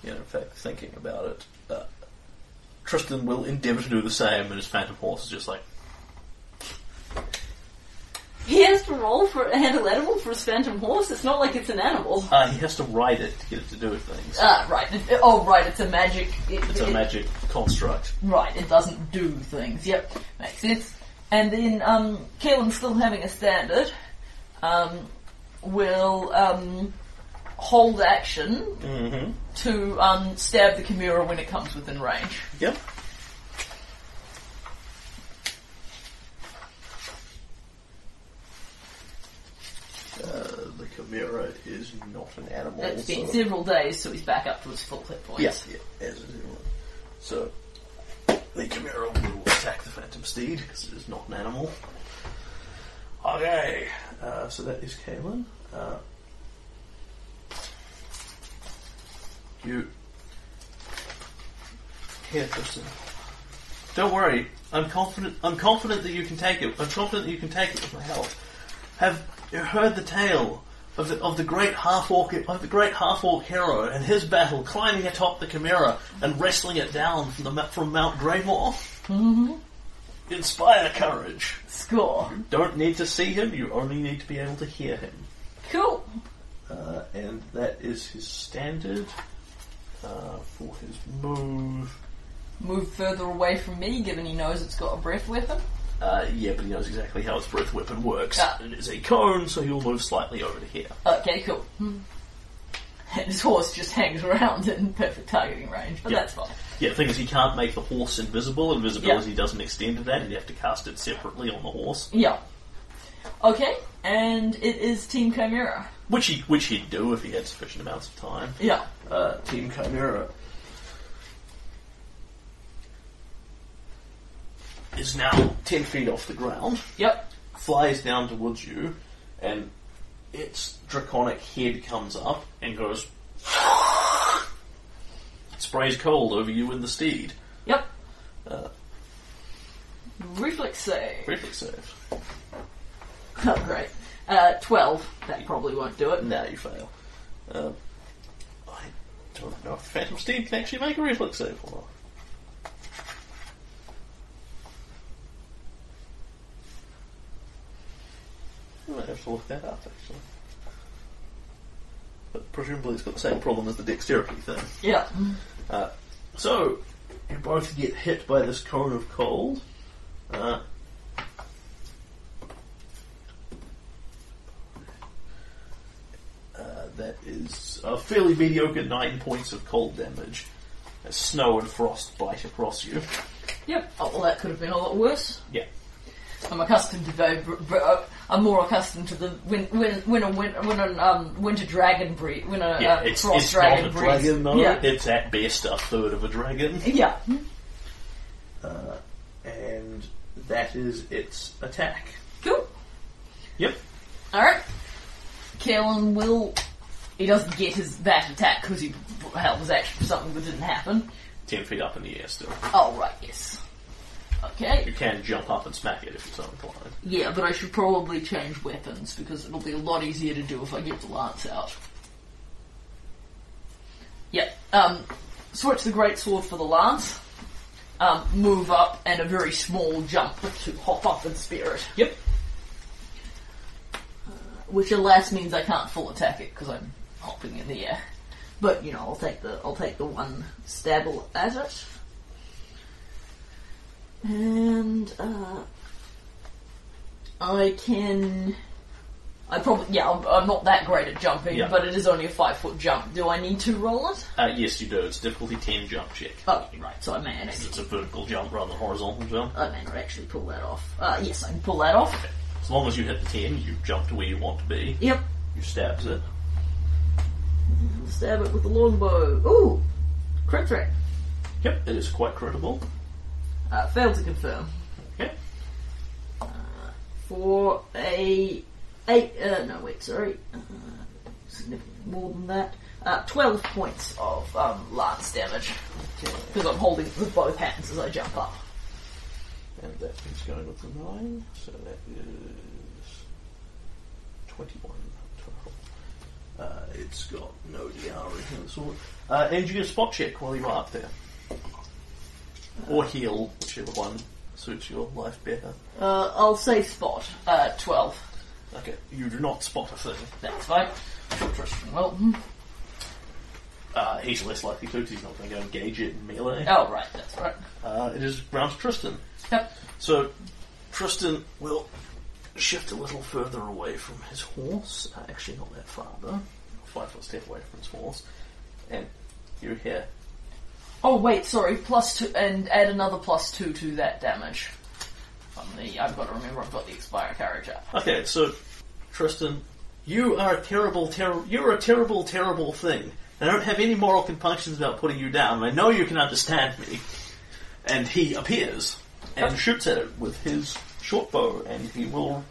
A: Yeah, in fact, thinking about it, uh, Tristan will endeavour to do the same, and his phantom horse is just like,
B: He has to roll for a handle animal for his phantom horse. It's not like it's an animal.
A: ah, he has to ride it to get it to do things.
B: Ah, right. It- oh, right. It's a magic. It,
A: It's a
B: it-
A: magic construct.
B: Right. It doesn't do things. Yep, makes sense. And then um, Kaelin's still having a standard. Um, will um, hold action to um, stab the chimera when it comes within range.
A: Yep. Uh, the chimera is not an animal.
B: It's been
A: so-
B: several days, so he's back up to his full hit points.
A: Yes, yeah, as is everyone. So, the Chimera will attack the Phantom Steed because it is not an animal. Okay, uh, so that is Kalen. Uh, you. Here, Tristan. Don't worry. I'm confident. I'm confident that you can take it. I'm confident that you can take it with my help. Have You heard the tale of the, of the great half orc of the great half orc hero and his battle climbing atop the Chimera and wrestling it down from the ma- from Mount Greymore. Inspire courage.
B: Score.
A: Don't need to see him. You only need to be able to hear him.
B: Cool.
A: Uh, and that is his standard uh, for his move.
B: Move further away from me, given he knows it's got a breath weapon.
A: Uh, yeah, but he knows exactly how his breath weapon works.
B: Ah.
A: It is a cone, so he'll move slightly over to here.
B: Okay, cool. Hmm. And his horse just hangs around in perfect targeting range, but
A: Yeah.
B: that's fine.
A: Yeah, the thing is, he can't make the horse invisible. Invisibility doesn't extend to that. He'd have to cast it separately on the horse,
B: Yeah. Okay, and it is Team Chimera.
A: which he which he'd do if he had sufficient amounts of time.
B: Yeah.
A: Uh, Team Chimera is now ten feet off the ground.
B: Yep.
A: flies down towards you, and its draconic head comes up and goes. (sighs) sprays cold over you and the steed.
B: Yep.
A: Uh,
B: Reflex save.
A: reflex save.
B: Oh, (laughs) great. Uh, 12. That probably won't do it.
A: Now you fail. Uh, I don't know if Phantom Steed can actually make a reflex save or not. I might have to look that up actually. But presumably it's got the same problem as the dexterity thing.
B: Yeah.
A: Uh, So, you both get hit by this cone of cold. Uh, uh, that is a fairly mediocre nine points of cold damage. As snow and frost bite across you.
B: Yep. Oh, well, that could have been a lot worse.
A: Yeah.
B: I'm accustomed to very. Br- br- uh, I'm more accustomed to the when when when a win- when an um, winter dragon breed when a
A: Yeah,
B: uh,
A: it's,
B: frost
A: it's
B: dragon
A: not a
B: breeds.
A: dragon though.
B: Yeah.
A: It's at best a third of a dragon.
B: yeah.
A: And that is its attack.
B: Cool.
A: Yep.
B: All right. Kalen will. He doesn't get his that attack because he well, it was actually something that didn't happen.
A: Ten feet up in the air still.
B: Oh right, yes.
A: You
B: Okay.
A: can jump up and smack it if it's inclined.
B: Yeah, but I should probably change weapons because it'll be a lot easier to do if I get the lance out. Yeah. Um, switch the greatsword for the lance. Um, move up and a very small jump to hop up and spear it.
A: Yep.
B: Uh, which alas means I can't full attack it because I'm hopping in the air. But you know, I'll take the I'll take the one stabble at it, and uh, I can. I probably yeah I'm, I'm not that great at jumping,
A: Yeah.
B: but it is only a five foot jump. Do I need to roll it?
A: Uh, yes, you do. It's difficulty 10 jump check.
B: Oh, right. So I may actually
A: It's a vertical jump rather than horizontal jump.
B: Oh, I may not actually pull that off. Uh, yes, I can pull that off.
A: As long as you hit the 10, you jump to where you want to be.
B: Yep.
A: You stabs it.
B: Stab it with the longbow. Ooh, crit threat.
A: Yep, it is quite critical.
B: Uh, failed to confirm.
A: Okay.
B: for a eight. Uh, no, wait, sorry, uh, significantly more than that. Uh, Twelve points of um, lance damage because I'm holding it with both hands as I jump up.
A: And that is going with the 9, so that is 21. 12. Uh, it's got no DR or anything of the sort. Uh, and you get a spot check while you're up there. Or heal, whichever one suits your life better.
B: Uh, I'll say spot uh, twelve.
A: Okay, you do not spot a thing.
B: That's fine. Sure, Tristan. Well, hmm.
A: Uh, he's less likely to 'cause he's not going to engage it in melee.
B: oh right, that's right.
A: Uh, it is round to Tristan.
B: Yep.
A: So Tristan will shift a little further away from his horse. Uh, actually, not that far though. Five foot step away from his horse, and you hear
B: Oh wait, sorry. Plus two, and add another plus two to that damage. On the, I've got to remember I've got the expire carriage up.
A: Okay, so Tristan, you are a terrible, terrible. You're a terrible, terrible thing. I don't have any moral compunctions about putting you down. I know you can understand me. And he appears and shoots at it with his short bow, and he will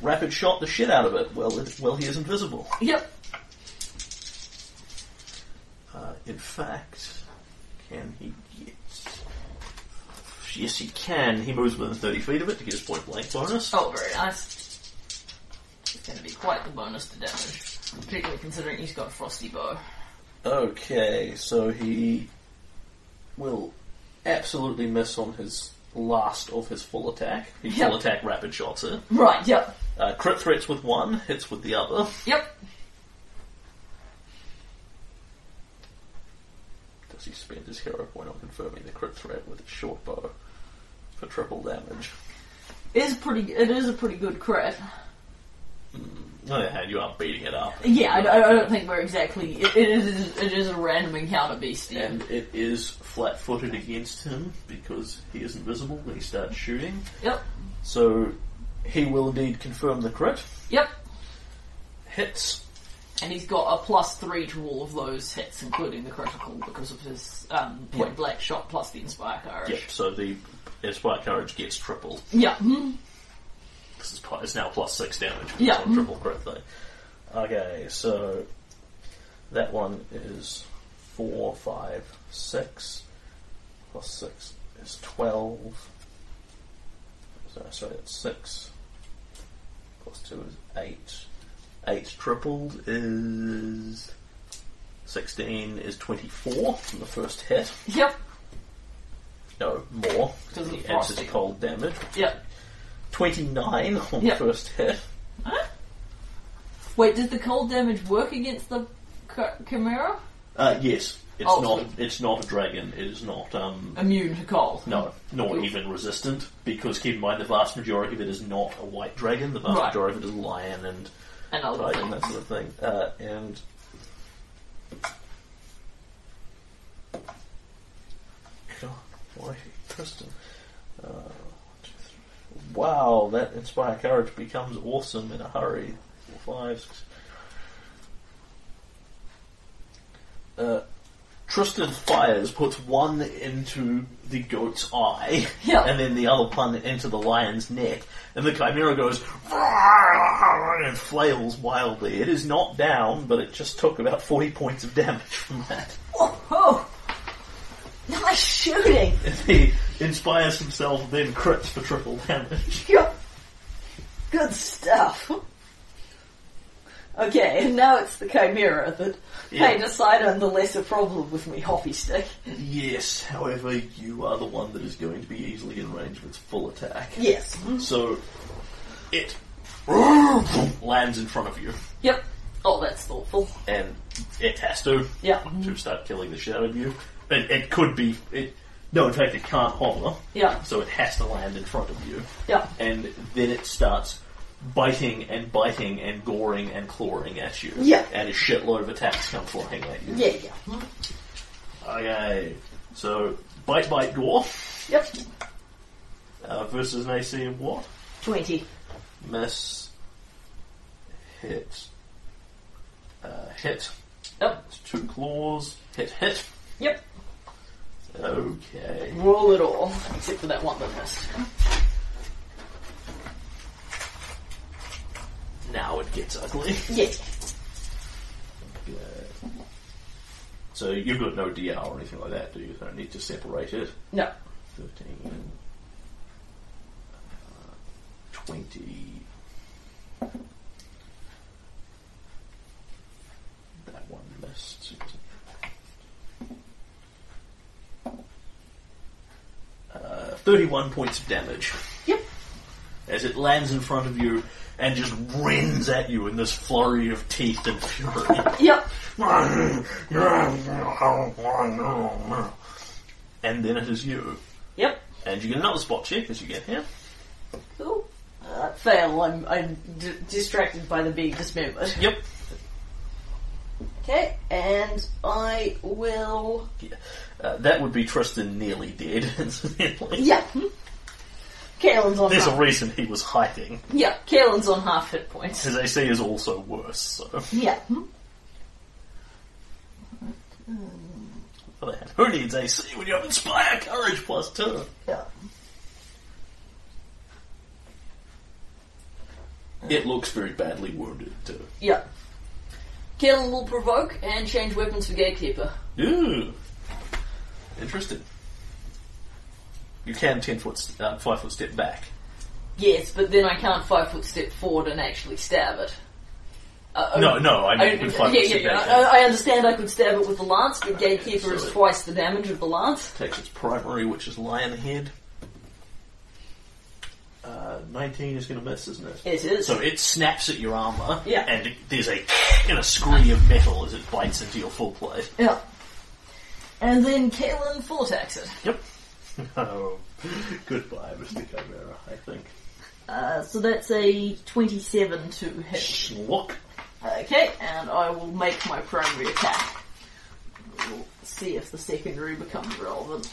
A: rapid shot the shit out of it while it, while he is invisible.
B: Yep.
A: Uh, in fact, can he get? Yes, he can. He moves within thirty feet of it to get his point blank bonus.
B: Oh, very nice. Then quite the bonus to damage, particularly considering he's got a frosty bow.
A: Okay, so he will absolutely miss on his last of his full attack. He
B: Yep.
A: full attack rapid shots it.
B: Right. Yep.
A: Uh, crit threats with one, hits with the other.
B: Yep.
A: Does he spend his hero point on confirming the crit threat with his short bow for triple damage?
B: Is pretty. It is a pretty good crit.
A: Oh yeah, you are beating it up.
B: Yeah, I, I- I don't think we're exactly. It, it is. It is a random encounter beastie.
A: And it is flat footed against him because he isn't visible when he starts shooting.
B: Yep.
A: So he will indeed confirm the crit.
B: Yep.
A: Hits.
B: And he's got a plus three to all of those hits, including the critical, because of his um, point
A: Yeah.
B: black shot plus the inspire courage.
A: Yep, so the Inspire Courage gets tripled.
B: Yeah. (laughs) mhm.
A: This is pi- it's now plus six damage.
B: Yeah.
A: It's on triple crit thing. Okay, so that one is four, five, six. Plus six is twelve. So, sorry, that's six. Plus two is eight. Eight tripled is sixteen is twenty-four from the first hit.
B: Yep.
A: No, more.
B: Because of
A: He
B: the
A: adds his
B: frosting.
A: cold damage.
B: Yep.
A: 29 on
B: Yep.
A: the first hit.
B: Wait, does the cold damage work against the chi- chimera?
A: Uh, yes, it's
B: Oh.
A: not. It's not a dragon. It is not. Um,
B: Immune to cold.
A: no, nor
B: Oof.
A: even resistant. Because keep in mind, the vast majority of it is not a white dragon. The vast
B: Right.
A: majority of it is lion and
B: And other
A: tiger and that
B: things.
A: sort of thing. Uh, and God, why Tristan? Uh, one, two, three. Wow, that inspire courage becomes awesome in a hurry. Four, five, six. Uh, Tristan fires, puts one into the goat's eye,
B: Yeah.
A: and then the other one into the lion's neck, and the chimera goes "Roar," and flails wildly. It is not down, but it just took about forty points of damage from that. (laughs)
B: Oh, oh! Nice shooting!
A: he inspires himself, then crits for triple damage. (laughs)
B: Yup. Good stuff. Okay, and now it's the chimera that
A: Yeah.
B: hey decide on the lesser problem with me hoppy stick.
A: Yes, however, you are the one that is going to be easily in range of its full attack.
B: Yes.
A: So it (laughs) lands in front of you,
B: Yep. Oh, that's thoughtful.
A: and it has to.
B: Yeah.
A: to start killing the shit out of you. It, it could be. It, no, in fact, it can't hover,
B: Yeah.
A: so it has to land in front of you.
B: Yeah.
A: And then it starts biting and biting and goring and clawing at you.
B: Yeah.
A: And a shitload of attacks come flying at you.
B: Yeah. Yeah. Hmm.
A: Okay, so bite, bite, gore
B: Yep.
A: uh, versus an AC of what?
B: Twenty.
A: Miss, hit, uh, hit.
B: Yep.
A: It's two claws. Hit, hit.
B: Yep.
A: Okay.
B: Roll it all except for that one that missed.
A: Now it gets ugly.
B: Yeah.
A: Yeah. So you've got no DR or anything like that, do you? Don't need to separate it.
B: No.
A: 13, uh, 20. That one missed. Uh, 31 points of damage
B: Yep.
A: as it lands in front of you and just rends at you in this flurry of teeth and fury.
B: Yep.
A: And then it is you.
B: Yep.
A: And you get another spot check as you get here.
B: Cool. Uh, fail. I'm I'm d- distracted by the being dismembered.
A: Yep.
B: Okay, and I will.
A: Yeah. Uh, that would be Tristan nearly dead, (laughs) incidentally.
B: Yeah. Kaelin's on
A: There's a
B: half.
A: reason he was hiding.
B: yeah, Kaelin's on half hit points. Hmm?
A: His AC is also worse, so.
B: Yeah.
A: Well, then, Who needs AC when you have Inspire Courage plus two?
B: Yeah.
A: It looks very badly wounded, too.
B: Yeah. Kaelin will provoke and change weapons for Gatekeeper.
A: Ooh. Interesting. You can 10 foot, st- uh, 5 foot step back.
B: Yes, but then I can't five foot step forward and actually stab it. Uh, uh,
A: No, no, I
B: I,
A: mean, with
B: yeah,
A: five
B: yeah,
A: percent
B: yeah.
A: damage.
B: I, I understand I could stab it with the lance, but Gatekeeper is
A: Absolutely.
B: twice the damage of the lance.
A: Takes its primary, which is Lion Head. Uh, 19 is going to miss, isn't it?
B: It is.
A: So it snaps at your armour,
B: Yeah.
A: and it- there's a and a scream of metal as it bites into your full plate.
B: Yeah. And then Kalen full attacks it.
A: Yep. (laughs) oh, goodbye, Mr. Chimera, I think.
B: Uh, so that's a 27 to hit.
A: Schlock.
B: Okay, and I will make my primary attack. We'll see if the secondary becomes relevant.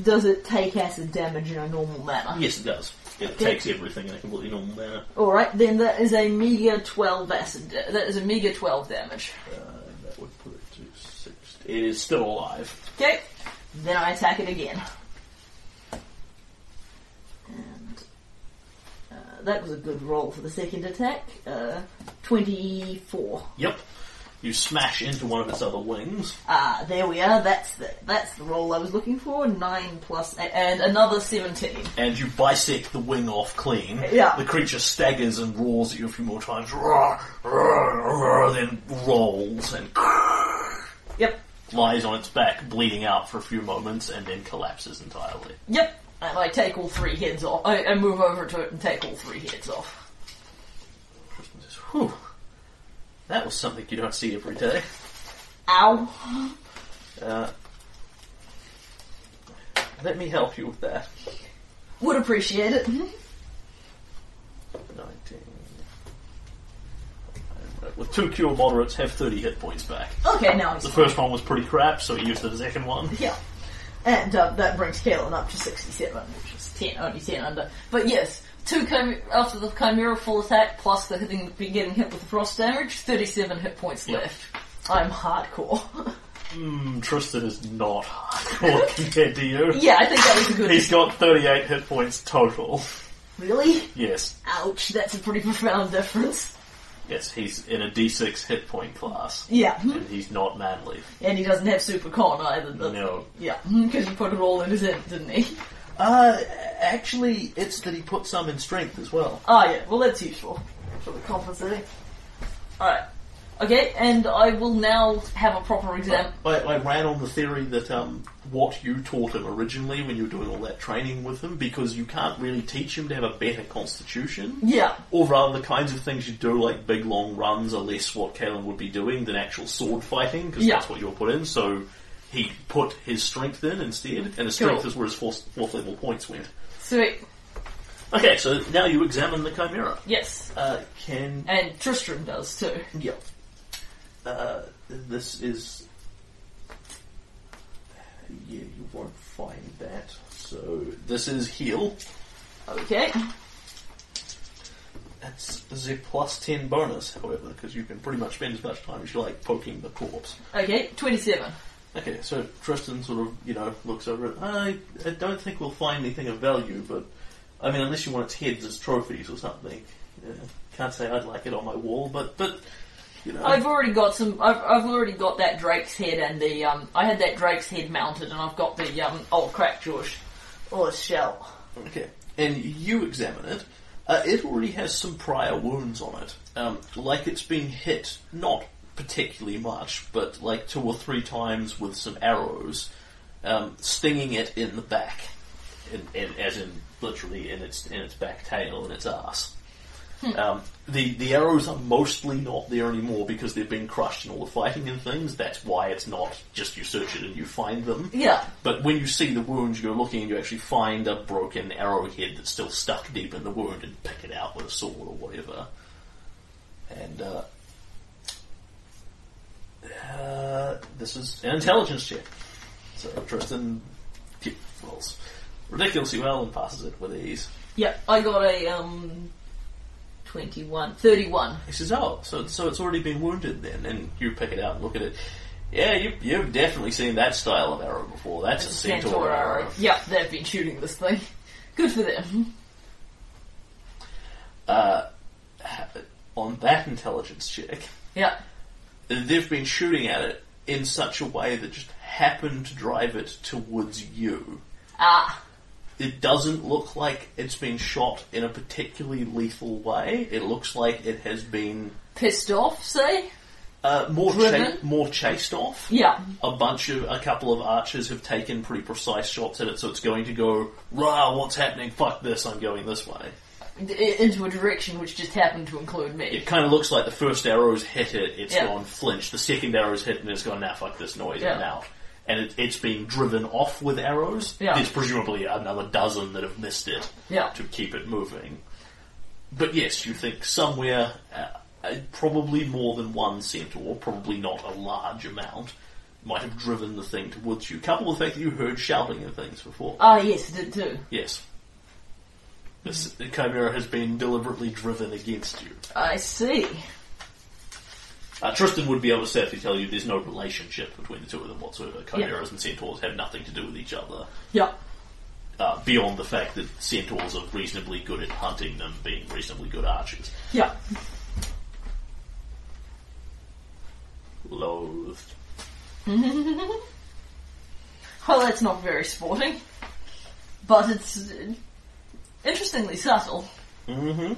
B: Does it take acid damage in a normal manner?
A: Yes, it does. It takes everything in a completely normal manner.
B: Alright, then that is a meager 12 acid da- that is a meager 12 damage.
A: Uh, that would put it to 60. It is still alive.
B: Okay, then I attack it again. And uh, that was a good roll for the second attack. Uh, 24.
A: Yep. You smash into one of its other wings.
B: Ah, there we are. That's the that's the roll I was looking for. Nine plus eight, and another seventeen.
A: and you bisect the wing off clean.
B: Yeah.
A: The creature staggers and roars at you a few more times, roar, roar, roar, then rolls and (laughs)
B: Yep,
A: lies on its back, bleeding out for a few moments, and then collapses entirely.
B: yep. And I take all three heads off. I, I move over to it and take all three heads off.
A: Whew. That was something you don't see every day.
B: Ow!
A: Uh, let me help you with that.
B: Would appreciate it. (laughs)
A: 19. With two cure moderates, have 30 hit points back.
B: Okay, now
A: The
B: he's
A: first one was pretty crap, so he used the second one.
B: yeah. And uh, that brings Kalen up to sixty-seven, which is ten, only ten under. But yes, two chim- after the chimera full attack plus the hitting, getting hit with the frost damage, thirty-seven hit points
A: Yep.
B: left. I'm hardcore. (laughs)
A: Mm, Tristan is not (laughs) hardcore compared to you.
B: yeah, I think that was a good.
A: He's got 38 hit points total.
B: (laughs) really?
A: Yes,
B: Ouch, that's a pretty (laughs) profound difference.
A: yes, he's in a d6 hit point class.
B: Yeah.
A: And he's not manly.
B: And he doesn't have super con either. does he?
A: No.
B: Yeah, (laughs) because he put it all in his end, didn't he? (laughs)
A: Uh, actually, it's that he put some in strength as well.
B: Ah, yeah, well, that's useful for the compensating. Alright. Okay, and I will now have a proper exam.
A: I, I ran on the theory that um, what you taught him originally when you were doing all that training with him, because you can't really teach him to have a better constitution.
B: Yeah,
A: Or rather, the kinds of things you do, like big long runs, are less what Kalen would be doing than actual sword fighting, because
B: Yeah.
A: that's what you're put in. So he put his strength in instead, and his strength
B: Cool.
A: is where his fourth, fourth level points went.
B: sweet.
A: Okay, so now you examine the Chimera.
B: Yes.
A: Uh, can.
B: And Tristram does too.
A: Yeah. Uh, this is. Yeah, you won't find that. So this is heal.
B: Okay.
A: That's the plus ten bonus, however, because you can pretty much spend as much time as you like poking the corpse.
B: Okay, 27.
A: Okay, so Tristan sort of, you know, looks over it. I, I don't think we'll find anything of value, but I mean, unless you want its heads as trophies or something. Yeah, can't say I'd like it on my wall, but but you know,
B: I've already got some. I've, I've already got that Drake's head and the. um. I had that Drake's head mounted, and I've got the um old crack George or shell.
A: okay. And you examine it. Uh, it already has some prior wounds on it, um, like it's been hit not particularly much, but like two or three times with some arrows, um, stinging it in the back, in, in, as in literally in its in its back tail and its ass. Um, the the arrows are mostly not there anymore because they've been crushed in all the fighting and things. That's why it's not just you search it and you find them.
B: Yeah.
A: But when you see the wound, you go looking and you actually find a broken arrowhead that's still stuck deep in the wound and pick it out with a sword or whatever. And uh, uh, this is an intelligence check. So Tristan yeah, rolls ridiculously well and passes it with ease.
B: Yep, I got a um 21, 31.
A: He says, "Oh, so so it's already been wounded then?" And you pick it out and look at it. Yeah, you, you've definitely seen that style of arrow before. That's a centaur, arrow.
B: Yep, they've been shooting this thing. (laughs) Good for them.
A: (laughs) On that intelligence check,
B: Yep.
A: they've been shooting at it in such a way that just happened to drive it towards you.
B: Ah,
A: It doesn't look like it's been shot in a particularly lethal way. It looks like it has been
B: Pissed off, say?
A: uh, more cha-
B: Driven?
A: more chased off.
B: Yeah.
A: A bunch of a couple of archers have taken pretty precise shots at it, so it's going to go rah. What's happening? Fuck this! I'm going this way.
B: D- i- into a direction which just happened to include me.
A: It kind of looks like the first arrow's hit it, it's
B: Yeah.
A: gone flinch. The second arrow's hit and it's gone, now fuck this noise, and
B: Yeah.
A: out. And it, it's been driven off with arrows.
B: Yeah.
A: There's presumably another dozen that have missed it
B: Yeah.
A: to keep it moving. But yes, you think somewhere, uh, uh, probably more than one centaur, probably not a large amount, might have driven the thing towards you. Couple with the fact that you heard shouting and things before.
B: Ah, yes, it did too.
A: yes. This, the chimera has been deliberately driven against you.
B: I see.
A: Uh, Tristan would be able to safely tell you there's no relationship between the two of them whatsoever. Chimeras and centaurs have nothing to do with each other,
B: Yeah.
A: uh, beyond the fact that centaurs are reasonably good at hunting them, being reasonably good archers.
B: Yeah.
A: Loathed.
B: Well, that's not very sporting. But it's uh, interestingly subtle.
A: Mm-hmm.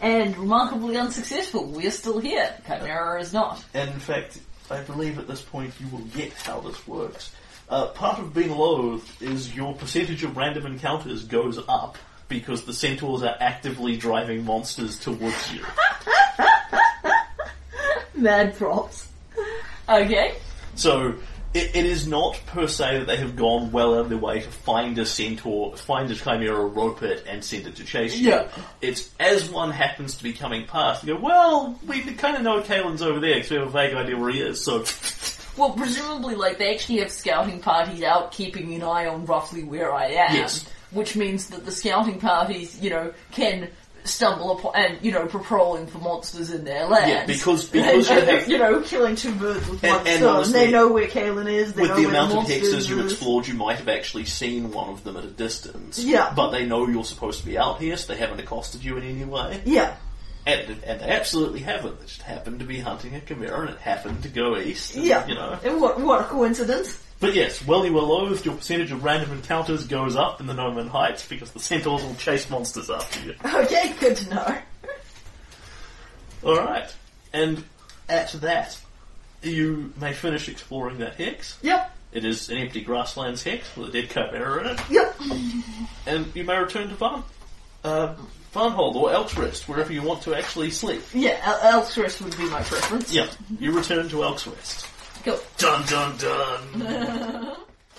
B: And remarkably unsuccessful. We're still here. Chimera is not.
A: And in fact, I believe at this point you will get how this works. Uh, part of being loathed is your percentage of random encounters goes up because the centaurs are actively driving monsters towards you.
B: Mad props. Okay.
A: So it, it is not per se that they have gone well out of their way to find a centaur, find a chimera, rope it, and send it to chase you.
B: Yeah.
A: It's as one happens to be coming past, you go, well, we kind of know Kalen's over there because we have a vague idea where he is, so
B: Well, presumably, like, they actually have scouting parties out keeping an eye on roughly where I am.
A: Yes.
B: Which means that the scouting parties, you know, can stumble upon, and, you know, patrolling for monsters in their lands. (laughs)
A: because- because
B: And-
A: you
B: and,
A: have-
B: you know, killing two birds with
A: And-
B: one
A: and
B: stone.
A: honestly,
B: they know where Kalen is, they
A: with
B: know
A: the
B: where
A: amount of
B: monsters
A: hexes you
B: is.
A: explored, you might have actually seen one of them at a distance.
B: Yeah.
A: But they know you're supposed to be out here, so they haven't accosted you in any way.
B: Yeah.
A: And, and they absolutely haven't. They just happened to be hunting a chimera and it happened to go east. and,
B: Yeah.
A: You know.
B: And what, what a coincidence. (laughs)
A: But yes, well you are loathed, your percentage of random encounters goes up in the Noman Heights because the centaurs will chase monsters after you.
B: Okay, good to know.
A: Alright. And at that, you may finish exploring that hex.
B: Yep.
A: It is an empty grasslands hex with a dead chimera in it.
B: Yep.
A: And you may return to Van. Uh, Varnhold or Elxrest, wherever you want to actually sleep.
B: Yeah, El- Elstress would be my preference.
A: Yeah, you return to Elxrest.
B: Cool.
A: Dun dun dun!